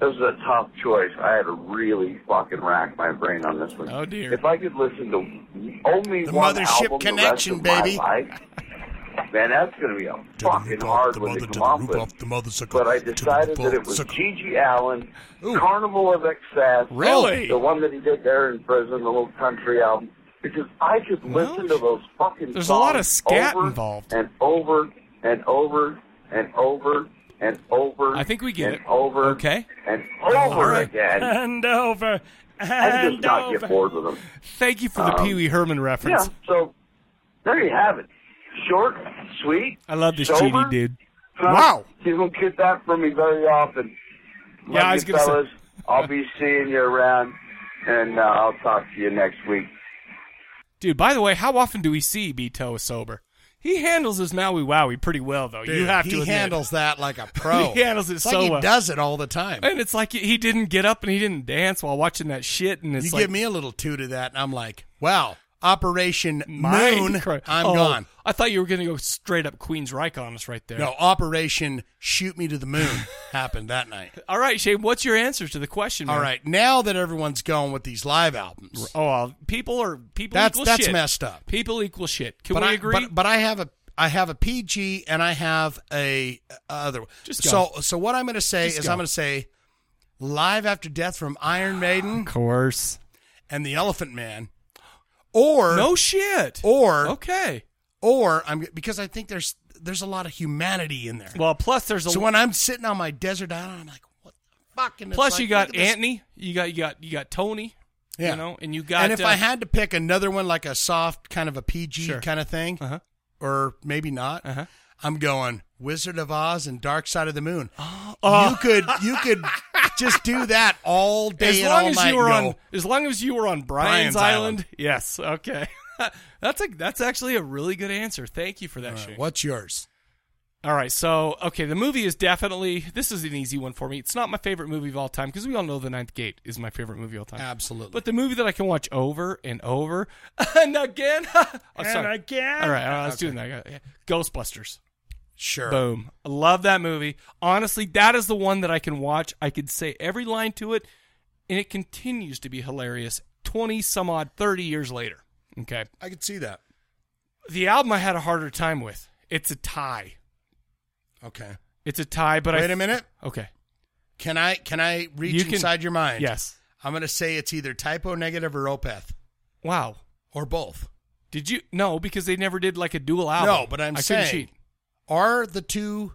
S8: this is a tough choice. I had to really fucking rack my brain on this one.
S1: Oh dear.
S8: If I could listen to only
S2: The
S8: one
S2: Mothership
S8: album
S2: Connection,
S8: the rest
S2: baby.
S8: of my life, man, that's gonna be a fucking hard one to come up with. But I decided that it was Gigi Allen, Carnival of Excess.
S1: Really?
S8: The one that he did there in prison, the little country album. Because I could listen to those fucking
S1: There's a
S8: songs
S1: lot of scat
S8: over
S1: involved.
S8: and over and over and over and over.
S1: I think we get
S8: and
S1: it.
S8: Over
S1: Okay.
S8: and over
S1: All right.
S8: again.
S1: And over.
S8: I could
S1: And
S8: just not
S1: over.
S8: get bored with them.
S1: Thank you for the
S8: Um,
S1: Pee Wee Herman reference.
S8: Yeah. So there you have it. Short, sweet.
S1: I love this
S8: sober,
S1: GD dude.
S8: Huh?
S1: Wow.
S8: You don't get that from me very often.
S1: Yeah,
S8: Love
S1: I was
S8: you,
S1: gonna say-
S8: fellas. I'll be seeing you around, and uh, I'll talk to you next week.
S1: Dude, by the way, how often do we see Beto sober? He handles his Maui Wowie pretty well, though. you
S2: Dude,
S1: have
S2: he
S1: to admit.
S2: handles that like a pro.
S1: He handles it
S2: It's
S1: so
S2: like he
S1: well.
S2: does it all the time.
S1: And it's like he didn't get up and he didn't dance while watching that shit. And it's
S2: you
S1: like,
S2: give me a little toot of that, and I'm like, wow, Operation
S1: my
S2: Moon,
S1: Christ.
S2: I'm
S1: Oh,
S2: gone.
S1: I thought you were going to go straight up Queen's Reich on us right there.
S2: No, Operation Shoot Me to the Moon happened that night.
S1: All right, Shane, what's your answer to the question? Man?
S2: All right, now that everyone's going with these live albums,
S1: Oh, well, people are people.
S2: That's-
S1: equal
S2: that's
S1: shit.
S2: messed up.
S1: People equal shit. Can
S2: but
S1: we
S2: I,
S1: agree?
S2: But, but I have a I have a PG and I have a, a other one.
S1: Just go.
S2: so so what I'm going to say
S1: Just
S2: is
S1: go. Ah,
S2: I'm going to say Live After Death from Iron Maiden
S1: of course.
S2: and the Elephant Man, or
S1: No shit.
S2: or
S1: Okay.
S2: or I'm because I think there's there's a lot of humanity in there.
S1: Well, plus there's a
S2: so when I'm sitting on my desert island, I'm like, what the fuck? And it's
S1: plus
S2: like,
S1: you got
S2: look at this-
S1: Anthony, you got you got you got Tony,
S2: Yeah.
S1: you know, and you got
S2: and if
S1: uh,
S2: I had to pick another one, like a soft kind of a PG
S1: Sure. Uh-huh.
S2: kind of thing, or maybe not, I'm going Wizard of Oz and Dark Side of the Moon.
S1: oh.
S2: You could you could just do that all day
S1: as
S2: and
S1: long
S2: all
S1: as
S2: night
S1: you were
S2: and
S1: on oh,
S2: go,
S1: as long as you were on Brian's,
S2: Brian's
S1: Island,
S2: Island.
S1: yes, okay. that's a that's actually a really good answer. Thank you for that, Shane.
S2: What's yours?
S1: All right, so okay, the movie is definitely this is an easy one for me. It's not my favorite movie of all time because we all know The Ninth Gate is my favorite movie of all time.
S2: Absolutely.
S1: But the movie that I can watch over and over and again, Oh, sorry.
S2: again.
S1: All right, all right, let's do that. Yeah. Ghostbusters.
S2: Sure.
S1: Boom. I love that movie. Honestly, that is the one that I can watch. I could say every line to it, and it continues to be hilarious 20 some odd, 30 years later. Okay.
S2: I could see that.
S1: The album I had a harder time with. It's a tie.
S2: Okay.
S1: It's a tie, but I.
S2: Wait a minute.
S1: Okay.
S2: Can I can I reach
S1: You can-
S2: inside your mind?
S1: Yes.
S2: I'm gonna say it's either typo negative or opeth.
S1: Wow.
S2: Or both.
S1: Did you? No, because they never did like a dual album.
S2: No, but I'm
S1: I couldn't
S2: saying
S1: cheat.
S2: are the two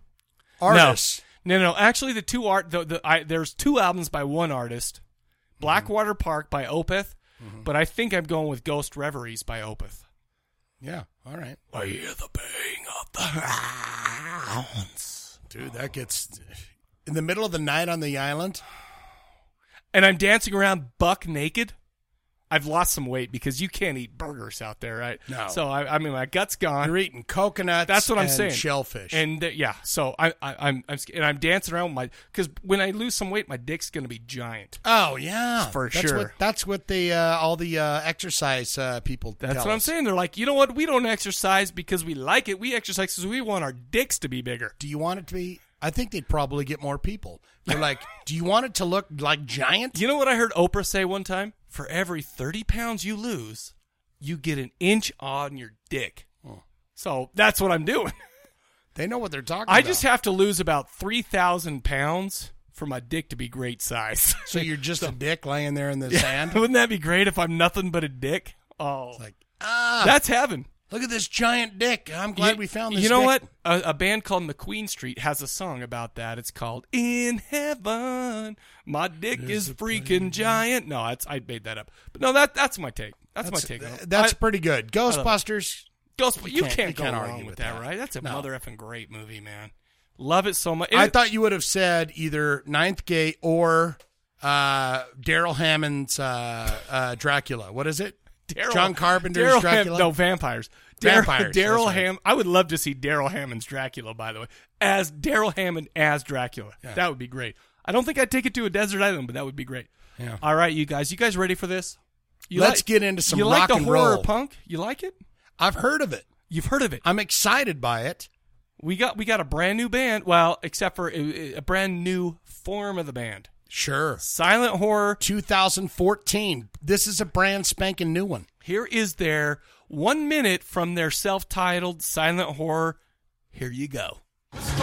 S2: artists
S1: No, no, no. Actually, the two art the, the I, there's two albums by one artist,
S2: Mm-hmm.
S1: Blackwater Park by Opeth, but I think I'm going with Ghost Reveries by Opeth.
S2: Yeah. All right.
S1: I hear the bang of the hounds.
S2: Dude, that gets in the middle of the night on the island.
S1: And I'm dancing around buck naked. I've lost some weight because you can't eat burgers out there, right?
S2: No.
S1: So I, I mean, my gut's gone. You're
S2: eating coconuts.
S1: That's what I'm
S2: and
S1: saying.
S2: shellfish.
S1: And th- yeah, so I, I, I'm, I'm, sc- and I'm dancing around with my because when I lose some weight, my dick's gonna be giant.
S2: Oh yeah,
S1: for
S2: that's
S1: sure.
S2: What, that's what the uh, all the uh, exercise uh, people.
S1: That's
S2: tell
S1: what I'm
S2: us.
S1: saying. They're like, you know what? We don't exercise because we like it. We exercise because we want our dicks to be bigger.
S2: Do you want it to be? I think they'd probably get more people. They're like, do you want it to look like giant?
S1: You know what I heard Oprah say one time? For every 30 pounds you lose, you get an inch on your dick. So that's what I'm doing.
S2: They know what they're talking
S1: I
S2: about.
S1: just have to lose about 3,000 pounds for my dick to be great size.
S2: So you're just a dick laying there in the sand.
S1: Wouldn't that be great if I'm nothing but a dick? Oh, like,
S2: Ah,
S1: that's heaven.
S2: Look at this giant dick. I'm glad
S1: You-
S2: we found this.
S1: You know
S2: dick.
S1: what? A, a band called McQueen Street has a song about that. It's called "In Heaven." My dick is freaking giant. No, that's I made that up. But no, that that's my take. That's, my take. on it.
S2: That's
S1: I-
S2: pretty good.
S1: I love it.
S2: Ghostbusters.
S1: Ghostbusters. You can't, go
S2: can't
S1: wrong with that, right? That's a mother effing great movie, man. Love it so much.
S2: I
S1: It-
S2: thought you would have said either Ninth Gate or uh, Daryl Hammond's uh, uh, Dracula. What is it?
S1: Daryl-
S2: John Carpenter's
S1: Daryl Ham-
S2: Dracula.
S1: no, vampires. Daryl,
S2: Vampires. that's
S1: Daryl
S2: right.
S1: Ham. I would love to see Daryl Hammond's Dracula. By the way, as Daryl Hammond as Dracula,
S2: Yeah.
S1: that would be great. I don't think I'd take it to a desert island, but that would be great.
S2: Yeah.
S1: All right, you guys. You guys ready for this? You
S2: Let's
S1: like-
S2: get into some
S1: You
S2: rock
S1: like the
S2: and
S1: horror
S2: roll.
S1: punk? You like it?
S2: I've heard of it.
S1: You've heard of it.
S2: I'm excited by it.
S1: We got we got a brand new band. Well, except for uh, a, a brand new form of the band.
S2: Sure.
S1: Silent Horror
S2: 2014. This is a brand spanking new one.
S1: Here is their one minute from their self-titled Silent Horror. Here you go.
S10: Just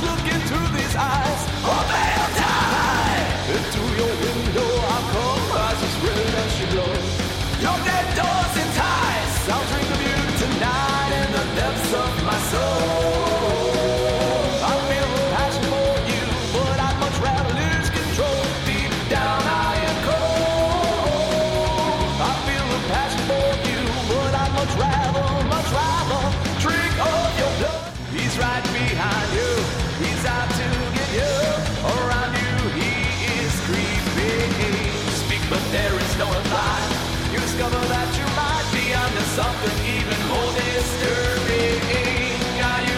S10: look into these eyes, or they'll die. Into your window, I'll come, eyes as red as you glow. Your dead doors entice. I'll dream of you tonight in the depths of my soul. I feel a passion for you, but I'd much rather lose control. Deep down, I am cold. I feel a passion for you, but I'd much rather, much rather drink all your blood. He's right behind you. He's out to get you. Around you, he is creeping. Speak, but there is no reply. You discover that you might be onto something even more disturbing. Are you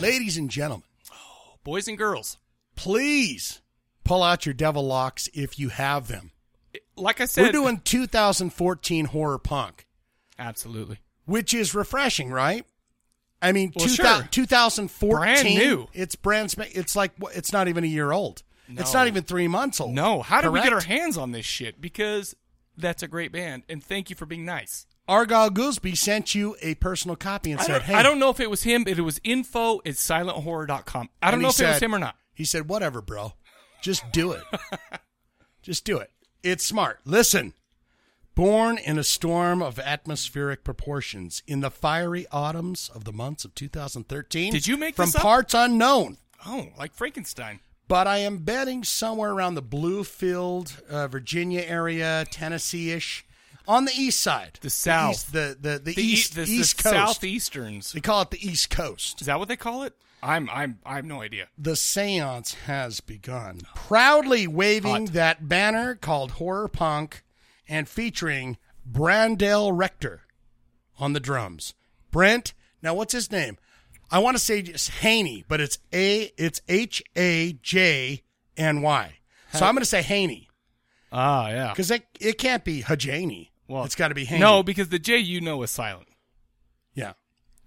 S2: Ladies and gentlemen,
S1: boys and girls,
S2: please pull out your devil locks if you have them.
S1: like I said,
S2: We're doing 2014 horror punk,
S1: absolutely.
S2: which is refreshing, right? I mean,
S1: Well,
S2: 2000
S1: sure.
S2: 2014.
S1: Brand new.
S2: It's brand spank. It's like it's not even a year old. It's
S1: No.
S2: not even three months old.
S1: No, how did we get
S2: correct?
S1: our hands on this shit? Because that's a great band, and thank you for being nice.
S2: Argyle Gooseby sent you a personal copy and
S1: I
S2: said,
S1: don't,
S2: "Hey,
S1: I don't know if it was him, but it was info at silenthorror.com. I don't
S2: And
S1: know
S2: he
S1: if it was
S2: said-
S1: him or not.
S2: He said, "Whatever, bro. Just do it. Just do it. It's smart. Listen. Born in a storm of atmospheric proportions in the fiery autumns of the months of 2013.
S1: Did you make
S2: from
S1: this up?
S2: parts unknown?
S1: Oh, like Frankenstein.
S2: But I am betting somewhere around the Bluefield, uh, Virginia area, Tennessee-ish, on the east side, the
S1: south.
S2: east, the the the,
S1: The e-
S2: east,
S1: the- the
S2: east coast,
S1: southeasterns.
S2: They call it the East Coast.
S1: Is that what they call it? I'm I'm I have no idea.
S2: The seance has begun. Proudly waving that banner called Horror Punk and featuring Brandel Rector on the drums. Brent, now what's his name? I want to say just Haney, but it's A it's H A J N Y. So
S1: Ha-
S2: I'm going to say Haney.
S1: Ah, yeah.
S2: Cuz it it can't be Hajaney. Well, it's got to be Haney.
S1: No, because the J you know is silent.
S2: Yeah.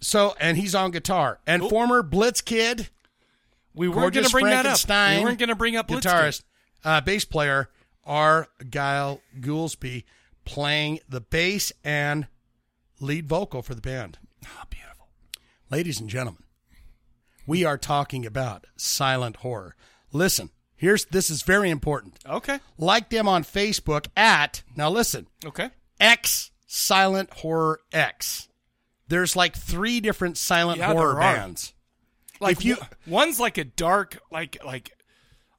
S2: So, and he's on guitar. And former Blitz Kid.
S1: We weren't gonna bring that up. We weren't gonna bring up Blitz
S2: guitarist, uh, bass player Argyle Goolsby playing the bass and lead vocal for the band.
S1: Ah,
S2: beautiful. Ladies and gentlemen, we are talking about silent horror. Listen, here's this is very important.
S1: Okay.
S2: Like them on Facebook at now listen.
S1: Okay.
S2: X Silent Horror X. There's like three different silent
S1: Yeah,
S2: horror
S1: there are.
S2: bands.
S1: Like
S2: If you-
S1: one- one's like a dark, like like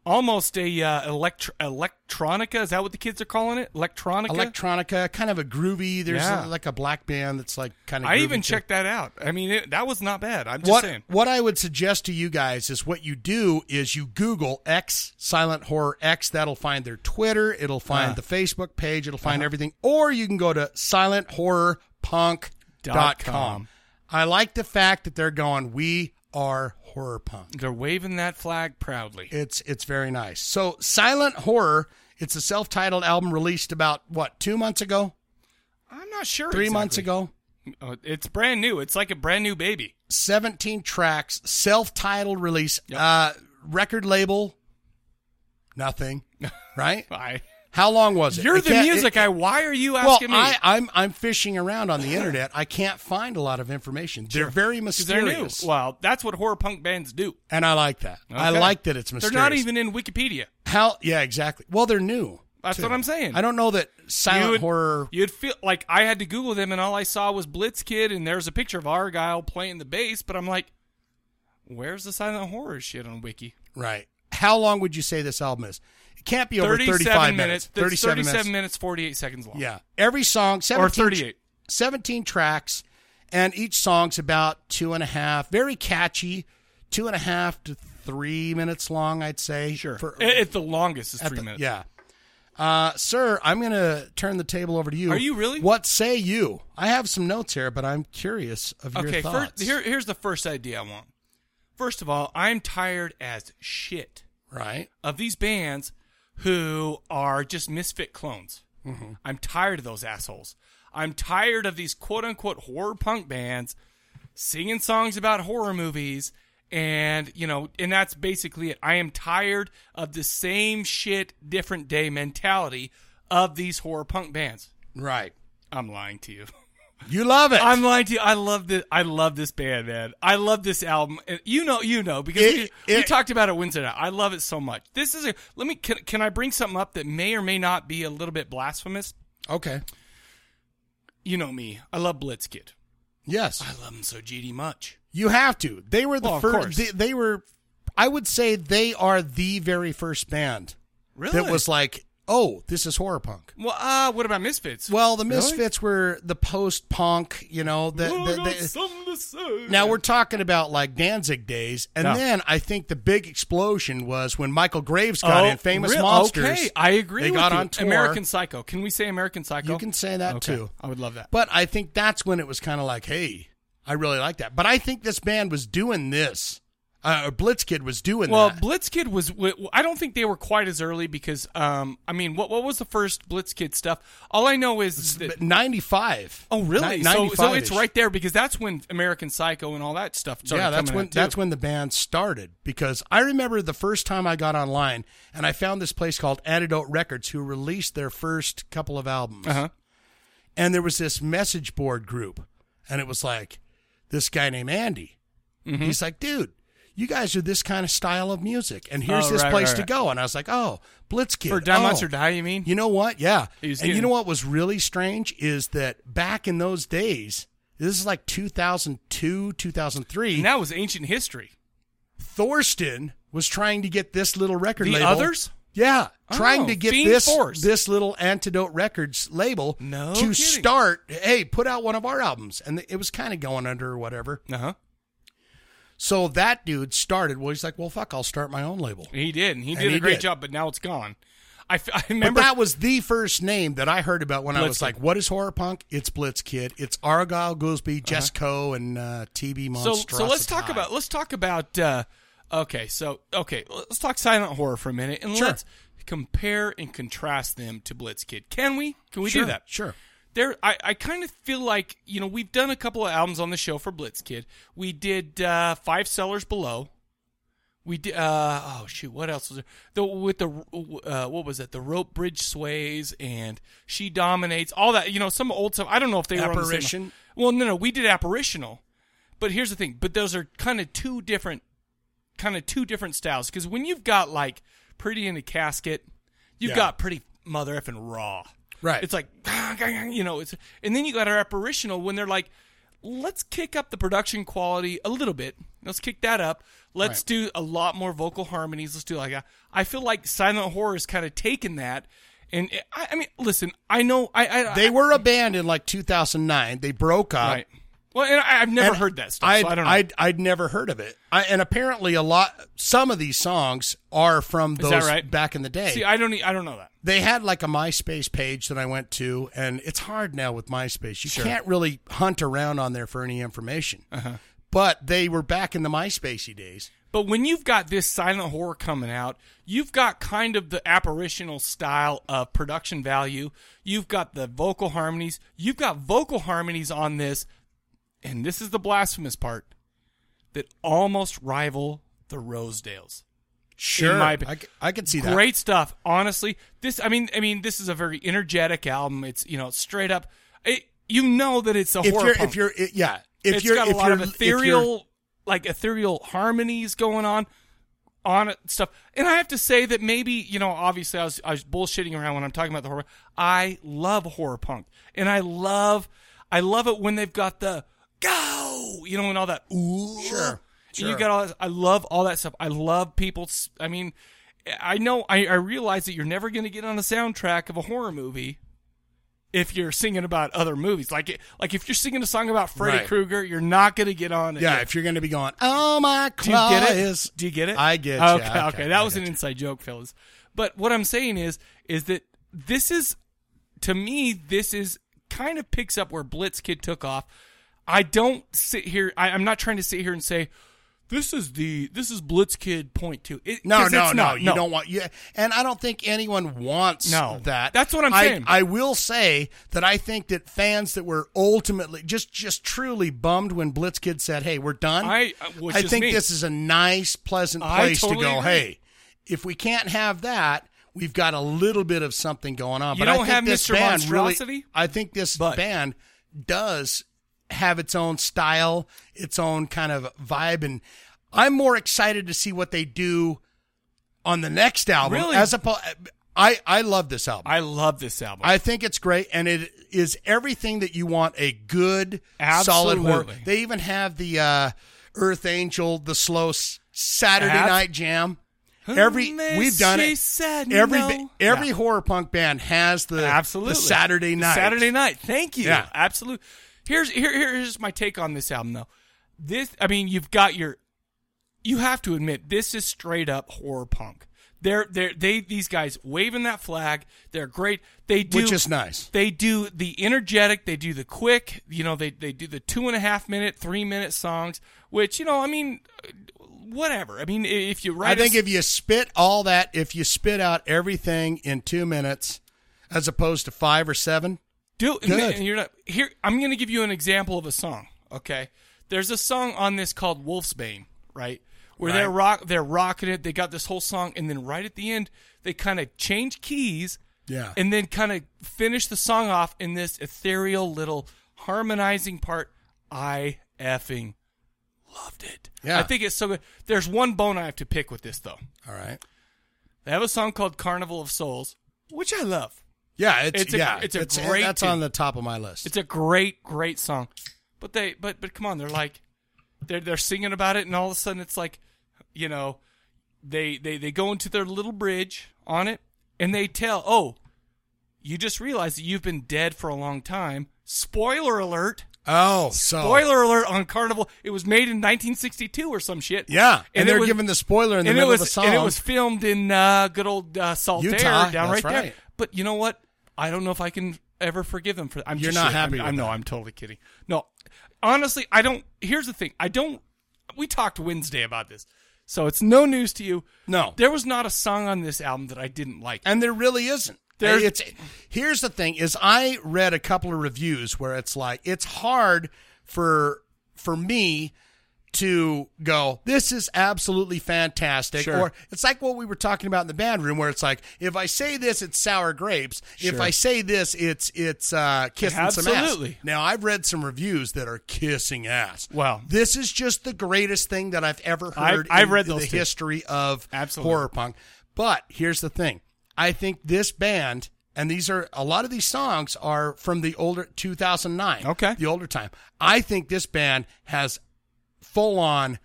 S1: almost a uh, elect electronica. Is that what the kids are calling it? Electronica.
S2: Electronica, kind of a groovy. There's
S1: Yeah.
S2: a- like a black band that's like kind of.
S1: I even
S2: groovy, too.
S1: checked that out. I mean, it, that was not bad. I'm just
S2: what
S1: saying.
S2: what I would suggest to you guys is what you do is you Google X Silent Horror X. That'll find their Twitter. It'll find
S1: Uh.
S2: the Facebook page. It'll
S1: Uh-huh.
S2: find everything. Or you can go to silenthorrorpunk.com.
S1: com.
S2: I like the fact that they're going. We are horror punk.
S1: They're waving that flag proudly.
S2: It's it's very nice. So Silent Horror, it's a self-titled album released about what two months ago,
S1: I'm not sure.
S2: three
S1: exactly.
S2: months ago.
S1: Uh, it's brand new. It's like a brand new baby.
S2: 17 tracks, self-titled release, uh, record label, nothing, right? How long was it?
S1: You're
S2: It
S1: the
S2: can't-
S1: music
S2: it-
S1: guy. Why are you
S2: well,
S1: asking me?
S2: I, I'm I'm fishing around on the internet. I can't find a lot of information. They're very
S1: 'Cause
S2: mysterious,
S1: They're new. Well, that's what horror punk bands do.
S2: and I like that. I
S1: Okay.
S2: like that it's mysterious.
S1: They're not even in Wikipedia.
S2: how. Yeah, exactly. Well, they're new.
S1: That's
S2: too.
S1: what I'm saying.
S2: I don't know that silent
S1: You would-
S2: horror.
S1: You'd feel like I had to Google them, and all I saw was Blitz Kid, and there's a picture of Argyle playing the bass. But I'm like, where's the silent horror shit on Wiki?
S2: Right. How long would you say this album is? It can't be over 35 minutes.
S1: That's
S2: 37, minutes.
S1: 48 seconds long.
S2: Yeah. Every song, 17,
S1: 38.
S2: 17 tracks, and each song's about two and a half, very catchy, two and a half to three minutes long, I'd say. Sure. For,
S1: It, it's the longest is
S2: at
S1: three
S2: the-
S1: minutes.
S2: Yeah. Uh, sir, I'm going to turn the table over to you.
S1: Are you really?
S2: What say you? I have some notes here, but I'm curious of your
S1: Okay.
S2: thoughts.
S1: First, here, here's the first idea I want. First of all, I'm tired as shit.
S2: Right.
S1: Of these bands who are just misfit clones.
S2: Mm-hmm.
S10: Mhm.
S1: I'm tired of those assholes. I'm tired of these quote unquote horror punk bands singing songs about horror movies and you know and that's basically it i am tired of the same shit different day mentality of these horror punk bands
S2: right
S1: i'm lying to you
S2: You love it.
S1: i'm lying to you i love this i love this band man i love this album And you know you know because
S2: It-
S1: we, we
S2: it-
S1: talked about it wednesday night i love it so much this is a let me can, can i bring something up that may or may not be a little bit blasphemous
S2: Okay.
S1: you know me i love blitzkid
S2: Yes.
S1: i love them so gd much
S2: You have to. They were the
S1: Well, of
S2: first.
S1: course.
S2: They, they were. I would say they are the very first band. That
S1: Really?
S2: was like, oh, this is horror punk.
S1: well uh what about misfits
S2: Well, the
S1: Really?
S2: Misfits were the post punk. You know, the,
S1: Oh,
S2: the,
S1: I got
S2: the-
S1: something to say.
S2: now we're talking about like Danzig days, and
S1: Yeah.
S2: then I think the big explosion was when Michael Graves got
S1: Oh,
S2: in. Famous
S1: really?
S2: Monsters.
S1: Okay, I agree.
S2: They
S1: with
S2: got
S1: you.
S2: on tour.
S1: American Psycho. Can we say American Psycho?
S2: You can say that
S1: Okay,
S2: too.
S1: I would love that.
S2: But I think that's when it was kind of like, hey, I really like that. But I think this band was doing this Uh, Blitz Kid was doing
S1: well,
S2: that.
S1: Blitz Kid was. w- I don't think they were quite as early because, um, I mean, what what was the first Blitz Kid stuff? All I know is that,
S2: Ninety-five.
S1: Oh, really?
S2: Ni-
S1: so, so
S2: 95
S1: it's
S2: -ish.
S1: right there because that's when American Psycho and all that stuff. Started
S2: yeah, that's
S1: coming
S2: when
S1: out, too.
S2: that's when the band started because I remember the first time I got online and I found this place called Antidote Records who released their first couple of albums.
S1: Uh-huh.
S2: And there was this message board group and it was like this guy named Andy.
S1: Mm-hmm.
S2: He's like, "Dude, you guys are this kind of style of music and here's
S1: Oh,
S2: this
S1: right,
S2: place
S1: right,
S2: to
S1: right.
S2: go." And I was like, "Oh, Blitzkid."
S1: For Die
S2: oh.
S1: Monster Die, you mean?
S2: You know what? Yeah.
S1: He was
S2: and you
S1: getting-
S2: know what was really strange is that back in those days, this is like 2002, 2003.
S1: And that was ancient history.
S2: Thorsten was trying to get this little record
S1: The
S2: label.
S1: others?
S2: Yeah,
S1: Oh,
S2: trying to get
S1: Fiend
S2: this
S1: Force.
S2: this little Antidote Records label to
S1: kidding.
S2: start. Hey, put out one of our albums, and it was kind of going under or whatever.
S1: Uh huh.
S2: So that dude started. Well, he's like, well, fuck, I'll start my own label.
S1: He did. And he
S2: And
S1: did
S2: he
S1: a great
S2: did.
S1: job, but now it's gone. I, f- I remember.
S2: but that was the first name that I heard about when I was
S1: Blitzkid.
S2: like, "What is horror punk?" It's Blitzkid. It's Argyle Goolsby, Jess Coe, and uh, TB
S1: Uh-huh. so,
S2: Monstrosity.
S1: so let's talk about let's talk about uh, okay so okay let's talk silent horror for a minute and
S2: Sure.
S1: let's compare and contrast them to blitz kid can we can we
S2: Sure,
S1: do that
S2: sure
S1: there i, I kind of feel like you know we've done a couple of albums on the show for blitz kid we did uh, five sellers below we did uh, oh shoot what else was there the, with the uh, what was it the rope bridge sways and she dominates all that you know some old stuff i don't know if they were on the same-
S2: Apparition?
S1: well no no we did apparitional but here's the thing. But those are kind of two different, kind of two different styles. Because when you've got like Pretty in a Casket, you've
S2: Yeah.
S1: got Pretty Mother effing Raw.
S2: Right.
S1: It's like you know. It's and then you got our apparitional when they're like, let's kick up the production quality a little bit. Let's kick that up. Let's
S2: Right.
S1: do a lot more vocal harmonies. Let's do like a, I feel like silent horror is kind of taken that. And eh, I, I mean, listen, I know I, I
S2: They were a band in like 2009. They broke up.
S1: Right. Well, and I, I've never
S2: And
S1: heard that stuff.
S2: I'd,
S1: so I don't know.
S2: I'd, I'd never heard of it. I, and apparently, a lot, some of these songs are from
S1: Is
S2: those
S1: that right?
S2: back in the day.
S1: See, I don't, e- I don't know that.
S2: they had like a MySpace page that I went to, and it's hard now with MySpace. You can't really hunt around on there for any information. Uh-huh. But they were back in the MySpacey days.
S1: But when you've got this silent horror coming out, you've got kind of the apparitional style of production value. You've got the vocal harmonies. You've got vocal harmonies on this, and this is the blasphemous part that almost rival the Rosedales.
S2: Sure.
S1: in my opi-
S2: I c- I can see that.
S1: Great stuff. Honestly, this. I mean, I mean, this is a very energetic album. It's you know straight up. It, you know that it's a
S2: If
S1: horror.
S2: you're-
S1: punk.
S2: if you're- it- yeah. If
S1: It's
S2: you're-
S1: got a
S2: if
S1: lot of
S2: you're- if you're-
S1: ethereal, like ethereal harmonies going on, on it, stuff. And I have to say that maybe you know, obviously, I was I was bullshitting around when I'm talking about the horror. I love horror punk, and I love I love it when they've got the go, you know, and all that. Ooh,
S2: Sure,
S1: And you
S2: sure.
S1: got all. That, I love all that stuff. I love people. s- I mean, I know. I, I realize that you're never going to get on the soundtrack of a horror movie if you're singing about other movies. Like, like if you're singing a song about Freddy
S2: Right.
S1: Krueger, you're not going to get on. it.
S2: Yeah, if you're going to be going, oh my
S1: Do you get
S2: claw
S1: it?
S2: is-
S1: Do you get it?
S2: I get ya.
S1: Okay, okay.
S2: Okay,
S1: That was an inside joke, fellas. But what I'm saying is, is that this is, to me, this is kind of picks up where Blitz Kid took off. I don't sit here. I, I'm not trying to sit here and say this is the this is Blitz Kid point two. It,
S2: No,
S1: 'cause
S2: no,
S1: it's
S2: no,
S1: not.
S2: You don't want you, and I don't think anyone wants
S1: No.
S2: that.
S1: That's what I'm
S2: I-
S1: saying.
S2: I will say that I think that fans that were ultimately just just truly bummed when Blitzkid said, "Hey, we're done."
S1: I- uh, which
S2: I
S1: is
S2: think
S1: me.
S2: this is a nice, pleasant
S1: I
S2: place
S1: totally
S2: to go.
S1: agree.
S2: Hey, if we can't have that. We've got a little bit of something going on,
S1: You
S2: but I
S1: don't
S2: think
S1: have
S2: this
S1: Mr.
S2: band really.
S1: Monstrosity?
S2: I think this band does have its own style, its own kind of vibe, and I'm more excited to see what they do on the next album.
S1: Really?
S2: As opposed, I I love this album.
S1: I love this album.
S2: I think it's great, and it is everything that you want a good, solid horror.
S1: Absolutely.
S2: They even have the uh, Earth Angel, the slow s- Saturday
S1: Ab-
S2: night jam. Every
S1: Unless
S2: we've done
S1: she
S2: it.
S1: said
S2: every
S1: no.
S2: ba- every horror punk band has the
S1: absolutely
S2: the Saturday night.
S1: Saturday night. Thank you.
S2: Yeah.
S1: Absolutely. Here's here here's my take on this album though. This I mean you've got your you have to admit this is straight up horror punk. They're they are they these guys waving that flag. They're great. They do
S2: Which is nice.
S1: They do the energetic. They do the quick. You know they they do the two and a half minute, three minute songs. Which you know I mean whatever. I mean, i- if you write,
S2: I think
S1: us-
S2: if you spit all that, if you spit out everything in two minutes, as opposed to five or seven,
S1: do
S2: good.
S1: And you're not here. I'm going to give you an example of a song. Okay, there's a song on this called Wolfsbane, right? Where they're
S2: Right.
S1: rock, they're rocking it. They got this whole song, and then right at the end, they kind of change keys,
S2: Yeah.
S1: and then kind of finish the song off in this ethereal little harmonizing part. I effing
S2: Yeah.
S1: I think it's so good. There's one bone I have to pick with this though.
S2: All right.
S1: They have a song called Carnival of Souls, which I love.
S2: Yeah, it's,
S1: a,
S2: yeah,
S1: it's a great
S2: That's
S1: tune.
S2: on the top of my list.
S1: It's a great, great song. But they, but, but come on, they're like, they're they're singing about it, and all of a sudden it's like, you know, they they they go into their little bridge on it, and they tell, oh, you just realized that you've been dead for a long time. Spoiler alert.
S2: Oh, so
S1: Spoiler alert on Carnival. It was made in 1962 or some shit.
S2: Yeah,
S1: it
S2: and, they're
S1: was-
S2: giving the spoiler in the
S1: and it
S2: middle
S1: was,
S2: of the song.
S1: And it was filmed in uh, good old uh, Saltaire
S2: Utah,
S1: down right,
S2: that's
S1: there.
S2: right.
S1: But you know what? I don't know if I can ever forgive them for that. I'm
S2: You're
S1: just
S2: not
S1: kidding. I'm,
S2: happy with
S1: I'm no,
S2: that.
S1: I'm totally kidding. No, honestly, I don't. Here's the thing. I don't. We talked Wednesday about this, so it's no news to you.
S2: No,
S1: there was not a song on this album that I didn't like,
S2: and there really isn't.
S1: There's-
S2: Hey, it's here's the thing is I read a couple of reviews where it's like it's hard for for me to go this is absolutely fantastic
S1: Sure.
S2: or it's like what we were talking about in the band room where it's like if I say this it's sour grapes if
S1: Sure.
S2: I say this it's it's uh kissing some
S1: Absolutely.
S2: ass now I've read some reviews that are kissing ass
S1: Wow.
S2: this is just the greatest thing that I've ever
S1: I've-
S2: heard
S1: I've
S2: in
S1: read
S2: the
S1: those too.
S2: history of
S1: Absolutely.
S2: horror punk. But here's the thing: I think this band, and these are a lot of these songs are from the older 2009. Okay, the older time. I think this band has full on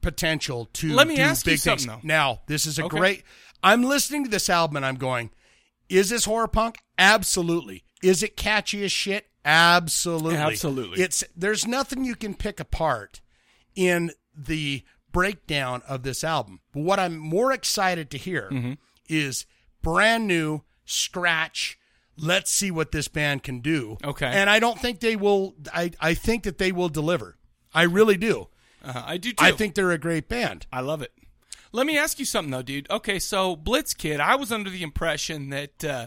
S2: potential to
S1: Let me
S2: do
S1: ask you
S2: big things.
S1: something, though.
S2: Now, this is a
S1: Okay.
S2: great. I'm listening to this album and I'm going, is this horror punk? Absolutely. Is it catchy as shit? Absolutely.
S1: Absolutely.
S2: It's there's nothing you can pick apart in the breakdown of this album. But what I'm more excited to hear
S1: Mm-hmm.
S2: is brand new scratch. Let's see what this band can do.
S1: Okay.
S2: And I don't think they will I, I think that they will deliver. I really do.
S1: Uh, I do. Too.
S2: I think they're a great band.
S1: I love it. Let me ask you something though, dude. Okay, so Blitz Kid, I was under the impression that uh,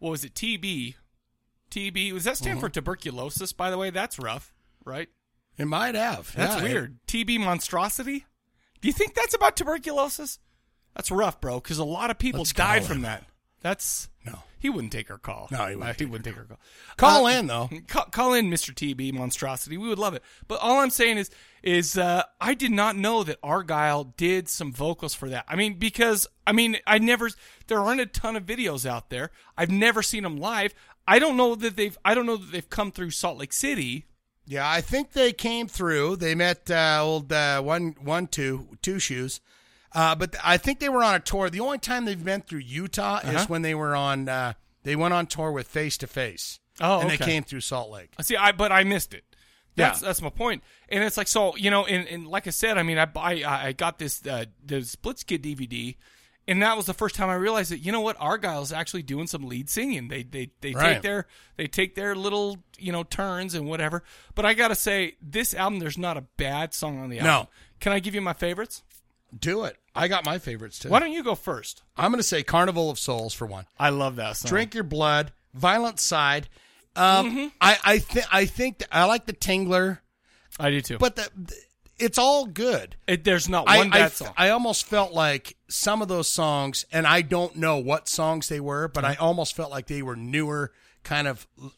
S1: what was it? TB, TB. Was that
S2: Mm-hmm.
S1: stand for tuberculosis? By the way, that's rough, right?
S2: It might have.
S1: That's
S2: Yeah, it-
S1: weird. TB monstrosity. Do you think that's about tuberculosis? That's rough, bro. Because a lot of people
S2: Let's
S1: died
S2: call
S1: from
S2: him.
S1: that. That's no. He wouldn't take our call.
S2: No, he wouldn't
S1: Uh,
S2: take
S1: take our call.
S2: Call
S1: Uh,
S2: in though.
S1: Call, call in, Mr. TB monstrosity. We would love it. But all I'm saying is, is uh, I did not know that Argyle did some vocals for that. I mean, because I mean, I never. There aren't a ton of videos out there. I've never seen them live. I don't know that they've. I don't know that they've come through Salt Lake City.
S2: Yeah, I think they came through. They met uh, old uh, one one two two shoes, uh, but th- I think they were on a tour. The only time they've been through Utah
S1: Uh-huh.
S2: is when they were on. Uh, they went on tour with Face to Face.
S1: Oh,
S2: and
S1: okay.
S2: they came through Salt Lake.
S1: Uh, See, I but I missed it. That's
S2: Yeah.
S1: that's my point. And it's like so, you know, and, and like I said, I mean, I I, I got this uh, the Splitskid DVD, and that was the first time I realized that you know what Argyle's actually doing some lead singing. They they they take
S2: Right.
S1: their they take their little you know turns and whatever. But I gotta say, this album there's not a bad song on the
S2: No.
S1: album. Can I give you my favorites?
S2: Do it. I got my favorites too.
S1: Why don't you go first?
S2: I'm going to say Carnival of Souls for one.
S1: I love that song. Mm-hmm.
S2: Drink Your Blood, Violent Side. Um, I I think I think th- I like the Tingler,
S1: I do too.
S2: but the, th- it's all good.
S1: It, there's not
S2: I-
S1: one
S2: I,
S1: bad
S2: f-
S1: song.
S2: I almost felt like some of those songs, and I don't know what songs they were, but
S1: Mm-hmm.
S2: I almost felt like they were newer, kind of. l-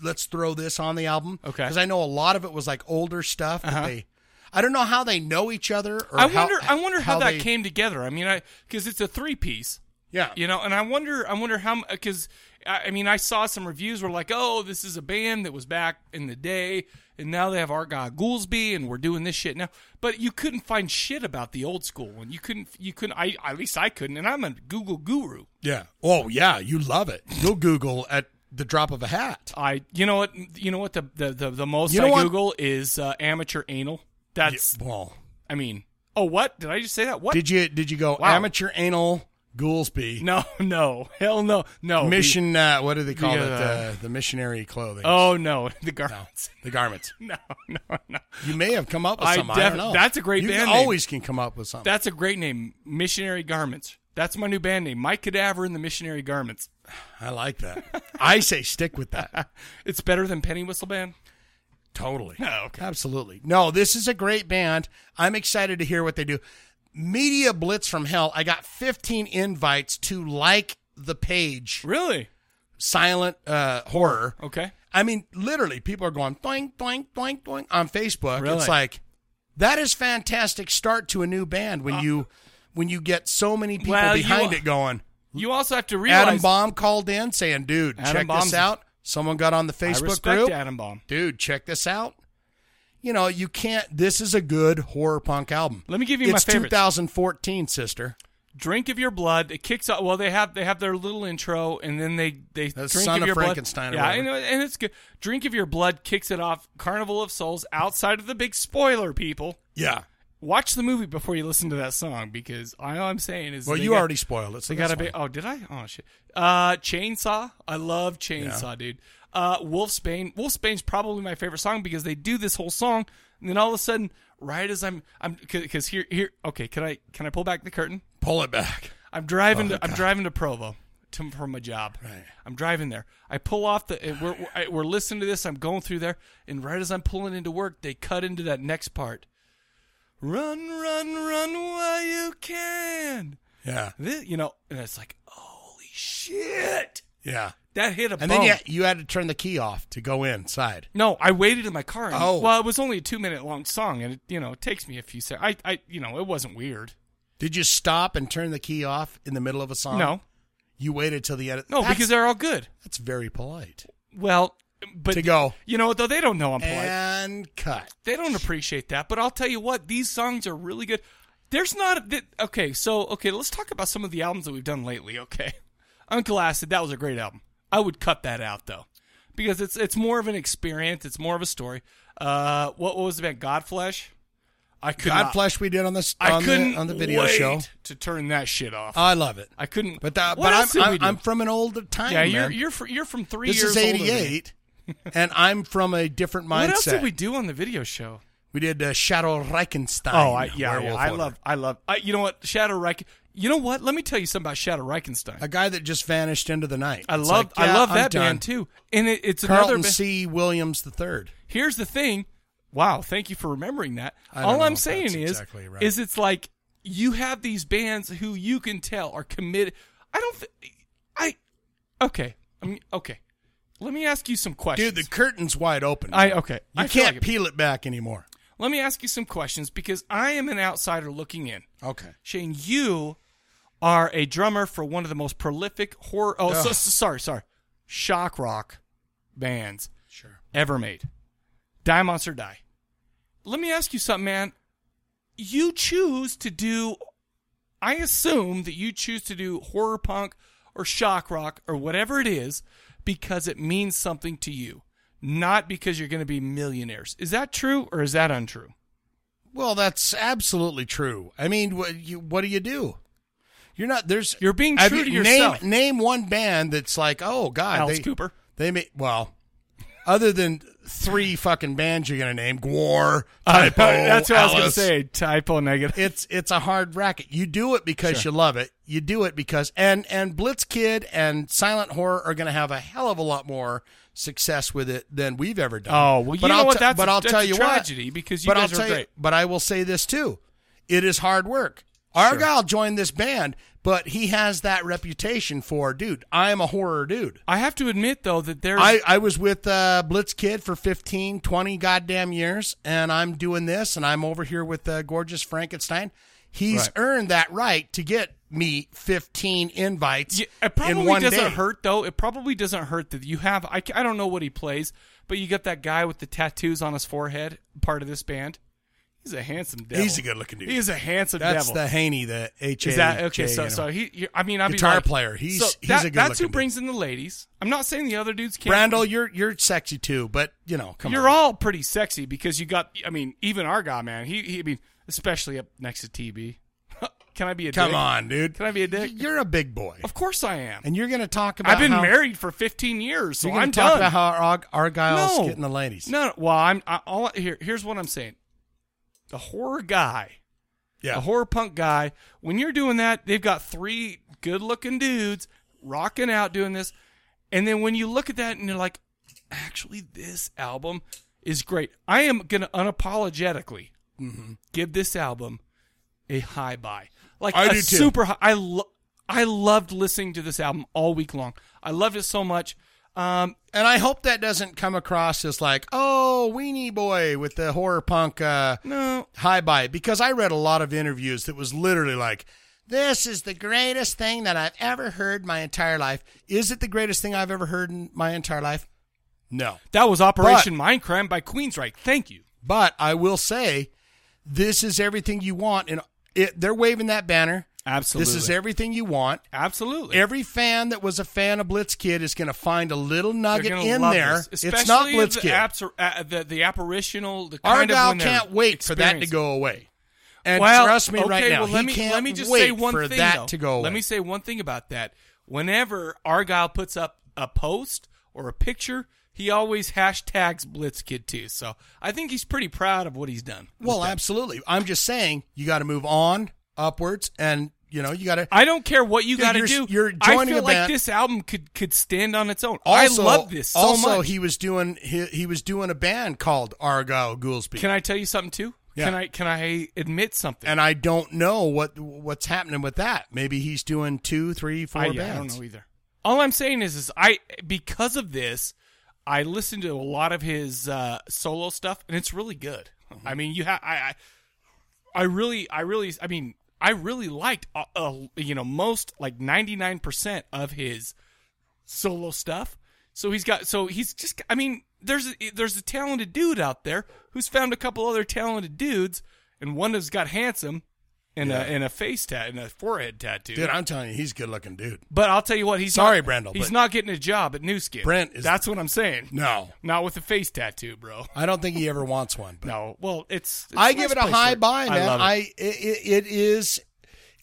S2: Let's throw this on the album, okay? Because I know a lot of it was like older stuff. But
S1: Uh-huh.
S2: they, I don't know how they know each other. Or
S1: I
S2: how-
S1: wonder. I wonder how, that
S2: they-
S1: came together. I mean, I because it's a three piece.
S2: Yeah.
S1: You know, and I wonder. I wonder how because I, I mean I saw some reviews were like, oh, this is a band that was back in the day, and now they have our guy Goolsby, and we're doing this shit now. But you couldn't find shit about the old school one. You couldn't. You couldn't. I at least I couldn't. And I'm a Google guru.
S2: Yeah. Oh yeah, you love it. You'll Google at the drop of a hat.
S1: I. You know what? You know what? The the the, the most
S2: You know
S1: I
S2: what?
S1: Google is uh, amateur anal. That's
S2: well.
S1: I mean, oh, what did I just say that? What
S2: Did you did you go
S1: Wow.
S2: amateur anal Goolsby.
S1: No, no, hell no, no.
S2: Mission.
S1: The-
S2: uh, what do they call
S1: the,
S2: it?
S1: uh,
S2: The, the missionary clothing.
S1: Oh no, the garments.
S2: The garments.
S1: No, no, no.
S2: You may have come up with
S1: I
S2: something. I
S1: def-
S2: don't know.
S1: That's a great
S2: you
S1: band.
S2: Always
S1: name.
S2: can come up with something.
S1: That's a great name. Missionary Garments. That's my new band name. Mike Cadaver and the Missionary Garments.
S2: I like that. I say stick with that.
S1: it's better than Penny Whistle Band.
S2: Totally.
S1: No, okay.
S2: Absolutely. No, this is a great band. I'm excited to hear what they do. Media Blitz from Hell. I got 15 invites to like the page.
S1: Really?
S2: Silent uh, horror.
S1: Okay.
S2: I mean, literally, people are going doink, doink, doink, doink on Facebook.
S1: Really?
S2: It's like that is fantastic start to a new band when you when you get so many people
S1: Uh, Well, you-
S2: behind it going.
S1: You also have to realize
S2: Adam Baum called in saying, "Dude,
S1: Adam
S2: check
S1: Baum's-
S2: this out." Someone got on the Facebook
S1: I respect
S2: group.
S1: Adam Baum.
S2: Dude, check this out. You know, you can't. This is a good horror punk album.
S1: Let me give you my
S2: it's
S1: favorites.
S2: 2014, sister.
S1: Drink of your blood. It kicks off. Well, they have they have their little intro, and then they they drink
S2: Son
S1: of
S2: of
S1: your
S2: Frankenstein or
S1: Blood. Yeah, and,
S2: whatever.
S1: and it's good. Drink of your blood kicks it off. Carnival of Souls. Outside of the big spoiler, people.
S2: Yeah.
S1: Watch the movie before you listen to that song because all I'm saying is.
S2: Well,
S1: they
S2: you
S1: got-
S2: already spoiled it, so
S1: they got a
S2: that's
S1: big. Oh, did I? Oh shit. Uh, Chainsaw. I love Chainsaw,
S2: Yeah.
S1: dude. Uh, Wolfsbane. Wolfsbane's probably my favorite song because they do this whole song, and then all of a sudden, right as I'm, I'm because here, here. Okay, can I can I pull back the curtain?
S2: Pull it back.
S1: I'm driving.
S2: Oh,
S1: to, I'm
S2: God.
S1: driving to Provo to, for my job. Right. I'm driving there. I pull off the. and We're, we're, I- we're listening to this. I'm going through there, and right as I'm pulling into work, they cut into that next part. Run, run, run while you can.
S2: Yeah.
S1: Thi- you know, and it's like, holy shit.
S2: Yeah.
S1: That hit a
S2: And
S1: bone.
S2: then you, you had to turn the key off to go inside.
S1: No, I waited in my car. And,
S2: Oh.
S1: Well, it was only a two minute long song, and it, you know, it takes me a few seconds. I, I, you know, it wasn't weird.
S2: Did you stop and turn the key off in the middle of a song?
S1: No.
S2: You waited till the end.
S1: No, because they're all good.
S2: That's very polite. Oh.
S1: Well, but
S2: To go.
S1: You know, what, though they don't know I'm polite.
S2: And cut.
S1: They don't appreciate that. But I'll tell you what, these songs are really good. There's not that okay. So okay, let's talk about some of the albums that we've done lately. Okay, Uncle Acid, that was a great album. I would cut that out though, because it's it's more of an experience. It's more of a story. Uh, what, what was the band Godflesh? I could
S2: God
S1: not-
S2: flesh we did on this
S1: I
S2: on,
S1: couldn't
S2: the, on the video
S1: wait
S2: show.
S1: to turn that shit off.
S2: I love it.
S1: I couldn't.
S2: But that,
S1: What
S2: but
S1: else
S2: I'm,
S1: did
S2: I'm,
S1: we do?
S2: I'm from an older time.
S1: yeah, you're
S2: man.
S1: you're fr- you're from three
S2: This
S1: years.
S2: is
S1: older than me.
S2: 88, and I'm from a different mindset.
S1: What else did we do on the video show?
S2: We did uh, Shadow Reichenstein.
S1: Oh, I, yeah, yeah,
S2: Werewolf
S1: I
S2: Order.
S1: love, I love. I, you know what, Shadow Reich. You know what? Let me tell you something about Shadow Reichenstein.
S2: a guy that just vanished into the night.
S1: I
S2: It's
S1: love,
S2: like, yeah,
S1: I love
S2: I'm
S1: that
S2: done.
S1: band too. And it, it's
S2: Carlton
S1: another. Ba-
S2: C. Williams the third.
S1: Here's the thing. Wow, thank you for remembering that.
S2: I don't
S1: All
S2: know
S1: I'm
S2: if
S1: saying
S2: that's
S1: is,
S2: exactly right.
S1: is it's like you have these bands who you can tell are committed. I don't. thi- I okay. I mean, okay. Let me ask you some questions.
S2: Dude, the curtain's wide open.
S1: I- okay.
S2: You
S1: I feel
S2: can't
S1: like it.
S2: peel it back anymore.
S1: Let me ask you some questions because I am an outsider looking in.
S2: Okay.
S1: Shane, you are a drummer for one of the most prolific horror. Oh, so,
S2: Ugh.
S1: so- sorry, sorry. Shock rock bands sure. ever made. Die Monster Die. Let me ask you something, man. You choose to do. I assume that you choose to do horror punk or shock rock or whatever it is because it means something to you, not because you're going to be millionaires. Is that true or is that untrue?
S2: Well, that's absolutely true. I mean, what, you, what do you do? You're not there's
S1: you're being true to
S2: name,
S1: yourself.
S2: Name one band that's like, oh god,
S1: Alice
S2: they,
S1: Cooper.
S2: They may well, other than three fucking bands you're gonna name, Gwar,
S1: Uh,
S2: Typo.
S1: that's what I was gonna
S2: Alice.
S1: say, Typo negative.
S2: It's it's a hard racket. You do it because
S1: Sure.
S2: you love it. You do it because and and Blitz Kid and Silent Horror are gonna have a hell of a lot more success with it than we've ever done.
S1: Oh, well, you know
S2: I'll
S1: what?
S2: te-
S1: That's
S2: but
S1: a-
S2: I'll
S1: that's
S2: tell
S1: a
S2: you
S1: tragedy
S2: what,
S1: because you
S2: but
S1: guys
S2: I'll
S1: are
S2: tell you-
S1: great.
S2: but I will say this too, it is hard work. Argyle joined this band, but he has that reputation for dude. I am a horror dude.
S1: I have to admit though that there's
S2: I, I was with uh, Blitz Kid for 15, 20 goddamn years, and I'm doing this, and I'm over here with uh, gorgeous Frankenstein. He's
S1: Right.
S2: earned that right to get me 15 invites
S1: it probably
S2: in one
S1: doesn't
S2: day.
S1: hurt though. It probably doesn't hurt that you have. I, ca- I don't know what he plays, but you got that guy with the tattoos on his forehead, part of this band. He's a handsome devil.
S2: He's a good-looking dude.
S1: He's a handsome
S2: That's
S1: devil.
S2: the Haney, the H A
S1: Is that
S2: J,
S1: okay? so,
S2: you know.
S1: so he. you- I mean, I'd be
S2: Guitar
S1: like-
S2: player.
S1: so
S2: He's- he's
S1: that- That's
S2: a
S1: who
S2: good-looking
S1: brings in the ladies. I'm not saying the other dudes can't.
S2: Brandel, you're you're sexy too, but you know, come
S1: you're all pretty sexy because you got. I mean, even our guy, man. He, he I mean, especially up next to TB. Can I be a
S2: Come
S1: dick?
S2: on, dude.
S1: Can I be a dick?
S2: You're a big boy.
S1: Of course I am.
S2: And you're going to talk about
S1: I've been
S2: how-
S1: married for 15 years, so
S2: You're gonna
S1: I'm
S2: talk
S1: done.
S2: about how Arg- Argyle's
S1: no.
S2: getting the ladies.
S1: No, no. Well, I'm I, all here. Here's what I'm saying. The horror guy, yeah, the horror punk guy. When you're doing that, they've got three good-looking dudes rocking out doing this, and then when you look at that and you're like, actually, this album is great. I am gonna unapologetically
S2: Mm-hmm.
S1: give this album a high buy. Like
S2: I
S1: a
S2: do too.
S1: super high. I lo- I loved listening to this album all week long. I loved it so much. Um,
S2: and I hope that doesn't come across as like, oh, weenie boy with the horror punk uh,
S1: no.
S2: high bite. Because I read a lot of interviews that was literally like, this is the greatest thing that I've ever heard my entire life. Is it the greatest thing I've ever heard in my entire life? No.
S1: That was Operation Mindcrime by Queensryche. Thank you.
S2: But I will say, this is everything you want. And it, they're waving that banner.
S1: Absolutely.
S2: This is everything you want.
S1: Absolutely.
S2: Every fan that was a fan of Blitz Kid is going to find a little
S1: They're
S2: nugget
S1: gonna
S2: in
S1: love
S2: there.
S1: this,
S2: it's not
S1: especially
S2: Blitz
S1: the
S2: Kid.
S1: apps- uh, the, the apparitional. The kind
S2: Argyle
S1: of when they're
S2: can't wait for that to
S1: experienced.
S2: go away. And
S1: well,
S2: trust me right
S1: okay,
S2: now,
S1: well, let
S2: he
S1: me,
S2: can't
S1: let me just
S2: wait
S1: say one
S2: for
S1: thing,
S2: that
S1: though.
S2: to go away.
S1: Let me say one thing about that. Whenever Argyle puts up a post or a picture, he always hashtags Blitzkid too. So I think he's pretty proud of what he's done.
S2: well, absolutely. I'm just saying you got to move on upwards, and you know you got to.
S1: I don't care what you
S2: Dude,
S1: got to do.
S2: you're- you're
S1: I
S2: joining
S1: feel
S2: a
S1: like
S2: band.
S1: this album could could stand on its own.
S2: Also,
S1: I love this so
S2: also,
S1: much.
S2: he was doing he, he was doing a band called Argyle Goolsby.
S1: Can I tell you something too?
S2: Yeah.
S1: Can I can I admit something?
S2: And I don't know what what's happening with that. Maybe he's doing two, three, four
S1: I, yeah, I
S2: bands.
S1: don't know either. All I'm saying is, is I because of this, I listened to a lot of his uh, solo stuff, and it's really good. I mean, you have I, I, I really, I really, I mean, I really liked, uh, uh, you know, most like 99 percent of his solo stuff. So he's got, so he's just, I mean, there's a, there's a talented dude out there who's found a couple other talented dudes, and one has got handsome, and a
S2: Yeah.
S1: and a face tat and a forehead tattoo.
S2: Dude, I'm telling you, he's a good looking dude.
S1: But I'll tell you what, he's
S2: Sorry,
S1: not,
S2: Brendel,
S1: He's
S2: but-
S1: not getting a job at New Skin.
S2: Brent is-
S1: that's what I'm saying.
S2: No.
S1: not with a face tattoo, bro.
S2: I don't think he ever wants one.
S1: No, well, it's. it's
S2: I
S1: a
S2: give
S1: nice
S2: it a
S1: place
S2: high
S1: for it.
S2: buy, man.
S1: I, love it.
S2: it, it is.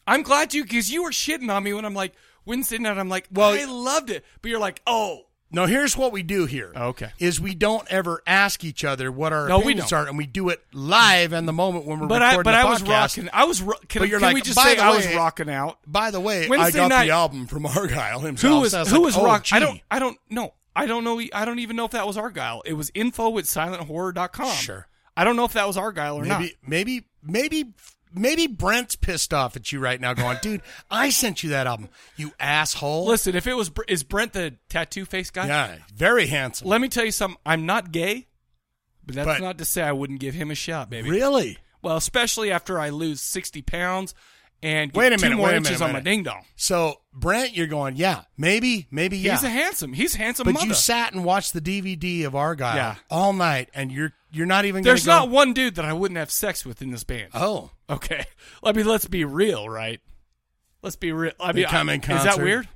S1: I'm glad you because you were shitting on me when I'm like when's it out. I'm like, well, I loved it, but you're like, oh,
S2: No, here's what we do here.
S1: Okay.
S2: Is we don't ever ask each other what our
S1: No, we
S2: opinions
S1: don't.
S2: are, and we do it live in the moment when we're
S1: but I but
S2: recording the
S1: I was
S2: podcast.
S1: rocking. I was. Ro- can
S2: But you're
S1: can
S2: like,
S1: we just
S2: by
S1: say
S2: the
S1: I was
S2: way-
S1: rocking out?
S2: By the way,
S1: Wednesday
S2: I got
S1: night-
S2: the album from Argyle himself.
S1: Who was
S2: so I was
S1: who
S2: like,
S1: was
S2: oh,
S1: rock? I
S2: gee.
S1: don't I don't know. I don't know. e, I don't even know if that was Argyle. It was info at silenthorror.com.
S2: Sure.
S1: I don't know if that was Argyle or
S2: Maybe,
S1: not.
S2: maybe, maybe, maybe Brent's pissed off at you right now, going, "Dude, I sent you that album, you asshole."
S1: Listen, if it was Br- is Brent the tattoo face guy?
S2: Yeah, very handsome.
S1: Let me tell you something. I'm not gay, but that's
S2: But-
S1: not to say I wouldn't give him a shot, baby.
S2: Really?
S1: Well, especially after I lose 60 pounds and get
S2: wait a minute,
S1: two more
S2: wait a
S1: inches
S2: minute,
S1: on
S2: wait
S1: my
S2: a minute.
S1: ding dong.
S2: So Brent, you're going, yeah, maybe, maybe, yeah.
S1: He's a handsome. He's a handsome.
S2: but
S1: mother.
S2: you sat and watched the DVD of Argyle
S1: Yeah.
S2: all night, and you're you're not even.
S1: There's
S2: gonna
S1: not one dude that I wouldn't have sex with in this band.
S2: Oh.
S1: okay. I mean, let's be real, right? Let's be real. I
S2: They
S1: mean,
S2: come in
S1: I- is that
S2: concert.
S1: weird?
S2: go.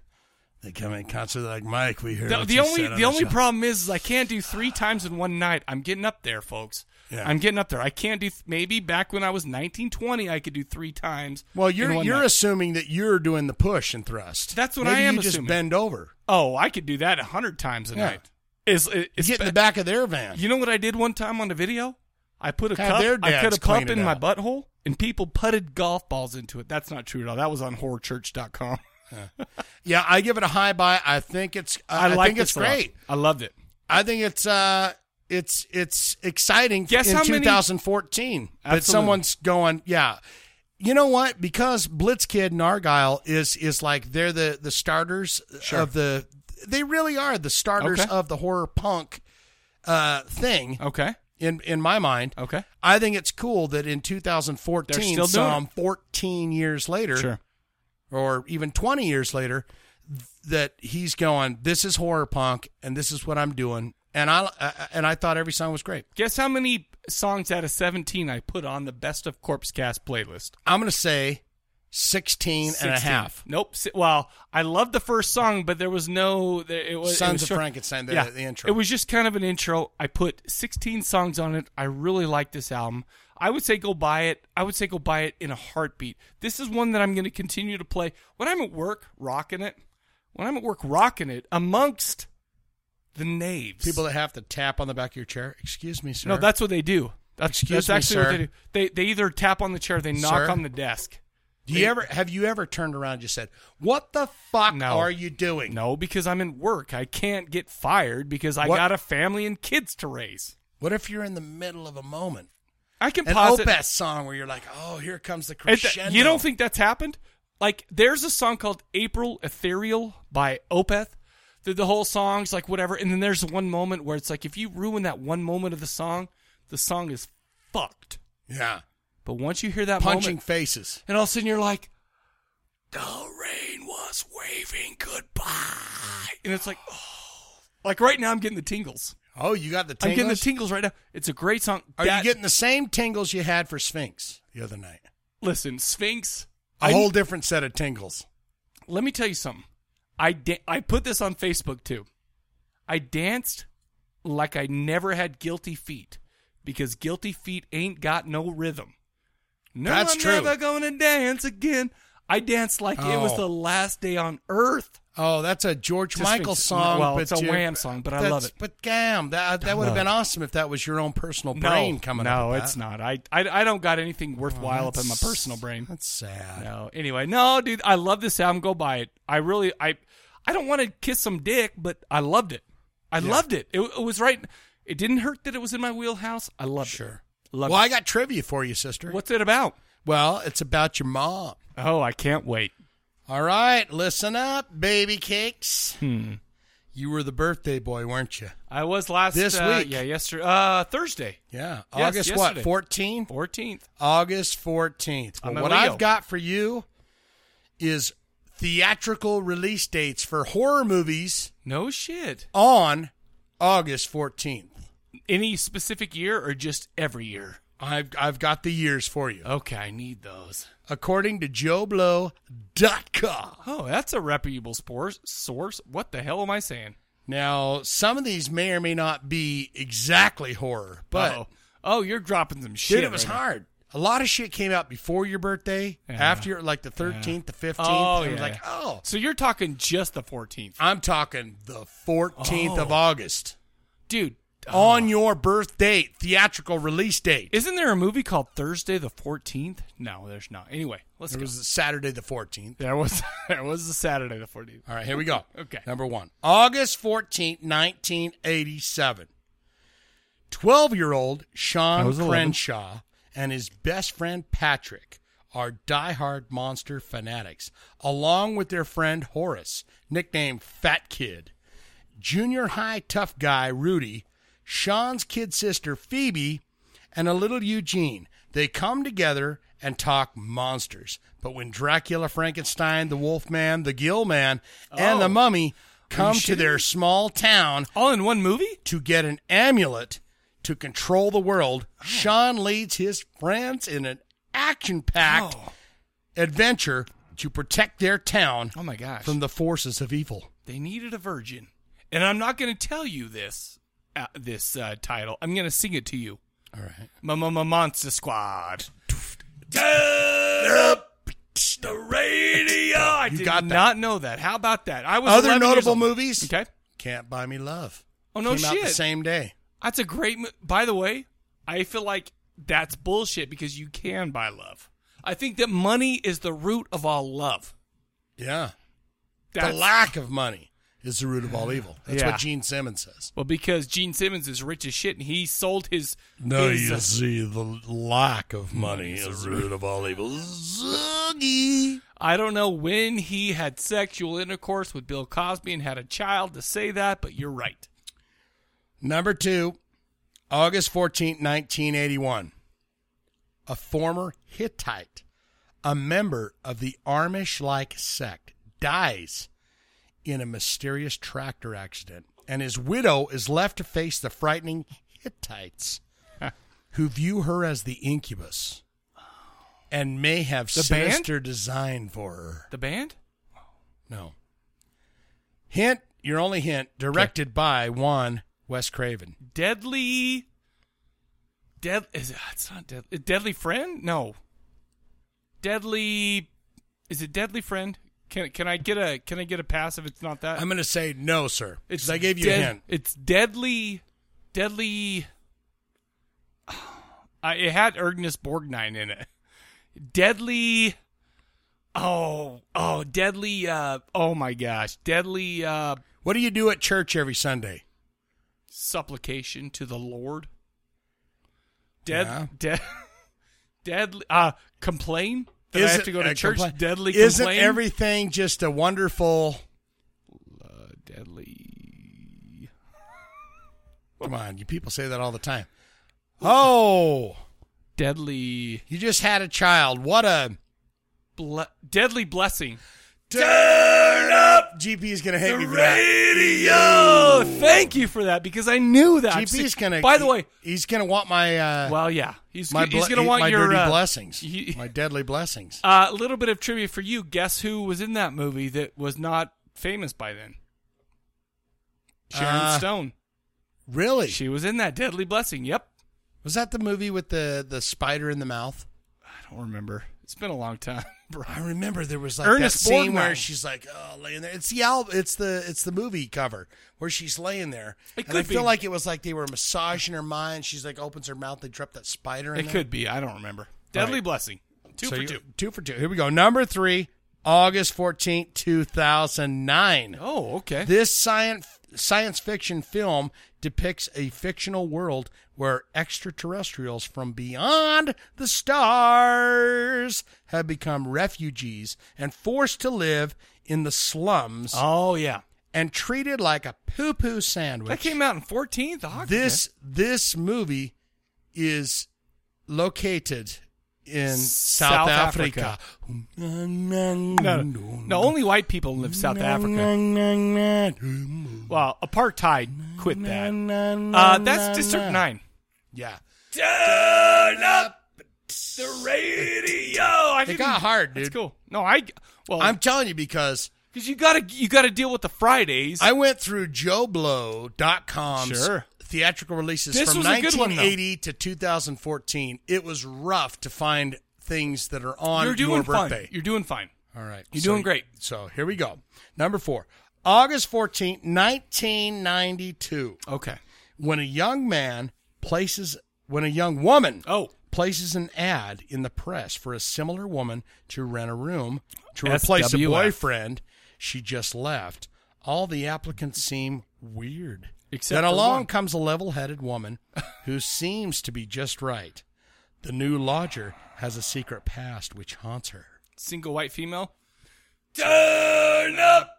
S2: They come in concert they're like Mike. We heard
S1: The,
S2: what
S1: the
S2: you
S1: only
S2: said on
S1: the only
S2: show."
S1: problem is, is I can't do three times in one night. I'm getting up there, folks.
S2: Yeah.
S1: I'm getting up there. I can't do th- maybe back when I was 19, 20, I could do three times.
S2: Well,
S1: in
S2: you're
S1: one
S2: you're
S1: night.
S2: assuming that you're doing the push and thrust.
S1: That's what
S2: Maybe
S1: I am
S2: You just
S1: assuming.
S2: bend over.
S1: Oh, I could do that a hundred times a
S2: Yeah.
S1: night. Is it,
S2: You get in the back of their van.
S1: You know what I did one time on a video? I put a
S2: Have
S1: cup.
S2: their
S1: I put
S2: dads
S1: a cup
S2: clean it
S1: in my
S2: out.
S1: butthole, and people putted golf balls into it. That's not true at all. That was on horrorchurch.com.
S2: Yeah, I give it a high buy. I think it's. I,
S1: I like
S2: think it's
S1: this a lot.
S2: great.
S1: I loved it.
S2: I think it's. uh It's it's exciting.
S1: Guess
S2: in
S1: how many-
S2: 2014 that
S1: Absolutely.
S2: someone's going. Yeah, you know what? Because Blitzkid and Argyle is is like they're the the starters
S1: Sure.
S2: of the. They really are the starters
S1: Okay.
S2: of the horror punk uh thing.
S1: Okay.
S2: In in my mind.
S1: Okay.
S2: I think it's cool that in
S1: They're
S2: 2014,
S1: still doing
S2: some
S1: it.
S2: 14 years later,
S1: Sure.
S2: or even 20 years later, th- that he's going, this is horror punk and this is what I'm doing. And I uh, and I thought every song was great.
S1: Guess how many songs out of 17 I put on the Best of Corpse Cast playlist?
S2: I'm going to say 16, and a
S1: 16.
S2: half.
S1: Nope. Oh, Si- Well, I loved the first song, but there was no. there- It was it
S2: Sons
S1: was
S2: of
S1: short.
S2: Frankenstein, the- the intro.
S1: It was just kind of an intro. I put 16 songs on it. I really like this album. I would say go buy it. I would say go buy it in a heartbeat. This is one that I'm going to continue to play when I'm at work, rocking it. When I'm at work, rocking it amongst the knaves.
S2: People that have to tap on the back of your chair. Excuse me, sir.
S1: No, that's what they do. That's,
S2: Excuse
S1: that's actually
S2: me,
S1: what
S2: sir.
S1: they do. They, they either tap on the chair, they knock
S2: Sir?
S1: on the desk.
S2: Do you ever have you ever turned around and just said, "What the fuck are you doing?"
S1: No, because I'm in work. I can't get fired because I
S2: What-
S1: got a family and kids to raise.
S2: What if you're in the middle of a moment?
S1: I can
S2: An
S1: pause it.
S2: Opeth song where you're like, "Oh, here comes the
S1: It-
S2: crescendo."
S1: You don't think that's happened? Like, there's a song called April Ethereal by Opeth. The, the whole song's like whatever. And then there's one moment where it's like, if you ruin that one moment of the song, the song is fucked.
S2: Yeah.
S1: But once you hear that
S2: punching
S1: moment,
S2: faces,
S1: and all of a sudden you're like,
S2: the rain was waving goodbye.
S1: and it's like, oh. Like right now, I'm getting the tingles.
S2: Oh, you got the
S1: I'm getting the
S2: tingles?
S1: tingles right now. It's a great song.
S2: Are
S1: That-
S2: you getting the same tingles you had for Sphinx the other night?
S1: Listen, Sphinx.
S2: A
S1: I-
S2: whole different set of tingles.
S1: let me tell you something. I da- I put this on Facebook too. I danced like I never had guilty feet because guilty feet ain't got no rhythm. No,
S2: That's
S1: I'm
S2: true.
S1: never gonna dance again. I danced like it was
S2: Oh.
S1: the last day on earth.
S2: Oh, that's a George
S1: To
S2: Michael
S1: Sphinx.
S2: song.
S1: Well,
S2: but
S1: it's a
S2: you-
S1: Wham song, but I
S2: that's-
S1: love it.
S2: But damn, that that would have
S1: love
S2: been
S1: it.
S2: awesome if that was your own personal brain coming
S1: no,
S2: up. with
S1: it's
S2: that. Oh,
S1: not. I, I I don't got anything worthwhile up in my
S2: that's-
S1: personal brain.
S2: That's sad.
S1: No. Anyway, no, dude, I love this album. Go buy it. I really, I, I don't want to kiss some dick, but I loved it. I
S2: Yeah.
S1: loved it. it. It was right. It didn't hurt that it was in my wheelhouse. I loved it. Sure. Loved
S2: well,
S1: it.
S2: I got trivia for you, sister.
S1: What's it about?
S2: Well, it's about your mom.
S1: Oh, I can't wait.
S2: All right, listen up, baby cakes.
S1: Hmm.
S2: You were the birthday boy, weren't you?
S1: I was last
S2: This
S1: uh,
S2: week.
S1: Yeah, yesterday. Uh, Thursday.
S2: Yeah.
S1: Yes,
S2: August what?
S1: yesterday.
S2: 14?
S1: 14th.
S2: August 14th. Well,
S1: I'm a
S2: what
S1: Leo.
S2: I've got for you is theatrical release dates for horror movies
S1: No shit.
S2: on August 14th.
S1: Any specific year or just every year?
S2: I've I've got the years for you.
S1: Okay, I need those.
S2: According to JoeBlow.com.
S1: Oh, that's a reputable spores source. What the hell am I saying?
S2: Now, some of these may or may not be exactly horror, but
S1: Uh-oh. oh, you're dropping some shit.
S2: dude, it was
S1: right now.
S2: hard. A lot of shit came out before your birthday,
S1: Yeah.
S2: after your like the 13th, the 15th.
S1: Oh,
S2: and it was
S1: yeah,
S2: like,
S1: yeah.
S2: oh,
S1: So you're talking just the 14th.
S2: I'm talking the 14th of
S1: Oh.
S2: August.
S1: Dude. oh.
S2: On your birth date, theatrical release date.
S1: Isn't there a movie called Thursday the 14th? No, there's not. Anyway, let's
S2: It
S1: go.
S2: was Saturday the 14th.
S1: there was there was a Saturday the 14th.
S2: All right, here we go.
S1: Okay.
S2: Number one August 14th, 1987. 12 year old
S1: I
S2: Sean
S1: was 11.
S2: Crenshaw and his best friend Patrick are diehard monster fanatics, along with their friend Horace, nicknamed Fat Kid. Junior high tough guy Rudy, Sean's kid sister Phoebe, and a little Eugene. They come together and talk monsters. But when Dracula, Frankenstein, the Wolfman, the Gill Man,
S1: Oh.
S2: and the Mummy
S1: you
S2: come to
S1: shitting
S2: their
S1: me?
S2: small town
S1: all in one movie
S2: to get an amulet to control the world,
S1: Oh.
S2: Sean leads his friends in an action-packed
S1: Oh.
S2: adventure to protect their town
S1: Oh my gosh.
S2: from the forces of evil.
S1: they needed a virgin. And I'm not going to tell you this uh, this uh, title. I'm going to sing it to you.
S2: All right.
S1: Mama Monster Squad. Turn up the radio. I
S2: You
S1: did
S2: got that.
S1: not know that. How about that? I was
S2: Other
S1: 11 years
S2: notable
S1: old.
S2: movies?
S1: Okay.
S2: Can't Buy Me Love.
S1: Oh, no
S2: Came out the
S1: shit.
S2: same day.
S1: That's a great. Mo- By the way, I feel like that's bullshit because you can buy love. I think that money is the root of all love.
S2: Yeah.
S1: That's,
S2: the lack of money is the root of all evil. That's
S1: Yeah.
S2: what Gene Simmons says.
S1: Well, because Gene Simmons is rich as shit, and he sold his.
S2: No,
S1: his,
S2: you
S1: uh,
S2: see, the lack of money is the root of all evil. Zuggy.
S1: I don't know when he had sexual intercourse with Bill Cosby and had a child to say that, but you're right.
S2: Number two, August 14, 1981. A former Hittite, a member of the Amish like sect, dies in a mysterious tractor accident, and his widow is left to face the frightening Hittites who view her as the incubus. and may have
S1: The band?
S2: sinister design for her.
S1: The band?
S2: No. Hint, your only hint, directed by one Wes Craven.
S1: Deadly. Dead. Is it, it's not deadly. Deadly friend? No. Deadly. Is it deadly friend? Can can I get a can I get a pass if it's not that?
S2: I'm going to say no, sir. 'cause I gave you
S1: dead-
S2: a hint.
S1: It's deadly. Deadly. I it had Ergnus Borgnine in it. Deadly. Oh, oh, deadly. Uh, oh my gosh, deadly. Uh,
S2: what do you do at church every Sunday?
S1: Supplication to the Lord. Dead,
S2: Yeah.
S1: dead, deadly. Uh, complain that I have to go to
S2: uh,
S1: church.
S2: compli-
S1: Deadly.
S2: Isn't
S1: complain?
S2: everything just a wonderful?
S1: Uh, deadly.
S2: Come on, you people say that all the time. Oh,
S1: deadly!
S2: You just had a child. What a
S1: ble- deadly blessing.
S2: Turn up. GP is gonna hate me for that.
S1: Radio. Thank you for that because I knew that.
S2: GP is gonna.
S1: By the way,
S2: he's gonna want my. Uh,
S1: well, yeah, he's
S2: my
S1: he's
S2: ble-
S1: gonna want
S2: my
S1: your
S2: dirty
S1: uh,
S2: blessings, my deadly blessings.
S1: A little bit of trivia for you. Guess who was in that movie that was not famous by then? Sharon
S2: Uh,
S1: Stone.
S2: Really?
S1: She was in that Deadly Blessing. Yep.
S2: Was that the movie with the the spider in the mouth?
S1: I don't remember. It's been a long time. Bro.
S2: I remember there was like
S1: Ernest
S2: that scene
S1: Borgnine.
S2: where she's like, oh, laying there. It's the album. It's the it's the movie cover where she's laying there.
S1: It
S2: and I
S1: could
S2: feel
S1: be.
S2: like it was like they were massaging her mind. She's like opens her mouth. They drop that spider. in
S1: It
S2: there.
S1: could be. I don't remember. Deadly
S2: right.
S1: Blessing. Two
S2: So
S1: for
S2: you-
S1: two.
S2: Two for two. Here we go. Number three, August fourteenth, two 2009.
S1: Oh, okay.
S2: This science, science fiction film depicts a fictional world where extraterrestrials from beyond the stars have become refugees and forced to live in the slums.
S1: Oh, yeah.
S2: And treated like a poo poo sandwich.
S1: That came out in 14th August.
S2: this this movie is located in South, Africa.
S1: No, no, only white people live South Africa. Well, apartheid quit that. Uh, that's District 9.
S2: Yeah.
S1: Turn up the radio. Oh, I
S2: It
S1: didn't-
S2: got hard, dude.
S1: That's cool. No, I well,
S2: I'm telling you because
S1: because you gotta you gotta deal with the Fridays.
S2: I went through JoeBlow.com's
S1: Sure.
S2: theatrical releases
S1: This
S2: from
S1: was a good one, though.
S2: 1980 to 2014. It was rough to find things that are on
S1: You're doing
S2: your
S1: fine.
S2: birthday.
S1: You're doing fine.
S2: All right.
S1: You're
S2: So-
S1: doing great.
S2: So here we go. Number four, August 14th, 1992.
S1: Okay.
S2: When a young man places, when a young woman
S1: oh
S2: places an ad in the press for a similar woman to rent a room to replace a
S1: SWF.
S2: boyfriend she just left, all the applicants seem weird.
S1: Except
S2: then
S1: for
S2: along
S1: one.
S2: comes a level-headed woman who seems to be just right. The new lodger has a secret past which haunts her.
S1: Single white female. Turn up.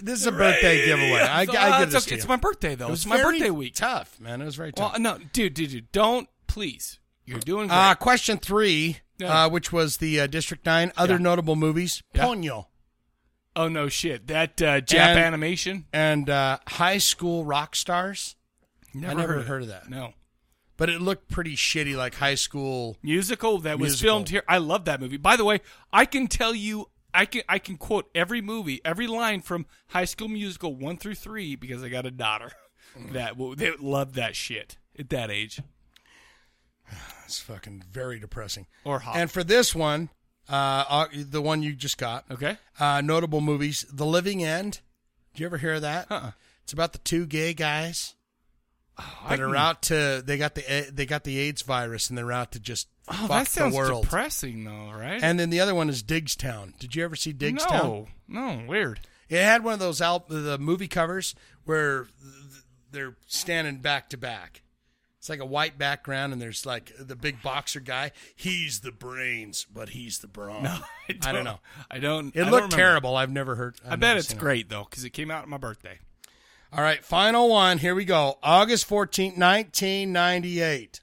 S2: This is a birthday giveaway. I, I get
S1: uh, it's,
S2: this to
S1: It's
S2: you.
S1: my birthday though.
S2: It was
S1: It's my
S2: very
S1: birthday week.
S2: Tough man, it was very tough.
S1: Well, no, dude, dude, dude, don't please. You're doing great.
S2: uh, question three,
S1: Yeah.
S2: uh, which was the uh, District Nine. Other
S1: Yeah.
S2: notable movies:
S1: Yeah.
S2: Ponyo
S1: oh no, shit. That uh, Jap
S2: And-
S1: animation.
S2: and uh, High School Rock Stars. I never heard, of that,
S1: No
S2: but it looked pretty shitty, like high school.
S1: musical that was
S2: Musical.
S1: filmed here. I love that movie. By the way, I can tell you, I can I can quote every movie, every line from High School Musical one through three because I got a daughter
S2: Mm.
S1: that will- they love that shit at that age.
S2: It's fucking very depressing.
S1: Or hot.
S2: And for this one, uh, uh, the one you just got,
S1: Okay.
S2: uh, notable movies: The Living End. Did you ever hear of that?
S1: Uh-uh.
S2: It's about the two gay guys.
S1: I
S2: that are
S1: can-
S2: out to they got the they got the AIDS virus and they're out to just
S1: Oh,
S2: fuck
S1: that sounds
S2: the world.
S1: depressing though, right?
S2: And then the other one is Digstown. Did you ever see Digstown?
S1: no, no, weird.
S2: It had one of those al- the movie covers where th- they're standing back to back. It's like a white background, and there's like the big boxer guy. He's the brains, but he's the brawn.
S1: I don't,
S2: know.
S1: I don't. I
S2: It
S1: don't
S2: looked
S1: remember.
S2: terrible. I've never heard. I've
S1: I
S2: never
S1: bet it's
S2: seen it.
S1: great though because it came out on my birthday.
S2: All right, final one. Here we go. August 14th, 1998.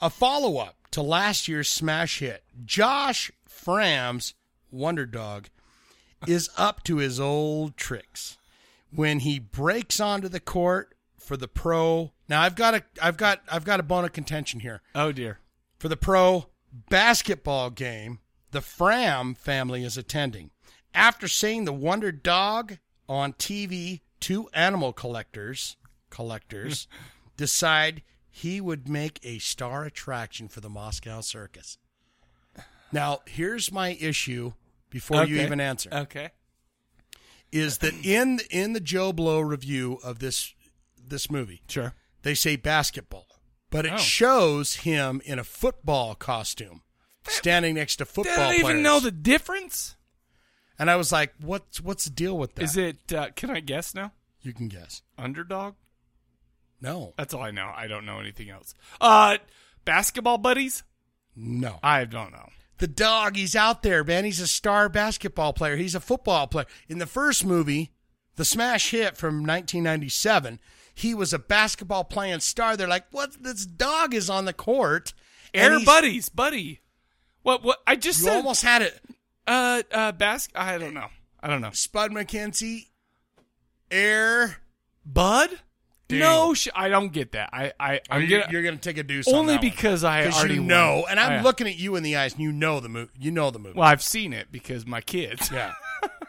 S2: A follow up to last year's smash hit. Josh Fram's Wonder Dog is up to his old tricks when he breaks onto the court for the pro. Now I've got a I've got I've got a bone of contention here.
S1: Oh dear.
S2: For the pro basketball game the Fram family is attending. After seeing the Wonder Dog on TV, two animal collectors collectors decide he would make a star attraction for the Moscow Circus. Now, here's my issue before you
S1: Okay.
S2: even answer
S1: Okay.
S2: is that in in the Joe Blow review of this this movie,
S1: sure,
S2: they say basketball, but it
S1: Oh.
S2: shows him in a football costume, standing next to football
S1: They don't
S2: players.
S1: even know the difference.
S2: and I was like, "What's what's the deal with that?"
S1: Is it? Uh, can I guess now?
S2: You can guess.
S1: Underdog.
S2: No,
S1: that's all I know. I don't know anything else. Uh, basketball buddies.
S2: No,
S1: I don't know.
S2: The dog, he's out there, man. He's a star basketball player. He's a football player. In the first movie, the smash hit from 1997, he was a basketball playing star. They're like, "What? This dog is on the court." and
S1: Air
S2: he's-
S1: buddies, buddy. What? What? I just
S2: You
S1: said-
S2: almost had it.
S1: Uh, uh, Bask. I don't know. I don't know.
S2: Spud McKenzie, Air
S1: Bud.
S2: Dang.
S1: No, sh- I don't get that. I, I, I'm
S2: you,
S1: gonna.
S2: are gonna take a deuce
S1: only
S2: on that one.
S1: because I
S2: 'Cause you
S1: already
S2: know.
S1: won.
S2: And I'm
S1: I-
S2: looking at you in the eyes, and you know the movie. You know the movie.
S1: Well, I've seen it because my kids.
S2: Yeah.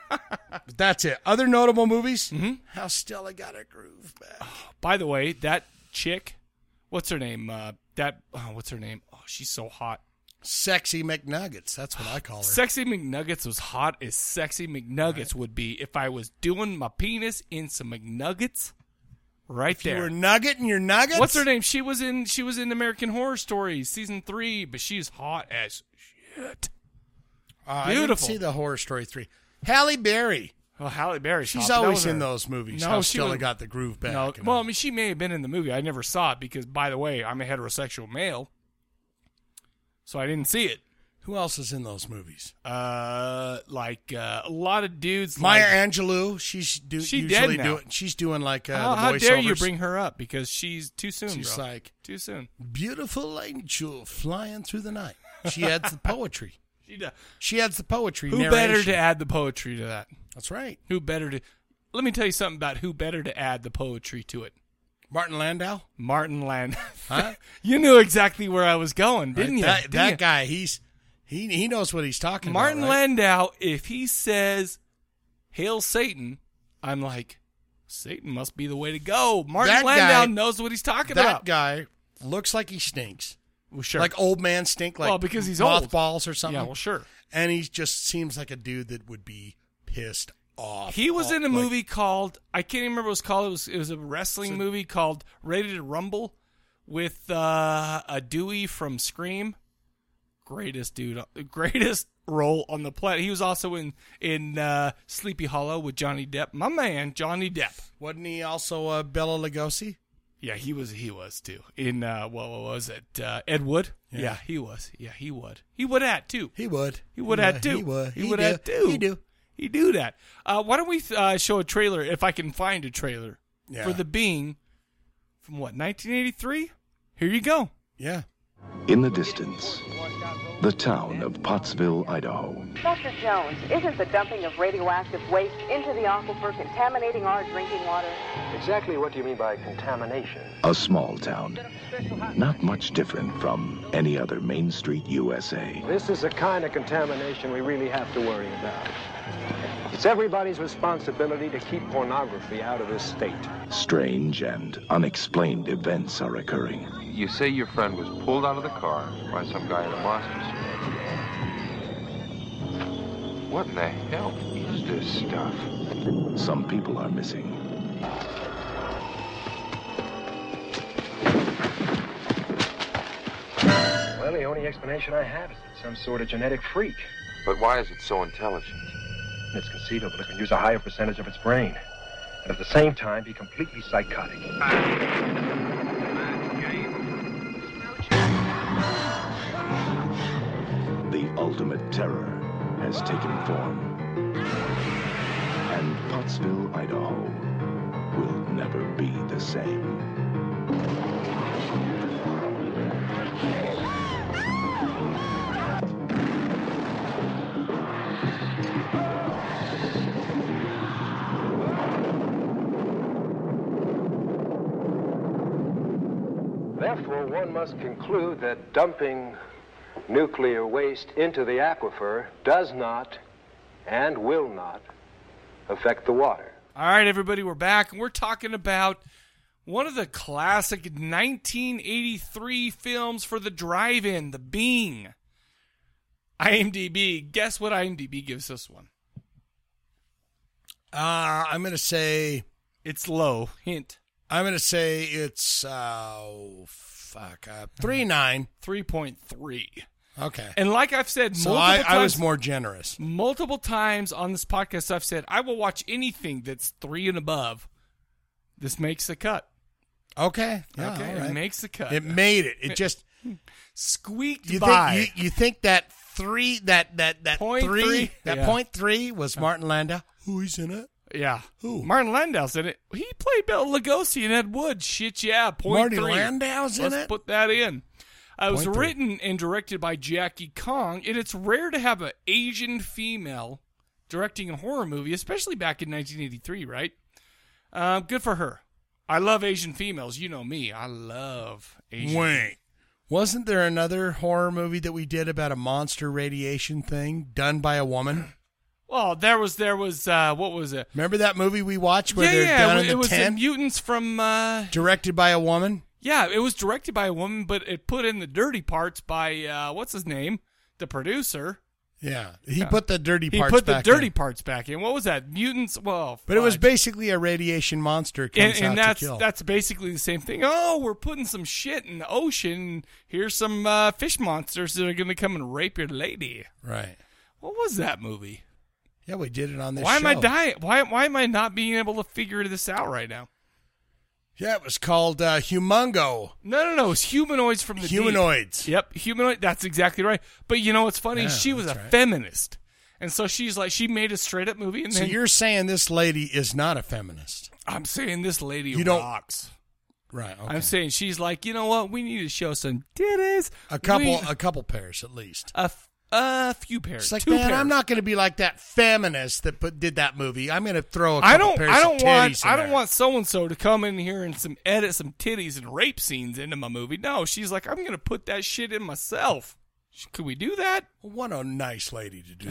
S2: But that's it. Other notable movies? Mm-hmm. How Stella got her groove back.
S1: By the way, that chick, what's her name? Uh, that oh, what's her name? Oh, she's so hot.
S2: Sexy McNuggets. That's what I call her.
S1: Sexy McNuggets was hot as sexy McNuggets would be if I was doing my penis in some McNuggets. Right
S2: If you
S1: there.
S2: were nuggeting your nuggets?
S1: What's her name? She was in she was in American Horror Story season three, but she's hot as shit.
S2: Uh, I didn't
S1: Beautiful.
S2: see the Horror Story three. Halle Berry.
S1: Well, Halle Berry.
S2: She's always in those movies. How Stella got the groove back.
S1: No, well, I mean, she may have been in the movie. I never saw it because, by the way, I'm a heterosexual male, so I didn't see it.
S2: Who else is in those movies?
S1: Uh, like uh, a lot of dudes.
S2: Maya
S1: like,
S2: Angelou. She's do,
S1: She
S2: usually
S1: dead now.
S2: doing. She's doing like uh,
S1: how,
S2: the
S1: how dare you
S2: voiceovers.
S1: bring her up? Because she's too soon.
S2: She's
S1: bro.
S2: like
S1: too soon.
S2: Beautiful angel flying through the night. She adds the poetry.
S1: She does.
S2: She adds the poetry.
S1: Who better to add the poetry to that?
S2: That's right.
S1: Who better to? Let me tell you something about who better to add the poetry to it.
S2: Martin Landau.
S1: Martin Landau.
S2: Huh?
S1: you knew exactly where I was going, didn't
S2: Right,
S1: you?
S2: that-
S1: Didn't
S2: that
S1: you?
S2: guy, he's he he knows what he's talking
S1: Martin
S2: about. right?
S1: Landau, if he says "Hail Satan," I'm like, Satan must be the way to go. Martin
S2: That
S1: Landau
S2: guy-
S1: knows what he's talking
S2: that
S1: about.
S2: guy looks like he stinks.
S1: Well, sure.
S2: Like old man stink. Like
S1: Well, because he's old.
S2: mothballs or something.
S1: Yeah, well, sure.
S2: And he just seems like a dude that would be pissed off.
S1: He was
S2: Oh,
S1: in a
S2: like-
S1: movie called I can't even remember what it was called. It was it was a wrestling movie called Ready to Rumble with uh, a Dewey from Scream. Greatest dude, greatest role on the planet. He was also in in uh, Sleepy Hollow with Johnny Depp. My man, Johnny Depp.
S2: Wasn't he also uh, Bella Lugosi?
S1: Yeah, he was. He was too. In uh, what, what was it? Uh, Ed Wood.
S2: Yeah.
S1: Yeah. he was. Yeah, he would. He would at too.
S2: He would.
S1: He would
S2: Yeah,
S1: at too.
S2: he would.
S1: He
S2: He
S1: would
S2: do.
S1: at too.
S2: He do.
S1: He do that. Uh, why don't we uh, show a trailer if I can find a trailer
S2: Yeah.
S1: for the Being from what 1983? Here you go.
S2: Yeah.
S11: In the distance, the town of Pottsville, Idaho.
S12: Dr. Jones, isn't the dumping of radioactive waste into the aquifer contaminating our drinking water?
S9: Exactly what do you mean by contamination?
S11: A small town, not much different from any other Main Street USA.
S9: This is the kind of contamination we really have to worry about. It's everybody's responsibility to keep pornography out of this state.
S11: Strange and unexplained events are occurring.
S7: You say your friend was pulled out of the car by some guy in a monster suit. What in the hell is this stuff?
S11: Some people are missing.
S9: Well, the only explanation I have is it's some sort of genetic freak.
S7: But why is it so intelligent?
S9: It's conceivable it can use a higher percentage of its brain, and at the same time be completely psychotic.
S11: The ultimate terror has taken form. And Pottsville, Idaho will never be the same.
S9: Therefore, one must conclude that dumping nuclear waste into the aquifer does not and will not affect the water.
S1: All right, everybody, we're back, and we're talking about one of the classic 1983 films for the drive-in, The Being. IMDb. Guess what IMDb gives this one?
S2: Uh, I'm going to say
S1: it's low. Hint.
S2: I'm going to say it's uh, oh, fuck uh, three nine
S1: three point three.
S2: Okay.
S1: And like I've said,
S2: So
S1: multiple
S2: I,
S1: times,
S2: I was more generous.
S1: multiple times on this podcast. I've said I will watch anything that's three and above. This makes the cut.
S2: Okay. Yeah,
S1: okay.
S2: all right.
S1: It makes the cut.
S2: It made it. It just
S1: squeaked
S2: you
S1: by.
S2: think you, you think that three that that that
S1: Point
S2: three,
S1: three?
S2: that
S1: Yeah.
S2: point three was Martin Landau. Who is in it?
S1: yeah. Who? Martin Landau's in it. He played Bill Lugosi in Ed Wood. Shit, yeah. Point
S2: Marty
S1: three.
S2: Landau's in
S1: Let's
S2: it?
S1: put that in. Uh, it was
S2: Point three.
S1: written and directed by Jackie Kong, and it's rare to have an Asian female directing a horror movie, especially back in 1983, right? Um, good for her. I love Asian females. You know me. I love Asian.
S2: Wait. Wasn't there another horror movie that we did about a monster radiation thing done by a woman?
S1: Well, there was there was uh, what was it?
S2: Remember that movie we watched where
S1: yeah,
S2: they're
S1: yeah.
S2: down
S1: it
S2: in the
S1: was the
S2: tent,
S1: mutants from. Uh,
S2: directed by a woman?
S1: yeah, it was directed by a woman, but it put in the dirty parts by uh, what's his name, the producer.
S2: Yeah, he put the dirty
S1: He
S2: parts
S1: put
S2: back
S1: the dirty
S2: in.
S1: parts back in. What was that? Mutants. Well,
S2: But it was basically a radiation monster comes
S1: and, and
S2: out
S1: that's
S2: to kill.
S1: that's basically the same thing. Oh, we're putting some shit in the ocean. Here's some uh, fish monsters that are going to come and rape your lady.
S2: right.
S1: What was that movie?
S2: Yeah, we did it on this.
S1: why am I
S2: show.
S1: dying? Why why am I not being able to figure this out right now?
S2: Yeah, it was called uh, Humongo.
S1: No, no, no. It's humanoids from the deep.
S2: Humanoids.
S1: Yep, humanoid. That's exactly right. But you know what's funny?
S2: Yeah,
S1: she was a
S2: that's right.
S1: feminist, and so she's like, she made a straight up movie. And
S2: So
S1: then
S2: you're saying this lady is not a feminist?
S1: I'm saying this lady
S2: You don't-
S1: rocks.
S2: Right.
S1: I'm saying she's like, you know what? We need to show some titties.
S2: A couple,
S1: We-
S2: a couple pairs at least.
S1: a, f- a few pairs.
S2: It's like,
S1: two
S2: man,
S1: pairs.
S2: I'm not going to be like that feminist that put, did that movie. I'm going to throw a couple
S1: I don't.
S2: pairs
S1: I don't
S2: of titties
S1: want.
S2: in
S1: I don't
S2: there.
S1: want so and so to come in here and some edit some titties and rape scenes into my movie. No, she's like, I'm gonna put that shit in myself. Sh- Could we do that?
S2: What a nice lady to do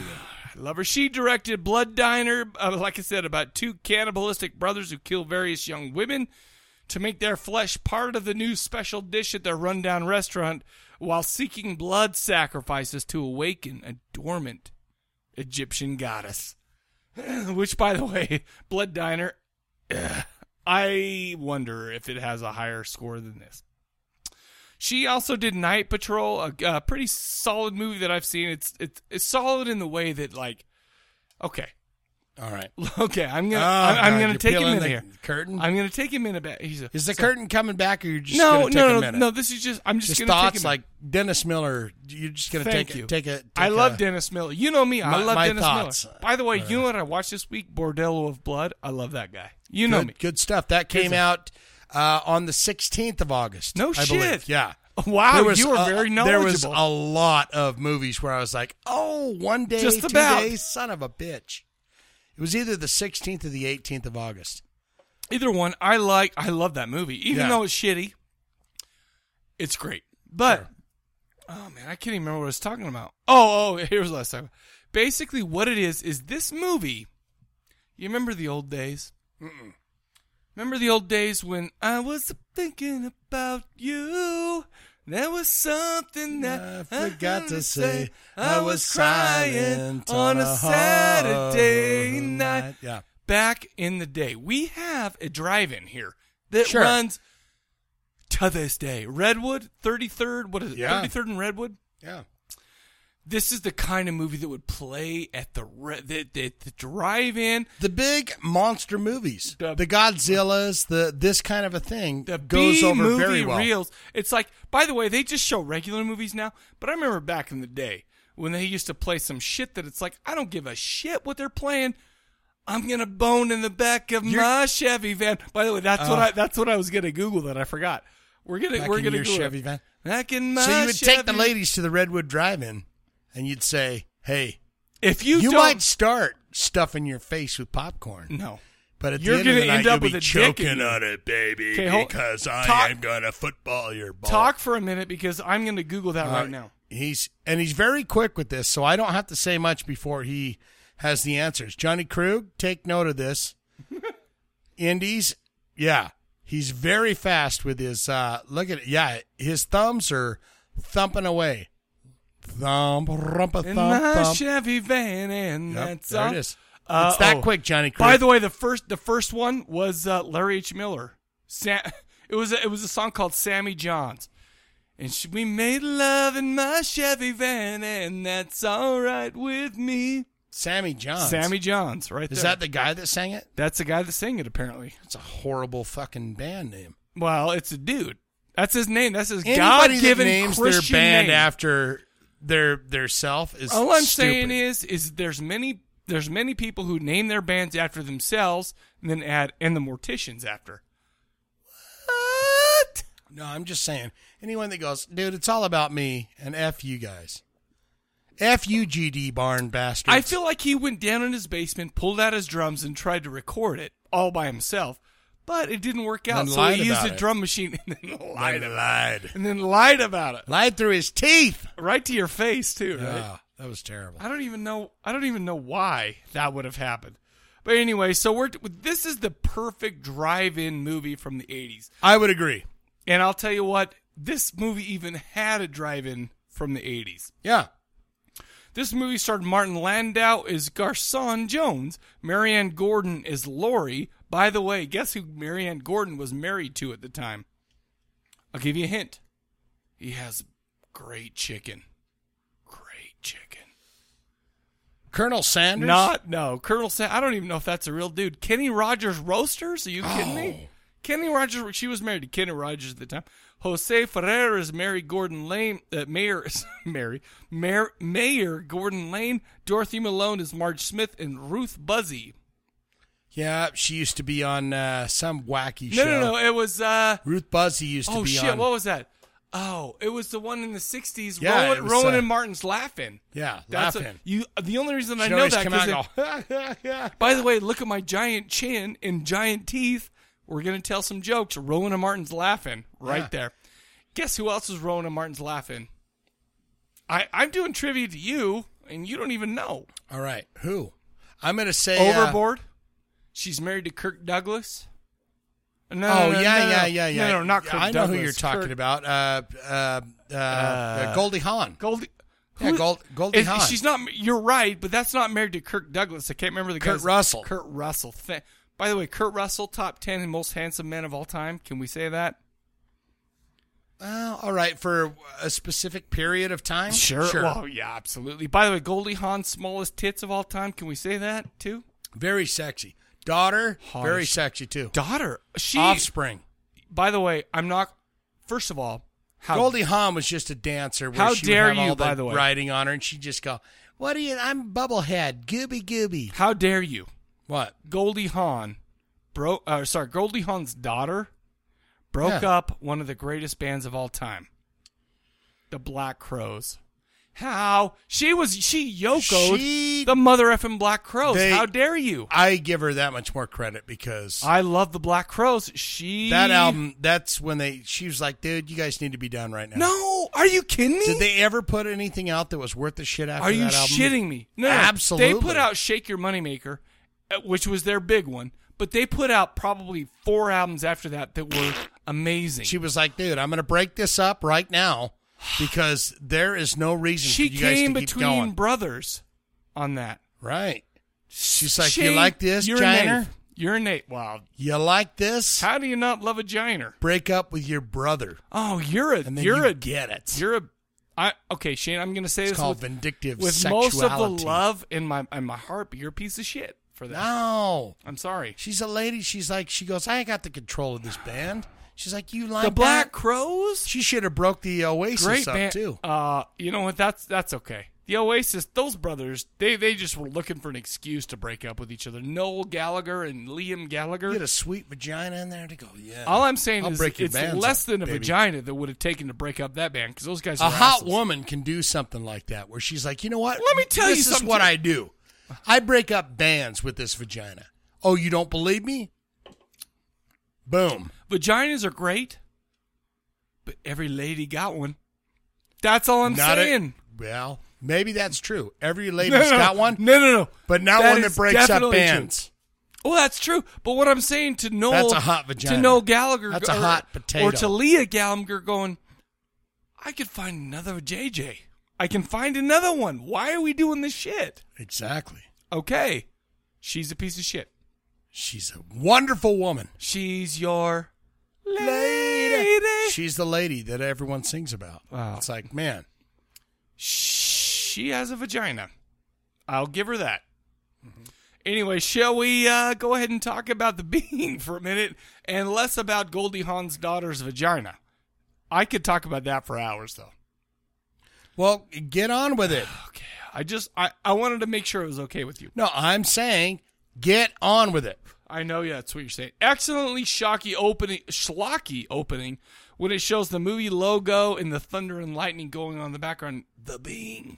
S2: that.
S1: I love her. She directed Blood Diner, uh, like I said, about two cannibalistic brothers who kill various young women to make their flesh part of the new special dish at their rundown restaurant while seeking blood sacrifices to awaken a dormant Egyptian goddess. Which, by the way, Blood Diner, I wonder if it has a higher score than this. She also did Night Patrol, a, a pretty solid movie that I've seen. It's, it's it's solid in the way that like, okay,
S2: All right.
S1: okay, I'm gonna
S2: Oh,
S1: I'm, I'm
S2: God,
S1: gonna
S2: you're
S1: take him
S2: peeling
S1: in
S2: the
S1: here.
S2: Curtain.
S1: I'm gonna take him in a bit. He's a,
S2: is the
S1: so-
S2: curtain coming back, or you're just
S1: no,
S2: gonna take
S1: no,
S2: a
S1: no,
S2: minute?
S1: no. This is just I'm just, gonna
S2: thoughts
S1: take him
S2: like Dennis Miller. You're just
S1: in.
S2: going to
S1: Thank
S2: take
S1: you.
S2: a, take a. Take
S1: I love
S2: a-
S1: Dennis Miller. You know me. I
S2: My-
S1: love
S2: my
S1: Dennis
S2: thoughts.
S1: Miller. By the way, you know what I watched this week? Bordello of Blood. I love that guy. You know
S2: good,
S1: me.
S2: Good stuff. That came
S1: a-
S2: out uh, on the 16th of August.
S1: No
S2: I
S1: shit.
S2: Believe. Yeah.
S1: Wow,
S2: There was
S1: you were
S2: a-
S1: very
S2: There was
S1: knowledgeable.
S2: a lot of movies where I was like, oh, one day,
S1: Just
S2: two
S1: about.
S2: days, son of a bitch. It was either the 16th or the 18th of August.
S1: Either one, I like. I love that movie, even
S2: Yeah.
S1: though it's shitty. It's great, but oh man, I can't even remember what I was talking about. Oh, oh, here's last time. Basically, what it is is this movie. You remember the old days?
S10: Mm-mm.
S1: Remember the old days when I was thinking about you. There was something that
S2: I forgot to say,
S1: I was crying
S2: silent
S1: on a Saturday
S2: hot
S1: night.
S2: Yeah.
S1: Back in the day, we have a drive-in here that
S2: Sure.
S1: runs to this day. Redwood, 33rd, what is it?
S2: Yeah.
S1: 33rd and Redwood?
S2: Yeah.
S1: This is the kind of movie that would play at the re- the, the, the drive-in.
S2: The big monster movies, the, Godzillas, the this kind of a thing goes
S1: B
S2: over
S1: movie
S2: very well.
S1: reels. It's like, by the way, they just show regular movies now. But I remember back in the day when they used to play some shit that it's like, I don't give a shit what they're playing. I'm gonna bone in the back of
S2: You're-
S1: my Chevy van. By the way, that's what
S2: Oh.
S1: I that's what I was gonna Google that I forgot. We're gonna
S2: Back
S1: we're
S2: in
S1: gonna
S2: your
S1: Google it.
S2: Chevy van.
S1: Back in my
S2: so you would take the
S1: Chevy-
S2: ladies to the Redwood Drive-In, and you'd say, "Hey,
S1: if you
S2: you
S1: don't-
S2: might start stuffing your face with popcorn,
S1: No.
S2: but at
S1: You're
S2: the end of the
S1: gonna
S2: night,
S1: end up
S2: you'll
S1: with
S2: be
S1: a dick in
S2: choking
S1: you.
S2: on it, baby,
S1: 'Kay, hold-
S2: because I
S1: talk-
S2: am gonna football your ball."
S1: Talk for a minute because I'm gonna Google that
S2: All
S1: right
S2: right.
S1: now.
S2: He's and he's very quick with this, so I don't have to say much before he has the answers. Johnny Krug, take note of this. Indies, yeah, he's very fast with his. Uh, look at it, yeah, his thumbs are thumping away. Thump, rumpa,
S1: In
S2: thump,
S1: my
S2: thump.
S1: Chevy van, and
S2: Yep,
S1: that's
S2: there
S1: all.
S2: it is.
S1: Uh,
S2: it's that
S1: oh.
S2: quick, Johnny Krug.
S1: By the way, the first the first one was uh, Larry H. Miller. Sam, it was a, it was a song called Sammy John's, and she, we made love in my Chevy van, and that's all right with me.
S2: Sammy Johns.
S1: Sammy Johns, right?
S2: Is
S1: there.
S2: that the guy that sang it?
S1: That's the guy that sang it. Apparently,
S2: it's a horrible fucking band name.
S1: Well, it's a dude. That's his name. That's his
S2: Anybody
S1: God-given
S2: that names
S1: Christian
S2: their band
S1: name.
S2: after their their self is
S1: All I'm
S2: stupid.
S1: saying is, is there's many there's many people who name their bands after themselves and then add and the Morticians after.
S2: No, I'm just saying. Anyone that goes, dude, it's all about me and F you guys. F you, GD Barn bastards.
S1: I feel like he went down in his basement, pulled out his drums, and tried to record it all by himself, but it didn't work out.
S2: Then
S1: so
S2: lied
S1: he used
S2: about
S1: a
S2: it.
S1: drum machine and then lied
S2: Then
S1: about
S2: lied.
S1: it. And then lied about it.
S2: Lied through his teeth.
S1: Right to your face too, right?
S2: Ah, that was terrible.
S1: I don't even know. I don't even know why that would have happened. But anyway, so we're this is the perfect drive-in movie from the '80s,
S2: I would agree.
S1: and I'll tell you what, this movie even had a drive-in from the '80s.
S2: Yeah.
S1: This movie starred Martin Landau as Garcon Jones, Marianne Gordon as Lori. By the way, guess who Marianne Gordon was married to at the time? I'll give you a hint. He has great chicken. Great chicken.
S2: Colonel Sanders?
S1: Not no, Colonel Sam. I don't even know if that's a real dude. Kenny Rogers Roasters? Are you kidding
S2: Oh.
S1: me? Kenny Rogers. She was married to Kenny Rogers at the time. Jose Ferrer is Mary Gordon Lane. Uh, Mayor is Mary. Mayor, Mayor Gordon Lane. Dorothy Malone is Marge Smith, and Ruth Buzzy.
S2: Yeah, she used to be on uh, some wacky
S1: No, no,
S2: show.
S1: no. It was. uh
S2: Ruth Buzzy used to
S1: Oh
S2: be
S1: shit!
S2: on.
S1: What was that? Oh, it was the one in the '60s.
S2: Yeah,
S1: Rowan,
S2: it was,
S1: Rowan
S2: uh,
S1: and Martin's laughing.
S2: yeah,
S1: a-
S2: Laugh-In.
S1: you. The only reason I
S2: She'd
S1: know
S2: always
S1: that
S2: come out
S1: because
S2: and go,
S1: By the way, look at my giant chin and giant teeth. We're gonna tell some jokes. Rowan and Martin's laughing right
S2: Yeah.
S1: there. Guess who else is Rowan and Martin's laughing? I I'm doing trivia to you, and you don't even know.
S2: All right, who? I'm gonna say uh,
S1: Overboard. She's married to Kirk Douglas. No,
S2: oh
S1: no,
S2: yeah,
S1: no,
S2: yeah,
S1: no.
S2: yeah, yeah.
S1: No, no, not Kirk
S2: I know
S1: Douglas.
S2: who you're talking
S1: Kirk-
S2: about. Uh, uh, uh, uh, Goldie Hawn.
S1: Goldie.
S2: Yeah,
S1: who-
S2: Gold, Goldie
S1: If-
S2: Hawn.
S1: She's not. You're right, but that's not married to Kirk Douglas. I can't remember the guy.
S2: Kurt Russell.
S1: Kurt Russell. Th- By the way, Kurt Russell, top ten most handsome men of all time. Can we say that?
S2: Well, all right, for a specific period of time. sure.
S1: Well, yeah, absolutely. By the way, Goldie Hawn, smallest tits of all time. Can we say that too?
S2: Very sexy. Daughter,
S1: Hot
S2: very
S1: as-
S2: sexy too.
S1: Daughter, she
S2: offspring.
S1: By the way, I'm not. First of all, how
S2: Goldie Hawn was just a dancer. Where
S1: How
S2: she
S1: dare
S2: would have
S1: you,
S2: All
S1: by the way.
S2: writing on her, and she just go, "What are you? I'm bubblehead, gooby gooby."
S1: How dare you?
S2: What?
S1: Goldie Hawn, bro. Uh, sorry, Goldie Hawn's daughter broke
S2: Yeah.
S1: up one of the greatest bands of all time, the Black Crows. How she was she yokoed
S2: She-
S1: the mother effing Black Crows.
S2: They-
S1: How dare you?
S2: I give her that much more credit because
S1: I love the Black Crows. She
S2: that album. That's when they. She was like, "Dude, you guys need to be done right now."
S1: No, are you kidding me?
S2: Did they ever put anything out that was worth the shit after
S1: Are you
S2: that album?
S1: shitting me? No, no,
S2: absolutely.
S1: They put out "Shake Your Moneymaker," uh, which was their big one, but they put out probably four albums after that that were amazing.
S2: She was like, "Dude, I'm going to break this up right now because there is no reason
S1: She
S2: for you guys
S1: came
S2: to keep
S1: between
S2: going."
S1: brothers on that.
S2: Right. She's like,
S1: She-
S2: "You like this,
S1: you're
S2: Jiner?
S1: An ape. You're an ape. Wow.
S2: You like this?
S1: How do you not love a Jiner?
S2: Break up with your brother."
S1: Oh, you're a
S2: then
S1: you're
S2: you
S1: a
S2: get it.
S1: You're a I okay, Shane. I'm gonna say
S2: It's
S1: this
S2: called
S1: with,
S2: vindictive
S1: with most of the
S2: sexuality.
S1: love in my in my heart, but you're a piece of shit for that.
S2: No,
S1: I'm sorry.
S2: She's a lady. She's like, she goes, "I got the control of this band." She's like, "You like
S1: the Black
S2: that?"
S1: Crows.
S2: She should have broke the Oasis
S1: Great
S2: up
S1: band
S2: too.
S1: Uh, you know what? That's that's okay. The Oasis, those brothers, they they just were looking for an excuse to break up with each other. Noel Gallagher and Liam Gallagher.
S2: Get a sweet vagina in there to go. Yeah.
S1: All I'm saying
S2: I'll
S1: is
S2: break your
S1: it's
S2: bands
S1: less
S2: up,
S1: than a
S2: baby.
S1: vagina that would have taken to break up that band because those guys.
S2: A
S1: were
S2: hot
S1: assholes.
S2: woman can do something like that, where she's like, you know what?
S1: Let me tell you
S2: this
S1: something.
S2: is what I do. I break up bands with this vagina. Oh, you don't believe me? Boom.
S1: Vaginas are great, but every lady got one. That's all I'm
S2: Not a-
S1: saying.
S2: well, maybe that's true. Every
S1: No,
S2: lady's
S1: no, no.
S2: got one.
S1: No, no, no.
S2: But not
S1: That
S2: one that
S1: is
S2: breaks up
S1: definitely true.
S2: bands.
S1: Well, Oh, that's true. But what I'm saying to Noel,
S2: That's a hot vagina.
S1: To Noel Gallagher,
S2: That's a
S1: or-
S2: hot potato.
S1: Or to Leah Gallagher, going, I could find another JJ. I can find another one. Why are we doing this shit?
S2: Exactly.
S1: Okay, she's a piece of shit.
S2: She's a wonderful woman.
S1: She's your
S2: lady. She's the lady that everyone sings about. Wow. It's like, man,
S1: She has a vagina. I'll give her that. Anyway, shall we uh, go ahead and talk about the being for a minute and less about Goldie Hawn's daughter's vagina? I could talk about that for hours, though.
S2: Well, get on with it.
S1: okay. I just I, I wanted to make sure it was okay with you.
S2: no, I'm saying get on with it.
S1: I know, yeah, that's what you're saying. Excellently shocky opening, schlocky opening when it shows the movie logo and the thunder and lightning going on in the background. The being.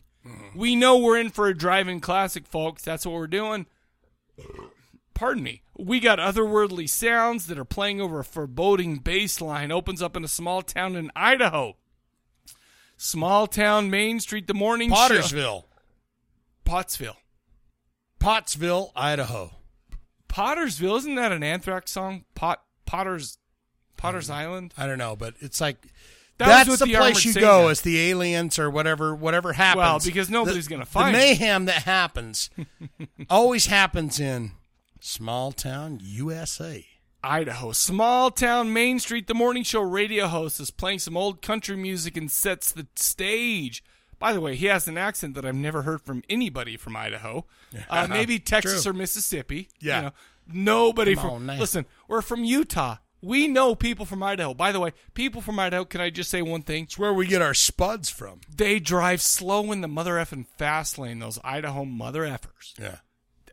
S1: We know we're in for a driving classic, folks. That's what we're doing. Pardon me. We got otherworldly sounds that are playing over a foreboding bass line. Opens up in a small town in Idaho. Small town Main Street, the morning show-
S2: Pottersville.
S1: Pottsville.
S2: Pottsville, Idaho.
S1: Pottersville, isn't that an anthrax song? Pot Potter's Potter's Island?
S2: I don't know, but it's like
S1: That was
S2: that's
S1: with
S2: the,
S1: the armored
S2: place you
S1: Satan.
S2: go is the aliens or whatever whatever happens.
S1: Well, because nobody's
S2: The-
S1: gonna find
S2: the
S1: it.
S2: mayhem that happens always happens in small town USA.
S1: Idaho. Small town Main Street, the morning show radio host is playing some old country music and sets the stage. By the way, he has an accent that I've never heard from anybody from Idaho. Uh, maybe Texas
S2: True.
S1: or Mississippi.
S2: Yeah.
S1: You know, nobody
S2: Come on
S1: from.
S2: now.
S1: Listen, we're from Utah. We know people from Idaho. By the way, people from Idaho, can I just say one thing? It's
S2: where we get our spuds from.
S1: They drive slow in the mother effing fast lane, those Idaho mother effers.
S2: Yeah.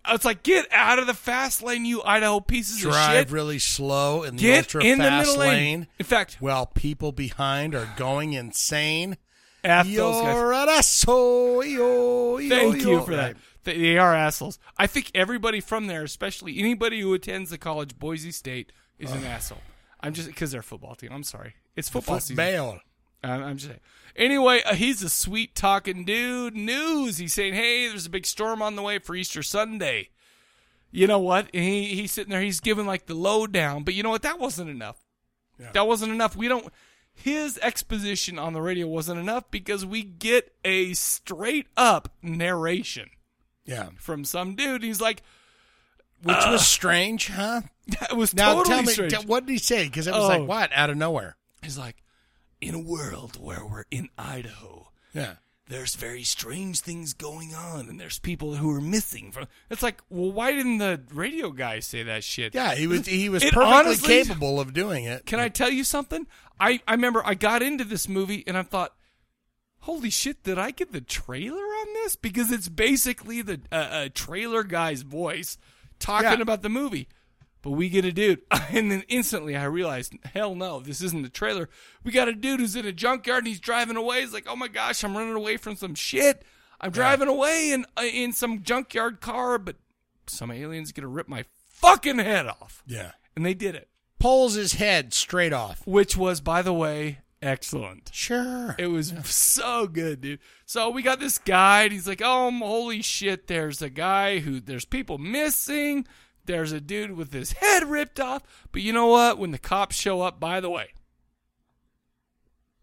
S1: It's like, get out of the fast lane, you Idaho pieces of shit.
S2: Drive really slow in the
S1: Get
S2: ultra
S1: in the
S2: fast
S1: middle lane.
S2: lane.
S1: In fact,
S2: while people behind are going insane.
S1: F
S2: You're
S1: those guys.
S2: an asshole. Yo, yo,
S1: Thank
S2: yo.
S1: you for that. They, they are assholes. I think everybody from there, especially anybody who attends the college Boise State, is an
S2: Ugh.
S1: asshole. I'm just because they're football team. I'm sorry, it's
S2: The
S1: football season.
S2: football.
S1: I'm, I'm just saying. Anyway, uh, he's a sweet talking dude. News. He's saying, "Hey, there's a big storm on the way for Easter Sunday." You know what? And he he's sitting there. He's giving like the lowdown. But you know what? That wasn't enough. That wasn't enough. We don't. His exposition on the radio wasn't enough because we get a straight up narration
S2: Yeah.
S1: from some dude. He's like,
S2: Which
S1: "Ugh."
S2: was strange, huh?
S1: That was
S2: now
S1: totally
S2: tell me,
S1: strange.
S2: t- what did he say? Because it was
S1: Oh.
S2: like what out of nowhere.
S1: He's like, in a world where we're in Idaho,
S2: Yeah.
S1: there's very strange things going on, and there's people who are missing. From it's like, well, why didn't the radio guy say that shit?
S2: Yeah, he was he was
S1: It
S2: perfectly
S1: honestly-
S2: capable of doing it.
S1: Can I tell you something? I I remember I got into this movie and I thought, holy shit, did I get the trailer on this? Because it's basically the uh, uh, trailer guy's voice talking
S2: Yeah.
S1: about the movie. But we get a dude, and then instantly I realized, hell no, this isn't the trailer. We got a dude who's in a junkyard and he's driving away. He's like, oh my gosh, I'm running away from some shit. I'm driving away in uh, in some junkyard car, but some alien's gonna rip my fucking head off.
S2: Yeah.
S1: And they did it.
S2: Pulls his head straight off.
S1: Which was, by the way, excellent.
S2: Sure.
S1: It was so good, dude. So we got this guy, and he's like, oh, m- holy shit, there's a guy who, there's people missing. There's a dude with his head ripped off. But you know what? When the cops show up, by the way,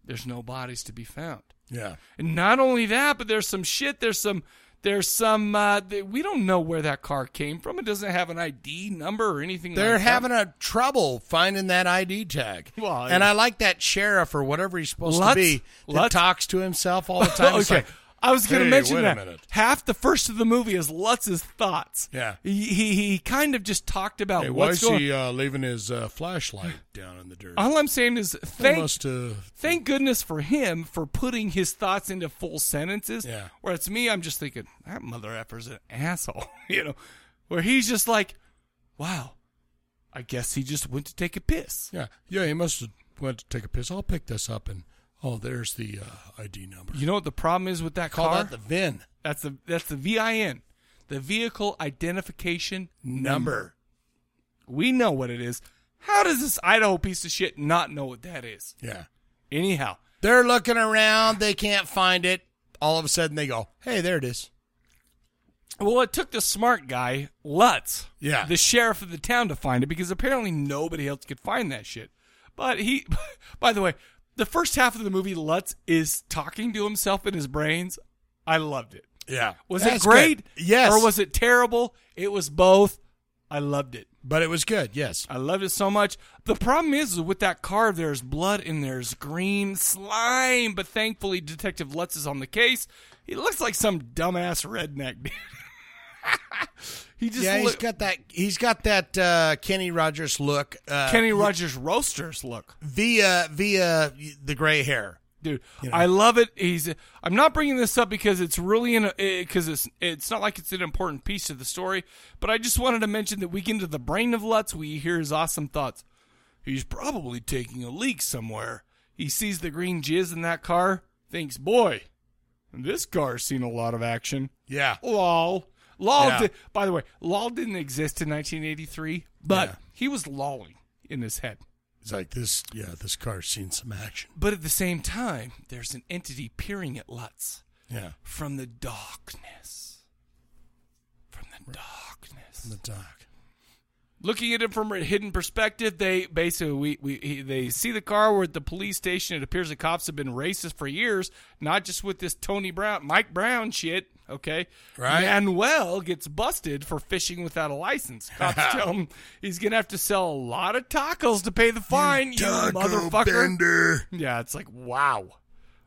S1: there's no bodies to be found.
S2: Yeah.
S1: And not only that, but there's some shit. There's some. There's some. Uh, th- we don't know where that car came from. It doesn't have an ID number or anything.
S2: They're
S1: like that.
S2: having a trouble finding that ID tag.
S1: Well,
S2: and
S1: Uh, yeah.
S2: I like that sheriff or whatever he's supposed
S1: Lutz?
S2: to be that
S1: Lutz?
S2: talks to himself all the time. It's
S1: okay.
S2: like,
S1: I was going to
S2: "Hey,
S1: mention
S2: wait a
S1: that.
S2: minute."
S1: Half the first of the movie is Lutz's thoughts.
S2: Yeah.
S1: He, he, he kind of just talked about
S2: Hey, why
S1: what's
S2: is
S1: going
S2: he uh, leaving his uh, flashlight down in the dirt?
S1: All I'm saying is thank,
S2: must, uh,
S1: thank goodness for him for putting his thoughts into full sentences.
S2: Yeah.
S1: Where it's me, I'm just thinking, that mother effer's an asshole. you know, where he's just like, wow, I guess he just went to take a piss.
S2: Yeah, yeah, he must have went to take a piss. I'll pick this up and oh, there's the uh, ID number.
S1: You know what the problem is with that
S2: Call
S1: car?
S2: that the VIN.
S1: That's the that's the VIN, the vehicle identification number. We know what it is. How does this Idaho piece of shit not know what that is?
S2: Yeah.
S1: Anyhow,
S2: They're looking around. They can't find it. All of a sudden, they go, "Hey, there it is."
S1: Well, it took the smart guy, Lutz,
S2: Yeah.
S1: the sheriff of the town, to find it because apparently nobody else could find that shit. But he, by the way, the first half of the movie, Lutz is talking to himself in his brains. I loved it.
S2: Yeah.
S1: Was
S2: That's
S1: it great?
S2: good. Yes.
S1: Or was it terrible? It was both. I loved it.
S2: But it was good. Yes.
S1: I loved it so much. The problem is with that car, there's blood and there's green slime. But thankfully, Detective Lutz is on the case. He looks like some dumbass redneck dude. he just
S2: yeah, he's
S1: look-
S2: got that. He's got that uh, Kenny Rogers look. Uh,
S1: Kenny Rogers roasters look
S2: via via the gray hair,
S1: dude. I love it. He's. I'm not bringing this up because it's really in because it's it's not like it's an important piece of the story, but I just wanted to mention that we get into the brain of Lutz. We hear his awesome thoughts. He's probably taking a leak somewhere. He sees the green jizz in that car. Thinks, boy, this car's seen a lot of action.
S2: Yeah.
S1: Lol. Lol.
S2: Yeah.
S1: Di- by the way, lol didn't exist in 1983, but he was lolling in his head.
S2: It's like this. Yeah, this car's seen some action.
S1: But at the same time, there's an entity peering at Lutz.
S2: Yeah.
S1: From the darkness. From the darkness. From
S2: the dark.
S1: Looking at it from a hidden perspective, they basically we, we he, they see the car. We're at the police station. It appears the cops have been racist for years, not just with this Tony Brown, Mike Brown shit. Okay,
S2: Right.
S1: Manuel gets busted for fishing without a license. Cops tell him he's gonna have to sell a lot of tacos to pay the fine. You,
S2: taco
S1: motherfucker!
S2: bender.
S1: Yeah, it's like wow,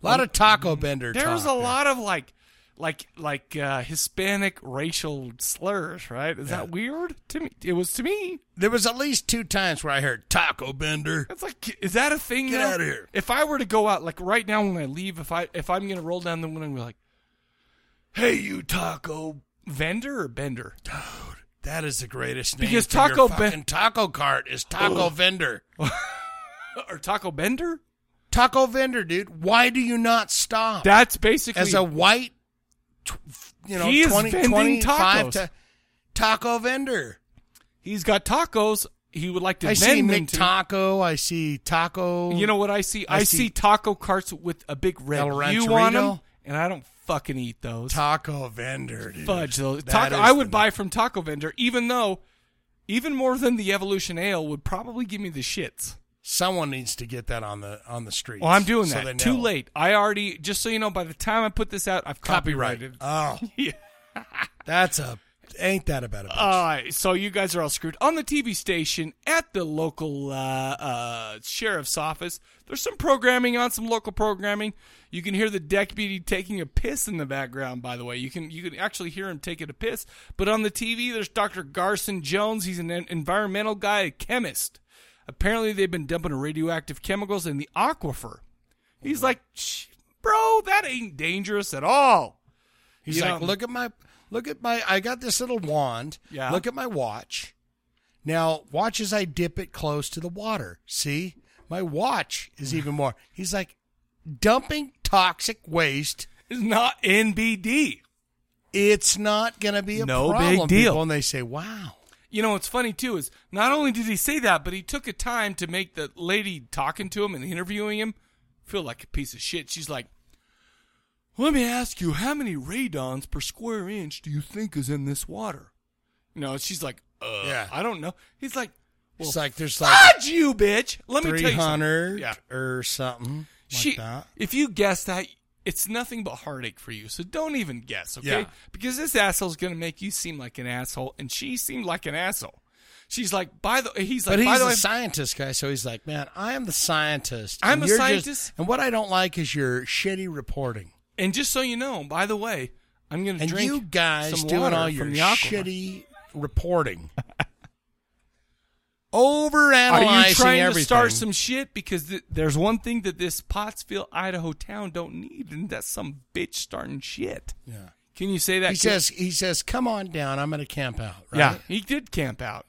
S2: A lot of taco bender.
S1: there was a
S2: talk.
S1: lot of like like like uh hispanic racial slurs right is that weird to me it was to me
S2: There was at least two times where I heard taco bender.
S1: It's like, is that a thing
S2: Get
S1: now?
S2: out of here.
S1: if i were to go out like right now when i leave if i if i'm gonna roll down the window and be like hey you taco vendor or bender
S2: That is the greatest name
S1: Because
S2: for your
S1: Taco Ben-
S2: fucking taco cart is taco
S1: Oh.
S2: vendor
S1: or taco bender.
S2: Taco vendor, dude. Why do you not stop?
S1: That's basically-
S2: as a white, tw- you know,
S1: He is
S2: 20,
S1: vending
S2: 25
S1: tacos.
S2: ta- taco vendor.
S1: he's got tacos he would like to
S2: I
S1: vend
S2: see
S1: them to.
S2: McTaco. I see taco.
S1: you know what i see i,
S2: I
S1: see,
S2: see-
S1: taco carts with a big red
S2: El
S1: you on them
S2: Rancherito.
S1: and i don't fucking eat those
S2: Taco vendor, dude.
S1: fudge those.
S2: That
S1: Taco,
S2: is
S1: I would buy from Taco Vendor, even though, even more than the Evolution Ale would probably give me the shits.
S2: Someone needs to get that on the on the street.
S1: Well, I'm doing
S2: so they
S1: that. Too
S2: know.
S1: late. I already, just so you know, by the time I put this out, I've copyrighted.
S2: Oh,
S1: yeah.
S2: that's a ain't that about a bitch.
S1: Uh, so you guys are all screwed. On the TV station at the local uh, uh, sheriff's office, there's some programming on, some local programming. You can hear the deputy taking a piss in the background. By the way, you can you can actually hear him taking a piss. But on the TV, there's Doctor Garson Jones. He's an en- environmental guy, a chemist. Apparently, they've been dumping radioactive chemicals in the aquifer. He's like, "Shh, bro, that ain't dangerous at all.
S2: He's
S1: You
S2: like,
S1: know?
S2: look at my, look at my. I got this little wand.
S1: Yeah.
S2: Look at my watch. Now watch as I dip it close to the water. See, my watch is
S1: Mm.
S2: even more. He's like, dumping toxic waste
S1: is not NBD.
S2: It's not gonna be a
S1: No big
S2: problem,
S1: deal.
S2: people. and they say, wow.
S1: You know what's funny too is not only did he say that, but he took a time to make the lady talking to him and interviewing him feel like a piece of shit. She's like, "Let me ask you, how many radons per square inch do you think is in this water?" You know, and she's like, "Uh,
S2: Yeah.
S1: I don't know." He's like, "Well,
S2: It's like there's like
S1: fudge you, bitch." Let me tell
S2: three
S1: you something.
S2: hundred
S1: Yeah,
S2: or something like
S1: she.
S2: that.
S1: If you guess that, it's nothing but heartache for you. So don't even guess, okay?
S2: Yeah.
S1: Because this asshole's gonna make you seem like an asshole, and she seemed like an asshole. She's like, by the he's like,
S2: but he's
S1: by the
S2: a
S1: way,
S2: scientist guy, so he's like, man, I am the scientist.
S1: I'm
S2: and
S1: a
S2: you're just-
S1: scientist."
S2: and what I don't like is your shitty reporting.
S1: and just so you know, by the way, I'm gonna
S2: And
S1: drink
S2: you guys
S1: some
S2: doing
S1: water
S2: all your
S1: from the aquifer.
S2: shitty reporting.
S1: Are
S2: Over
S1: you
S2: analyzing
S1: trying
S2: everything.
S1: to start some shit? Because th- there's one thing that this Pottsville, Idaho town don't need, and that's some bitch starting shit.
S2: Yeah.
S1: Can you say that?
S2: He
S1: kid?
S2: says he says, Come on down, I'm gonna camp out, right?
S1: Yeah, he did camp out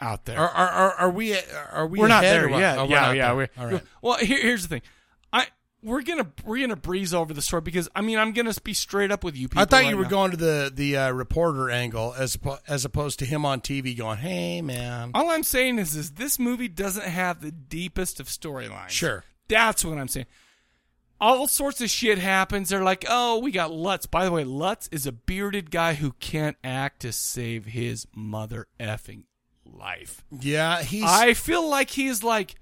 S1: out there.
S2: Are are, are, are we are we
S1: are not
S2: ahead
S1: there
S2: or what?
S1: yet.
S2: Oh, we're
S1: yeah,
S2: not
S1: yeah.
S2: there.
S1: We're,
S2: All right.
S1: Well, here, here's the thing. I we're gonna we're gonna breeze over the story because I mean I'm gonna be straight up with you. People
S2: I thought
S1: right
S2: you were
S1: now.
S2: going to the the uh, reporter angle as oppo- as opposed to him on TV going, "Hey man,
S1: All I'm saying is, is this movie doesn't have the deepest of storylines.
S2: Sure.
S1: that's what I'm saying. all sorts of shit happens. They're like, oh, we got Lutz. By the way, Lutz is a bearded guy who can't act to save his mother effing life.
S2: Yeah, he's.
S1: I feel like he's like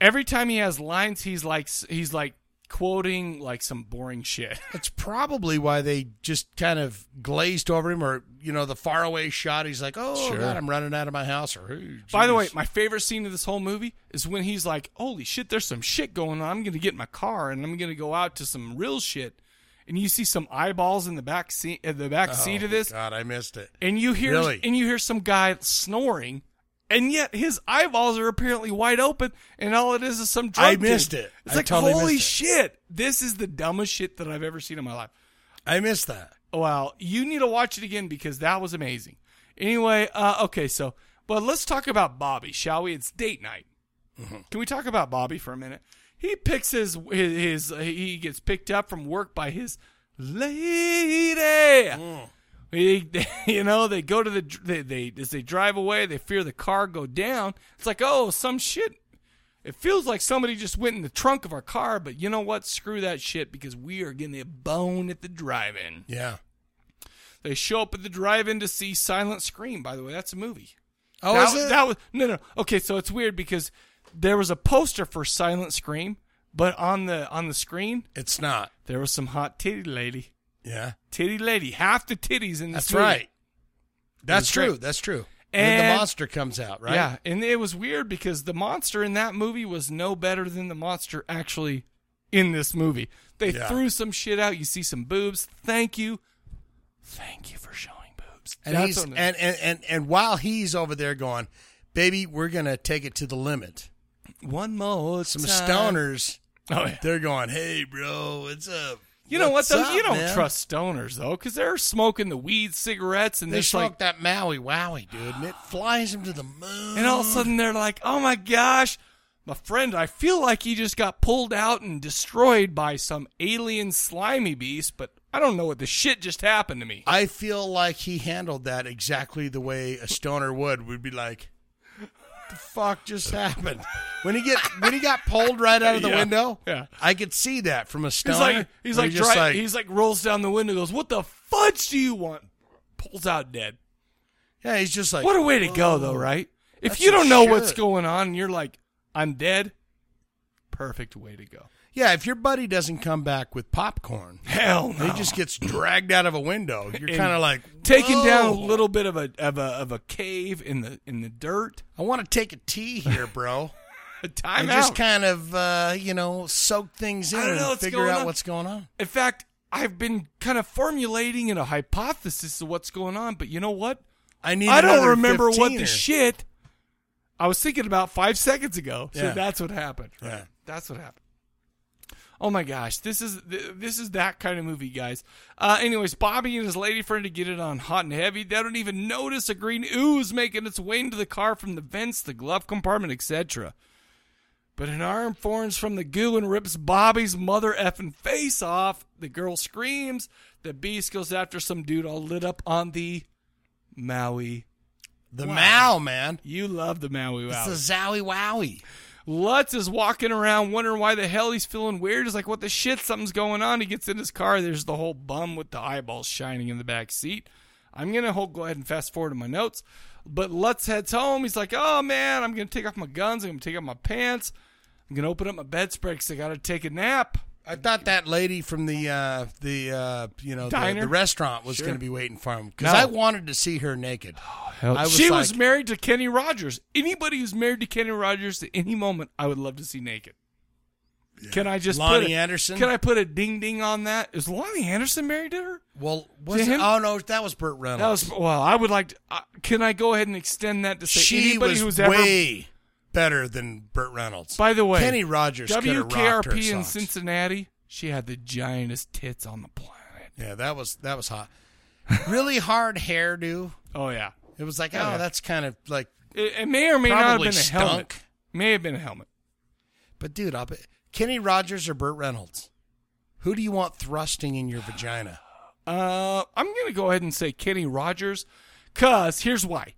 S1: every time he has lines, he's like he's like quoting like some boring shit.
S2: That's probably why they just kind of glazed over him, or you know, the faraway shot. He's like, "Oh
S1: Sure.
S2: God, I'm running out of my house," or "Hey,
S1: By the
S2: geez."
S1: way, my favorite scene of this whole movie is when he's like, "Holy shit, there's some shit going on. I'm gonna get in my car and I'm gonna go out to some real shit." And you see some eyeballs in the back seat, in the back
S2: Oh,
S1: seat of this,
S2: God, I missed it.
S1: and you hear
S2: Really?
S1: and you hear some guy snoring, and yet his eyeballs are apparently wide open, and all it is is some drug.
S2: I missed it.
S1: It's
S2: I
S1: like
S2: totally
S1: holy
S2: missed it.
S1: shit! This is the dumbest shit that I've ever seen in my life.
S2: I missed that.
S1: Well, you need to watch it again because that was amazing. Anyway, uh, okay, so but let's talk about Bobby, shall we? It's date night.
S2: Mm-hmm.
S1: Can we talk about Bobby for a minute? He picks his his, his he gets picked up from work by his lady.
S2: Mm.
S1: He, you know, they go to the they, they as they drive away, they fear the car go down. It's like, oh, some shit. It feels like somebody just went in the trunk of our car, but you know what? Screw that shit because we are getting a bone at the drive-in.
S2: Yeah.
S1: They show up at the drive-in to see Silent Scream. By the way, that's a movie.
S2: Oh,
S1: that,
S2: is it?
S1: That was no, no. Okay, so it's weird because there was a poster for Silent Scream, but on the on the screen,
S2: it's not.
S1: There was some hot titty lady.
S2: Yeah.
S1: titty lady. Half the titties in this.
S2: That's
S1: movie.
S2: right. That's
S1: It was
S2: true.
S1: great.
S2: That's true. And, then the monster comes out, right?
S1: Yeah, and it was weird because the monster in that movie was no better than the monster actually in this movie. They
S2: Yeah.
S1: threw some shit out. You see some boobs. Thank you, thank you for showing boobs.
S2: And
S1: That's
S2: he's
S1: what I'm-
S2: and, and and and while he's over there going, baby, we're gonna take it to the limit.
S1: One more.
S2: Some
S1: time."
S2: stoners.
S1: Oh, yeah.
S2: They're going, hey, bro, what's up?
S1: You know
S2: What's
S1: what though?
S2: up,
S1: you don't
S2: man?"
S1: trust stoners though, because they're smoking the weed, cigarettes, and
S2: They
S1: this,
S2: smoke
S1: like,
S2: that Maui Wowie, dude, and it flies him to the moon.
S1: and all of a sudden they're like, "Oh my gosh, my friend, I feel like he just got pulled out and destroyed by some alien slimy beast, but I don't know what the shit just happened to me."
S2: I feel like he handled that exactly the way a stoner would. Would be like, "The fuck just happened?" When he get when he got pulled right out of the
S1: Yeah,
S2: window,
S1: yeah.
S2: I could see that from a stoner.
S1: He's like, he's
S2: where
S1: like,
S2: he just
S1: dri- he's like, rolls down the window, goes, "What the fudge do you want?" Pulls out dead.
S2: Yeah, he's just like,
S1: what a way to go, though,
S2: "Whoa,
S1: right? If
S2: that's
S1: you don't
S2: some
S1: know what's
S2: shit."
S1: going on, and you're like, "I'm dead." Perfect way to go.
S2: yeah, if your buddy doesn't come back with popcorn,
S1: Hell no.
S2: he just gets dragged out of a window. You're
S1: And
S2: kind of like
S1: taking down a
S2: "Whoa."
S1: little bit of a of a of a cave in the in the dirt.
S2: I want to take a tea here, bro.
S1: Time
S2: and just
S1: out.
S2: kind of uh, you know soak things in
S1: I don't know
S2: and
S1: what's
S2: figure
S1: going
S2: out
S1: on.
S2: what's going on.
S1: In fact, I've been kind of formulating in a hypothesis of what's going on, but you know what?
S2: I need
S1: I don't
S2: another
S1: remember what the
S2: 15er.
S1: shit I was thinking about five seconds ago. So
S2: Yeah.
S1: that's what happened.
S2: Yeah.
S1: That's what happened. Oh my gosh, this is th- this is that kind of movie, guys. Uh, anyways, Bobby and his lady friend to get it on hot and heavy. They don't even notice a green ooze making its way into the car from the vents, the glove compartment, etc. But an arm forms from the goo and rips Bobby's mother effing face off. The girl screams. The beast goes after some dude all lit up on the Maui.
S2: The
S1: Wow.
S2: Mao, man.
S1: You love the Maui Wow.
S2: It's the Zowie Wowie.
S1: Lutz is walking around wondering why the hell he's feeling weird. He's like, what the shit? Something's going on. He gets in his car. There's the whole bum with the eyeballs shining in the back seat. I'm going to go ahead and fast forward to my notes. But Lutz heads home. He's like, oh man, I'm going to take off my guns. I'm going to take off my pants. I'm going to open up my bedspread because I got to take a nap.
S2: I thought that lady from the uh, the uh, you know the,
S1: Diner?
S2: the restaurant was
S1: Sure.
S2: going to be waiting for him because
S1: No.
S2: I wanted to see her naked.
S1: Hell,
S2: I was
S1: she
S2: like,
S1: was married to Kenny Rogers. Anybody who's married to Kenny Rogers at any moment, I would love to see naked. Can I just put
S2: Lonnie
S1: a-
S2: Anderson?
S1: Can I put a ding ding on that? Is Lonnie Anderson married to her?
S2: Well, was it-
S1: him?
S2: oh no, that was Burt
S1: That
S2: Reynolds.
S1: was well. I would like. To, uh, can I go ahead and extend that to say
S2: she
S1: anybody
S2: was
S1: who's ever?
S2: way better than Burt Reynolds.
S1: by the way,
S2: Kenny Rogers could have rocked her
S1: WKRP in
S2: socks.
S1: Cincinnati. She had the giantest tits on the planet.
S2: Yeah, that was that was hot. Really hard hairdo.
S1: Oh yeah,
S2: it was like oh,
S1: Oh, yeah.
S2: that's kind of like
S1: It, it may or may not have
S2: Probably
S1: been a helmet.
S2: stunk.
S1: May have been a helmet.
S2: But dude, I'll bet Kenny Rogers or Burt Reynolds, who do you want thrusting in your vagina?
S1: Uh, I'm gonna go ahead and say Kenny Rogers, cause here's why,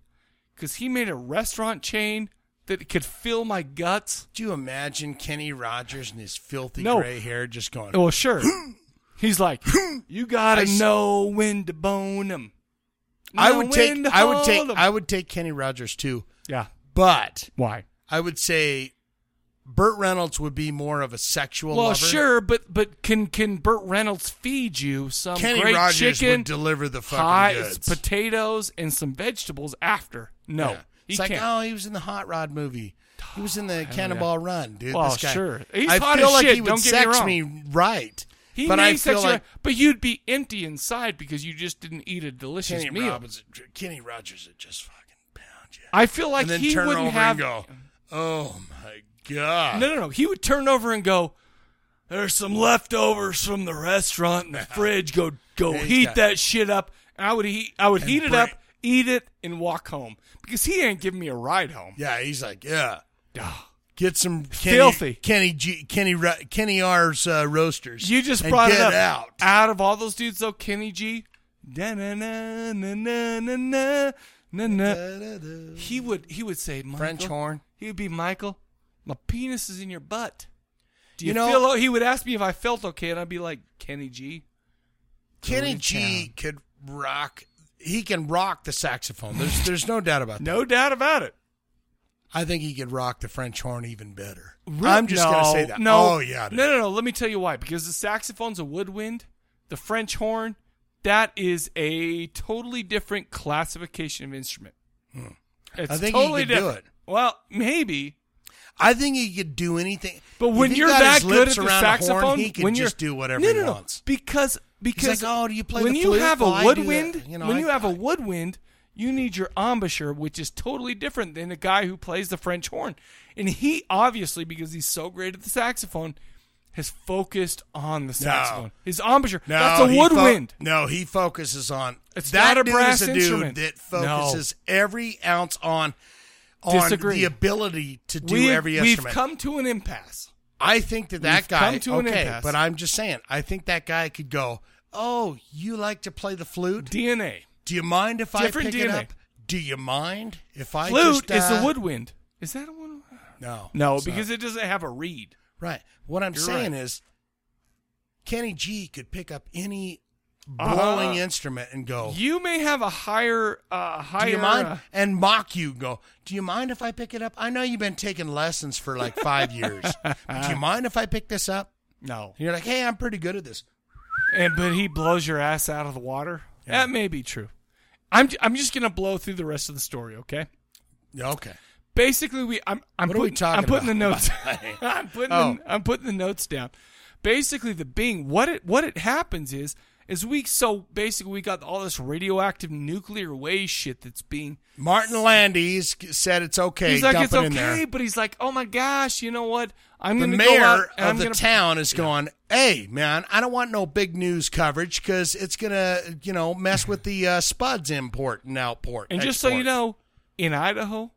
S1: cause he made a restaurant chain that could fill my guts.
S2: Do you imagine Kenny Rogers and his filthy
S1: No.
S2: gray hair just going?
S1: Well, sure. He's like, you gotta
S2: I s-
S1: know when to bone him.
S2: I would take. I would take. I would take Kenny Rogers too.
S1: Yeah.
S2: But
S1: why?
S2: I would say Burt Reynolds would be more of a sexual.
S1: well,
S2: lover.
S1: sure, but but can can Burt Reynolds feed you some
S2: Kenny
S1: great
S2: Rogers would
S1: chicken,
S2: deliver the fucking
S1: hot
S2: goods.
S1: potatoes, and some vegetables after? No,
S2: Yeah.
S1: he
S2: it's like
S1: can't. Oh,
S2: oh, he was in the Hot Rod movie. He was in the
S1: yeah.
S2: Cannonball Run, dude.
S1: Well,
S2: this guy.
S1: sure. He's
S2: I
S1: hot
S2: feel
S1: as
S2: like
S1: shit,
S2: he would
S1: don't get me
S2: sex
S1: wrong.
S2: right.
S1: he
S2: but
S1: may
S2: I feel
S1: sex you,
S2: like
S1: but you'd be empty inside because you just didn't eat a delicious
S2: Kenny
S1: meal.
S2: Robbins, Kenny Rogers would just fucking pound you.
S1: I feel like
S2: and then
S1: he
S2: turn
S1: wouldn't
S2: over
S1: have.
S2: and go, oh my god.
S1: No, no, no. He would turn over and go. There's some leftovers from the restaurant in the fridge. Go, go,
S2: He's
S1: heat
S2: got-
S1: that shit up. And I would heat, I would
S2: And
S1: heat it
S2: bring-
S1: up, eat it, and walk home because he ain't giving me a ride home.
S2: Yeah, he's like, yeah. Get some Kenny,
S1: Filthy.
S2: Kenny G, Kenny Ro- Kenny R's uh, roasters.
S1: You just
S2: and
S1: brought
S2: get
S1: it up.
S2: out.
S1: Out of all those dudes, though, Kenny G, da na na na na na na na na. He would he would say Michael,
S2: French horn.
S1: He would be Michael. My penis is in your butt. Do you,
S2: You know-
S1: feel? o- He would ask me if I felt okay, and I'd be like Kenny G.
S2: Kenny
S1: Go to
S2: G could rock. He can rock the saxophone. There's there's no doubt about that.
S1: No doubt about it.
S2: I think he could rock the French horn even better.
S1: Re-
S2: I'm just gonna say
S1: no,
S2: that.
S1: No,
S2: Oh yeah.
S1: no, no, no. Let me tell you why. Because the saxophone's a woodwind. The French horn, that is a totally different classification of instrument.
S2: Hmm.
S1: It's
S2: I think he
S1: totally
S2: could do
S1: different.
S2: it.
S1: Well, maybe.
S2: I think he could do anything.
S1: But
S2: If
S1: when
S2: he
S1: you're
S2: got
S1: that
S2: his
S1: good at
S2: lips
S1: the
S2: around a horn,
S1: saxophone,
S2: he can
S1: when you're,
S2: just do whatever
S1: no,
S2: he
S1: no, no,
S2: wants.
S1: Because because
S2: like, "Oh, do you play
S1: when
S2: the
S1: you
S2: flute?
S1: have a
S2: Well, I do that,"
S1: woodwind,
S2: you know,
S1: when
S2: I-
S1: you have a woodwind, you need your embouchure, which is totally different than the guy who plays the French horn. And he obviously, because he's so great at the saxophone, has focused on the saxophone. His embouchure.
S2: No,
S1: that's a
S2: he fo-
S1: woodwind.
S2: no, he focuses on.
S1: It's
S2: that
S1: not a
S2: dude
S1: brass
S2: is a
S1: instrument.
S2: dude that
S1: No.
S2: focuses every ounce on on
S1: Disagree.
S2: the ability to do
S1: We've-
S2: every
S1: we've
S2: instrument.
S1: come to an impasse.
S2: I think that that
S1: We've
S2: guy.
S1: come to an
S2: okay,
S1: impasse.
S2: but I'm just saying. I think that guy could go. Oh, you like to play the flute?
S1: DNA.
S2: Do you mind if
S1: Different
S2: I pick
S1: DNA.
S2: it up? Do you mind if I
S1: Flute is
S2: just, uh,
S1: the woodwind. Is that a woodwind?
S2: No,
S1: No,
S2: it's not.
S1: because it doesn't have a reed.
S2: Right. What I'm
S1: You're
S2: saying
S1: right.
S2: is, Kenny G could pick up any
S1: Uh-huh.
S2: blowing instrument and go.
S1: You may have a higher, uh, higher.
S2: do you mind?
S1: uh,
S2: and mock you. and Go. Do you mind if I pick it up? I know you've been taking lessons for like five years. but do you mind if I pick this up?
S1: No.
S2: And you're like, hey, I'm pretty good at this.
S1: And but he blows your ass out of the water. That may be true. I'm I'm just gonna blow through the rest of the story. Okay.
S2: Okay.
S1: Basically, we I'm I'm
S2: What are
S1: putting
S2: we talking
S1: I'm putting
S2: about?
S1: the notes. I'm putting
S2: Oh.
S1: the, I'm putting the notes down. Basically, the being what it what it happens is is we so basically we got all this radioactive nuclear waste shit that's being
S2: Martin Landis said it's okay.
S1: he's like
S2: dump
S1: it's
S2: it
S1: okay,
S2: in there.
S1: but he's like, oh my gosh, you know what? I'm
S2: the
S1: gonna
S2: mayor
S1: go out and
S2: of
S1: I'm
S2: the
S1: gonna-
S2: town is going, "Hey, man, I don't want no big news coverage because it's gonna, you know, mess with the uh, spuds import and outport."
S1: And just so you
S2: export."
S1: know, in Idaho,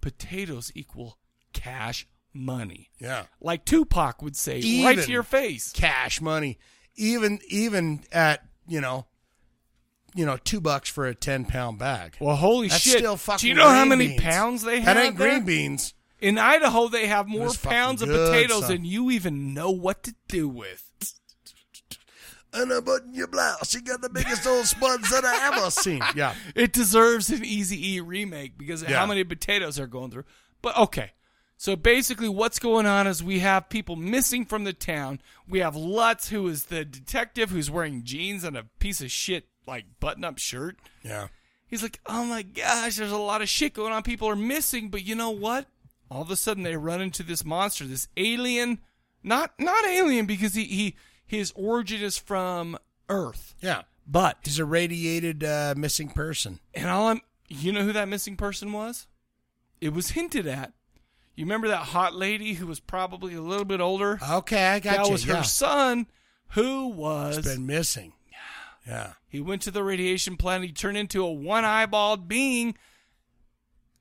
S1: potatoes equal cash money.
S2: Yeah.
S1: Like Tupac would say, right to
S2: Even
S1: your face.
S2: Cash money, even even at you know, you know, two bucks for a ten pound bag.
S1: Well, holy
S2: That's
S1: shit.
S2: Still fucking
S1: Do you know how
S2: green
S1: many
S2: beans.
S1: pounds they have?
S2: That ain't green beans.
S1: In Idaho, they have more
S2: was fucking
S1: pounds of
S2: good,
S1: potatoes
S2: son.
S1: than you even know what to do with.
S2: Unbutton your blouse. You got the biggest old spuds that I ever seen. Yeah.
S1: It deserves an Easy E remake because of
S2: Yeah.
S1: how many potatoes are going through. But okay. So basically what's going on is we have people missing from the town. We have Lutz who is the detective who's wearing jeans and a piece of shit like button up shirt.
S2: Yeah.
S1: He's like, Oh my gosh, there's a lot of shit going on. People are missing, but you know what? All of a sudden they run into this monster, this alien not not alien because he, he his origin is from Earth.
S2: Yeah.
S1: But
S2: he's a radiated uh, missing person.
S1: And all I'm, you know who that missing person was? It was hinted at. You remember that hot lady who was probably a little bit older?
S2: Okay, I got
S1: that
S2: you,
S1: was
S2: yeah.
S1: her son, who was
S2: It's been missing. Yeah.
S1: he went to the radiation planet. He turned into a one-eyeballed being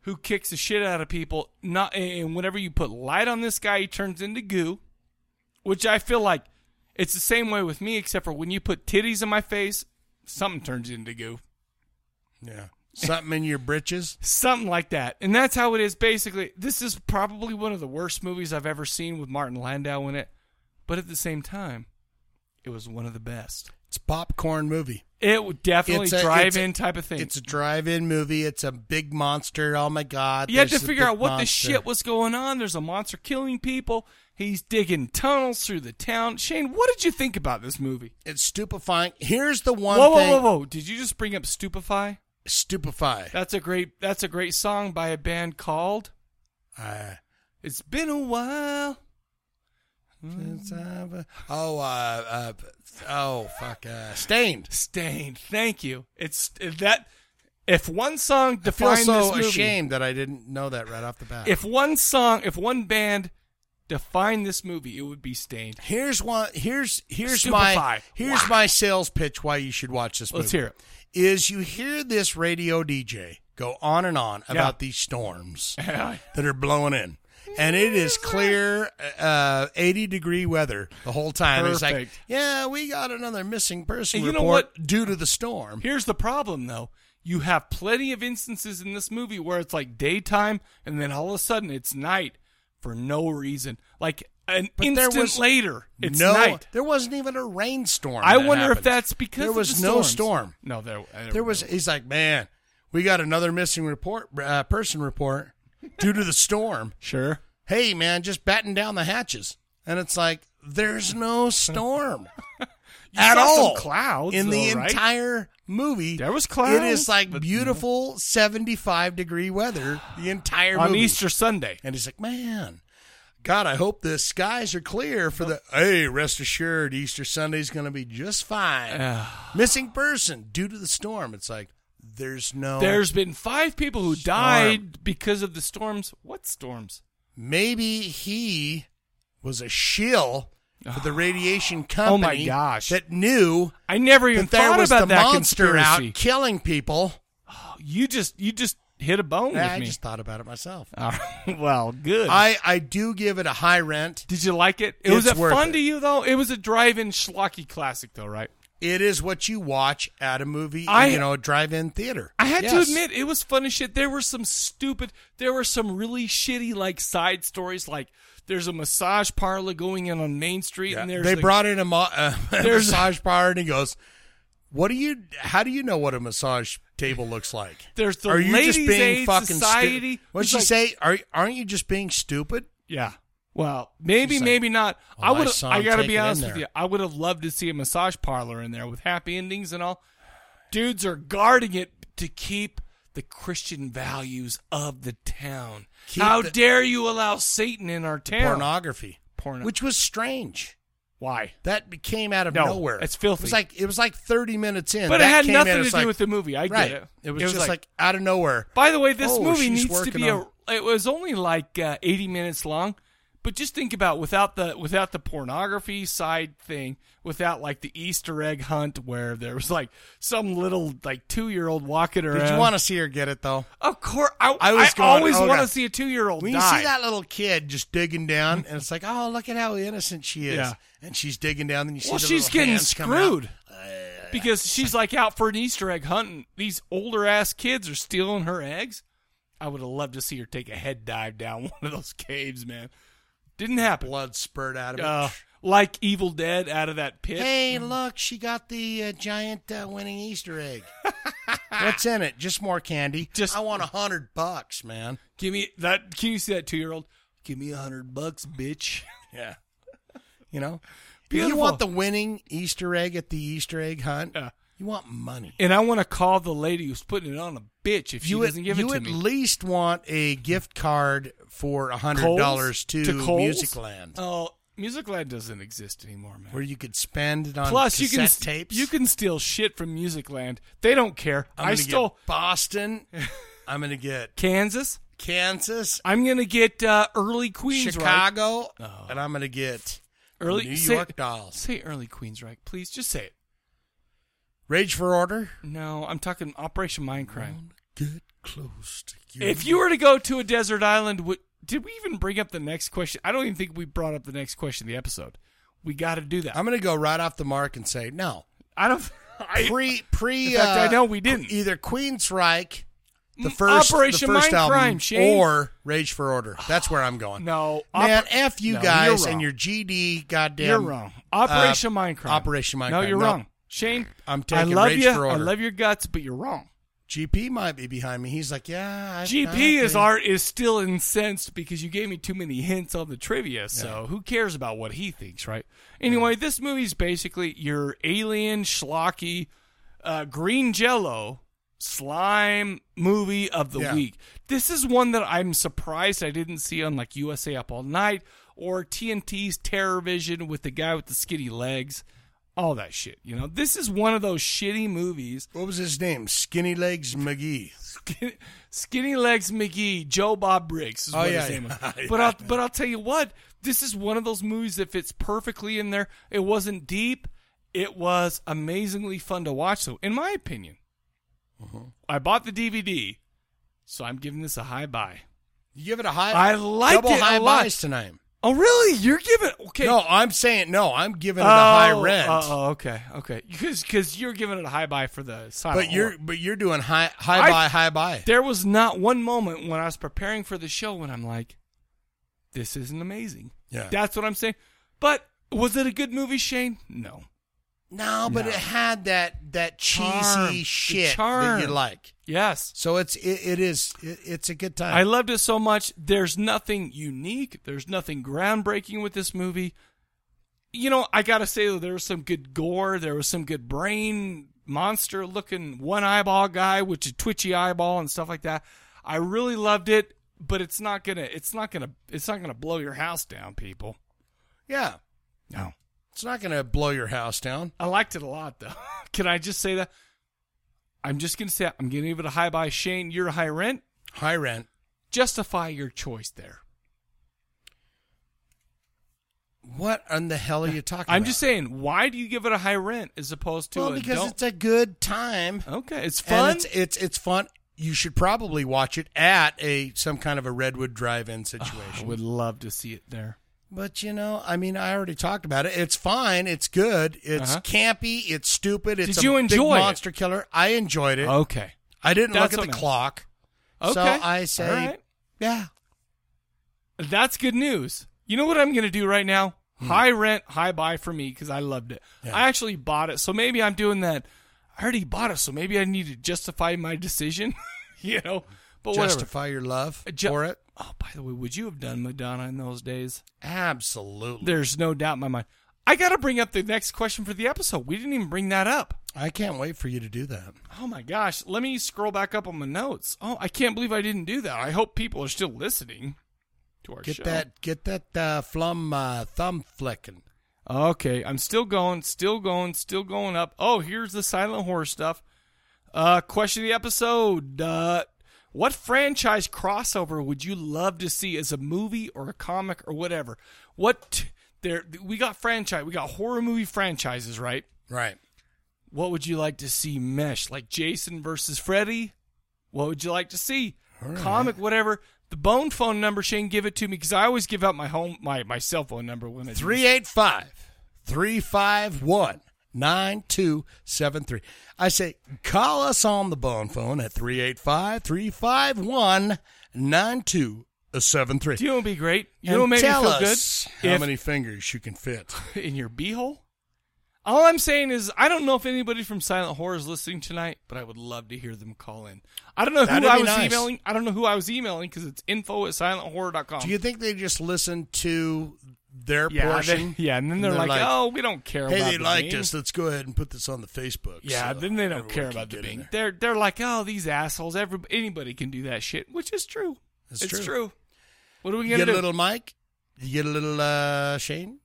S1: who kicks the shit out of people. Not and whenever you put light on this guy, he turns into goo. Which I feel like it's the same way with me, except for when you put titties in my face, something turns into goo.
S2: Yeah. Something in your britches?
S1: Something like that. And that's how it is basically. This is probably one of the worst movies I've ever seen with Martin Landau in it. But at the same time, it was one of the best.
S2: It's a popcorn movie.
S1: It would definitely
S2: It's a-
S1: drive-in
S2: it's a-
S1: type of thing.
S2: It's a drive-in movie. It's a big monster. Oh my god!
S1: you had to
S2: there's a
S1: figure
S2: big
S1: out what the
S2: monster.
S1: shit was going on. There's a monster killing people. He's digging tunnels through the town. Shane, what did you think about this movie?
S2: It's stupefying. Here's the one
S1: Whoa,
S2: thing-
S1: whoa, whoa, whoa! Did you just bring up "Stupefy"?
S2: "Stupefy."
S1: That's a great. That's a great song by a band called.
S2: Uh,
S1: it's been a while.
S2: since I've- oh, uh, uh, oh, fuck, uh, stained,
S1: stained. Thank you. It's that. If one song
S2: I feel
S1: defines
S2: so
S1: this movie,
S2: ashamed that I didn't know that right off the bat.
S1: If one song, if one band defined this movie, it would be Stained.
S2: Here's one. Here's here's
S1: Stupefy.
S2: my here's my sales pitch why you should watch this movie.
S1: Let's hear it.
S2: Is you hear this radio DJ go on and on
S1: Yeah.
S2: about these storms
S1: Yeah.
S2: that are blowing in. And it is clear, uh, eighty degree weather the whole time. It's like,
S1: Perfect.
S2: yeah, we got another missing person
S1: And you
S2: report
S1: know what?
S2: due to the storm.
S1: Here's the problem, though. You have plenty of instances in this movie where it's like daytime, and then all of a sudden it's night for no reason. Like an
S2: But there
S1: instant
S2: was
S1: later, it's
S2: no,
S1: night.
S2: There wasn't even a rainstorm.
S1: I
S2: that
S1: wonder if
S2: happened.
S1: that's because
S2: there
S1: of
S2: was
S1: the
S2: no
S1: storms.
S2: storm.
S1: No, there uh,
S2: There was. He's like, man, we got another missing report, uh, person report due to the storm.
S1: Sure.
S2: Hey, man, just batten down the hatches, and it's like there's no storm at
S1: saw some
S2: all.
S1: clouds,
S2: in the
S1: though, right?
S2: entire movie. There
S1: was clouds,
S2: It is like
S1: but-
S2: beautiful seventy-five degree weather the entire
S1: On
S2: movie.
S1: Easter Sunday.
S2: and he's like, man. God, I hope the skies are clear for the. Hey, rest assured, Easter Sunday's going to be just fine. Missing person due to the storm. It's like there's no.
S1: There's been five people who died because of the storms. What storms?
S2: maybe he was a shill for the radiation company.
S1: Oh, my gosh.
S2: That knew.
S1: I never even
S2: that there
S1: thought
S2: was
S1: about
S2: the
S1: that
S2: monster
S1: conspiracy.
S2: out killing people.
S1: Oh, You just you just hit a bone
S2: Yeah,
S1: with
S2: I
S1: me.
S2: just thought about it myself.
S1: All right. well, good.
S2: I I do give it a high rent.
S1: Did you like it? It
S2: It's
S1: was a
S2: worth
S1: fun
S2: it.
S1: to you though. It was a drive-in schlocky classic though, right?
S2: It is what you watch at a movie,
S1: I-
S2: you know, a drive-in theater.
S1: I had to
S2: Yes.
S1: admit it was fun as shit. There were some stupid, there were some really shitty like side stories. Like there's a massage parlor going in on Main Street, and there's
S2: they
S1: the-
S2: brought in a, mo- uh, a
S1: There's-
S2: massage bar and he goes what do you how do you know what a massage table looks like
S1: There's the
S2: are you just
S1: Ladies'
S2: being
S1: Aid
S2: fucking stu-
S1: Society.
S2: what'd
S1: It's
S2: she
S1: like-
S2: say are, aren't you just being stupid
S1: yeah Well, maybe
S2: She's like,
S1: maybe not.
S2: "Well,
S1: I would.
S2: Oh, saw
S1: I
S2: him
S1: gotta
S2: take it
S1: be
S2: in
S1: honest
S2: there."
S1: with you. I would have loved to see a massage parlor in there with happy endings and all. Dudes are guarding it to keep the Christian values of the town.
S2: Keep
S1: How
S2: the-
S1: dare you allow Satan in our town?
S2: pornography
S1: Porno.
S2: which was strange
S1: why
S2: that be- came out of
S1: No,
S2: nowhere
S1: it's filthy.
S2: it was like it was like 30 minutes in
S1: But it
S2: that
S1: had
S2: came in,
S1: nothing to
S2: it's
S1: do
S2: like-
S1: with the movie. I get
S2: right.
S1: it.
S2: it
S1: It
S2: was
S1: was
S2: just
S1: like-
S2: like, out of nowhere
S1: By the way, this
S2: Oh,
S1: movie
S2: she's
S1: needs to be
S2: working on-
S1: a. It was only like uh, eighty minutes long, but just think about without the without the pornography side thing, without like the Easter egg hunt where there was like some little like two year old walking around.
S2: did you want to see her get it though
S1: Of course, I,
S2: I was going,
S1: always
S2: oh,
S1: want to
S2: God.
S1: see a two year old
S2: When you see that little kid just digging down, and it's like, oh, look at how innocent she is,
S1: Yeah.
S2: and she's digging down, then you see
S1: well,
S2: the
S1: she's
S2: little
S1: getting
S2: hands coming out. Uh,
S1: screwed because she's like out for an Easter egg hunting. These older ass kids are stealing her eggs. I would have loved to see her take a head dive down one of those caves, man. Didn't happen.
S2: Blood spurt out of it.
S1: Uh, like Evil Dead out of that pit.
S2: Hey, look, she got the uh, giant uh, winning Easter egg.
S1: Ah.
S2: What's in it? Just more candy. Just I want a hundred bucks, man.
S1: Give me that. Can you see that two year old? Give me a hundred bucks, bitch.
S2: Yeah. You know,
S1: Beautiful.
S2: you want the winning Easter egg at the Easter egg hunt. you want money.
S1: And I want to call the lady who's putting it on a bitch if she
S2: you
S1: doesn't
S2: at,
S1: give
S2: you
S1: it to
S2: at
S1: me.
S2: least want a gift card for a hundred dollars to,
S1: Kohl's?
S2: Musicland,
S1: Oh, Musicland doesn't exist anymore, man.
S2: where you could spend it on
S1: Plus, you can
S2: cassette tape.
S1: you can steal shit from Musicland. They don't care.
S2: I'm
S1: I
S2: gonna
S1: stole
S2: get Boston. I'm gonna get
S1: Kansas.
S2: Kansas.
S1: I'm gonna get uh, early Queens.
S2: Chicago, and I'm gonna get
S1: Oh. Early
S2: New
S1: say-
S2: York Dolls.
S1: Say early Queens, right? Please, just say it.
S2: Rage for Order.
S1: No, I'm talking Operation Mindcrime.
S2: Get close to you.
S1: If you were to go to a desert island, would, did we even bring up the next question? I don't even think we brought up the next question of the episode. We got to do that.
S2: I'm gonna go right off the mark and say no.
S1: I don't. I,
S2: pre pre.
S1: In fact,
S2: uh,
S1: I know we didn't. Mm,
S2: Either Queensryche The first,
S1: Operation
S2: the first
S1: Mindcrime,
S2: album,
S1: Shane.
S2: or Rage for Order. That's where I'm going.
S1: No,
S2: man,
S1: Oper-
S2: f you
S1: No,
S2: guys
S1: you're
S2: and
S1: wrong.
S2: your GD, goddamn.
S1: You're wrong.
S2: uh,
S1: Operation Mindcrime.
S2: Operation Mindcrime.
S1: No, you're wrong. Shane,
S2: I'm
S1: I
S2: taking
S1: love
S2: Rage
S1: you.
S2: for
S1: I
S2: Order.
S1: love your guts, but you're wrong.
S2: GP might be behind me. He's like, yeah. I,
S1: GP
S2: I-
S1: is art is still incensed because you gave me too many hints on the trivia. So who cares about what he thinks, right? Anyway, this movie's basically your alien schlocky uh, green jello slime movie of the
S2: Yeah.
S1: week. This is one that I'm surprised I didn't see on like USA Up All Night or TNT's Terror Vision with the guy with the skinny legs. All that shit, you know. This is one of those shitty movies.
S2: What was his name? Skinny Legs McGee.
S1: Skinny, Skinny Legs McGee, Joe Bob Briggs is
S2: Oh,
S1: what
S2: yeah,
S1: his name was.
S2: yeah, yeah.
S1: But I'll, but I'll tell you what, this is one of those movies that fits perfectly in there. It wasn't deep, it was amazingly fun to watch. So, in my opinion,
S2: Mm-hmm.
S1: I bought the DVD, so I'm giving this a high buy.
S2: You give it a high.
S1: I liked
S2: double
S1: it
S2: high
S1: a lot.
S2: buys tonight.
S1: Oh, really? You're giving okay?
S2: No, I'm saying no. I'm giving it a high
S1: Oh,
S2: rent.
S1: Oh, oh, okay, okay. Because you're giving it a high buy for the silent
S2: but you're
S1: horror.
S2: but you're doing high high
S1: I-
S2: buy high buy.
S1: There was not one moment when I was preparing for the show when I'm like, this isn't amazing.
S2: Yeah.
S1: That's what I'm saying. But was it a good movie, Shane? No.
S2: No, but
S1: No.
S2: it had that that cheesy
S1: Charm. The
S2: shit that
S1: charm.
S2: you like.
S1: Yes.
S2: So it's it, it is it, it's a good time.
S1: I loved it so much. There's nothing unique. There's nothing groundbreaking with this movie. You know, I gotta say though, there was some good gore. There was some good brain monster looking one eyeball guy with a twitchy eyeball and stuff like that. I really loved it, but it's not gonna. It's not gonna. It's not gonna blow your house down, people.
S2: yeah.
S1: No.
S2: It's not going to blow your house down.
S1: I liked it a lot, though. Can I just say that? I'm just going to say I'm going to give it a high buy. Shane, you're a high rent.
S2: High rent.
S1: Justify your choice there.
S2: What in the hell are you talking
S1: I'm
S2: about?
S1: just saying, why do you give it a high rent as opposed to
S2: well
S1: a
S2: because
S1: don't?
S2: it's a good time.
S1: Okay, it's
S2: And
S1: fun.
S2: it's, it's it's fun. You should probably watch it at a some kind of a Redwood Drive-in situation.
S1: I would love to see it there.
S2: But you know, I mean, I already talked about it. It's fine. It's good. It's
S1: Uh-huh.
S2: campy. It's stupid. It's
S1: Did
S2: a
S1: you
S2: big
S1: enjoy it?
S2: monster killer. I enjoyed it.
S1: Okay.
S2: I didn't
S1: That's what
S2: look at the
S1: matters.
S2: clock.
S1: Okay.
S2: So I say,
S1: All right.
S2: yeah.
S1: That's good news. You know what I'm going to do right now?
S2: Hmm.
S1: High rent, high buy for me because I loved it. I actually bought it. So maybe I'm doing that. I already bought it. So maybe I need to justify my decision, you know? But whatever.
S2: justify your love
S1: Ju-
S2: for it.
S1: Oh, by the way, would you have done Madonna in those days?
S2: Absolutely.
S1: There's no doubt in my mind. I got to bring up the next question for the episode. We didn't even bring that up.
S2: I can't wait for you to do that.
S1: Oh my gosh, let me scroll back up on my notes. Oh, I can't believe I didn't do that. I hope people are still listening to our
S2: Get
S1: show.
S2: that. Get that uh, flum uh, thumb flicking.
S1: Okay, I'm still going, still going, still going up. Oh, here's the silent horror stuff. Uh, question of the episode: uh, What franchise crossover would you love to see as a movie or a comic or whatever? What t- there? We got franchise. We got horror movie franchises, right?
S2: Right.
S1: What would you like to see mesh? Like Jason versus Freddy? What would you like to see? Comic, whatever. The bone phone number, Shane, give it to me because I always give out my home, my my cell phone number when I do this.
S2: 385 351 9273. I say, call us on the bone phone at 385 351 9273.
S1: Do you know what would be great? You
S2: And
S1: know what made me
S2: tell
S1: feel
S2: us
S1: good?
S2: How
S1: If-
S2: many fingers you can fit.
S1: in your beehole? All I'm saying is I don't know if anybody from Silent Horror is listening tonight, but I would love to hear them call in. I don't know
S2: That'd
S1: who I
S2: be
S1: was
S2: nice.
S1: emailing. I don't know who I was emailing because it's info at silenthorror.com.
S2: Do you think they just listen to their
S1: Yeah, they-
S2: portion?
S1: yeah, and then they're like, "Oh, we don't care
S2: Hey,
S1: about
S2: they
S1: the
S2: liked
S1: name."
S2: us. Let's go ahead and put this on the Facebook.
S1: yeah,
S2: so
S1: then they don't
S2: everyone
S1: care
S2: can
S1: about the
S2: get
S1: Bing.
S2: in there.
S1: They're they're like, oh, these assholes. Every anybody can do that shit, which is true.
S2: It's
S1: it's
S2: true.
S1: true. What are we
S2: You
S1: gonna
S2: get a
S1: do?
S2: little Mike. You get a little uh, Shane.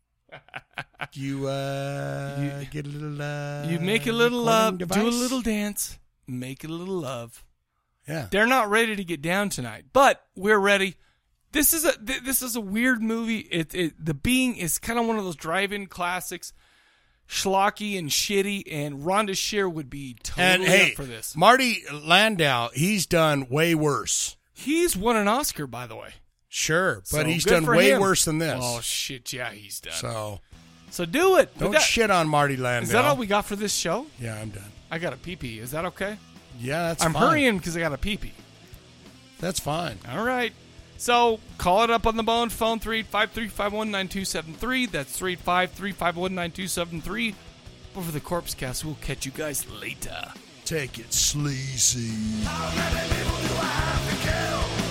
S2: You, uh, get a little. Uh,
S1: you make a little love,
S2: recording
S1: do a
S2: device.
S1: little dance, make a little love.
S2: Yeah.
S1: They're not ready to get down tonight, but we're ready. This is a th- this is a weird movie. It, it the being is kind of one of those drive-in classics, schlocky and shitty. And Rhonda Shear would be totally
S2: and hey,
S1: up for this.
S2: Marty Landau, he's done way worse.
S1: He's won an Oscar, by the way.
S2: Sure, but
S1: So
S2: he's
S1: good
S2: done
S1: for
S2: way
S1: him.
S2: worse than this.
S1: Oh shit! Yeah, he's done.
S2: so
S1: So do it. But
S2: don't
S1: that-
S2: shit on Marty Landau.
S1: Is that all we got for this show?
S2: Yeah, I'm done.
S1: I got a pee pee. Is that okay?
S2: Yeah, that's
S1: I'm
S2: fine.
S1: hurrying because I got a pee pee.
S2: That's fine.
S1: All right. So call it up on the bone, phone 385-351-9273. That's 385-351-9273. Over the Corpse Cast, we'll catch you guys later.
S2: Take it sleazy.
S10: How many people do I have to kill?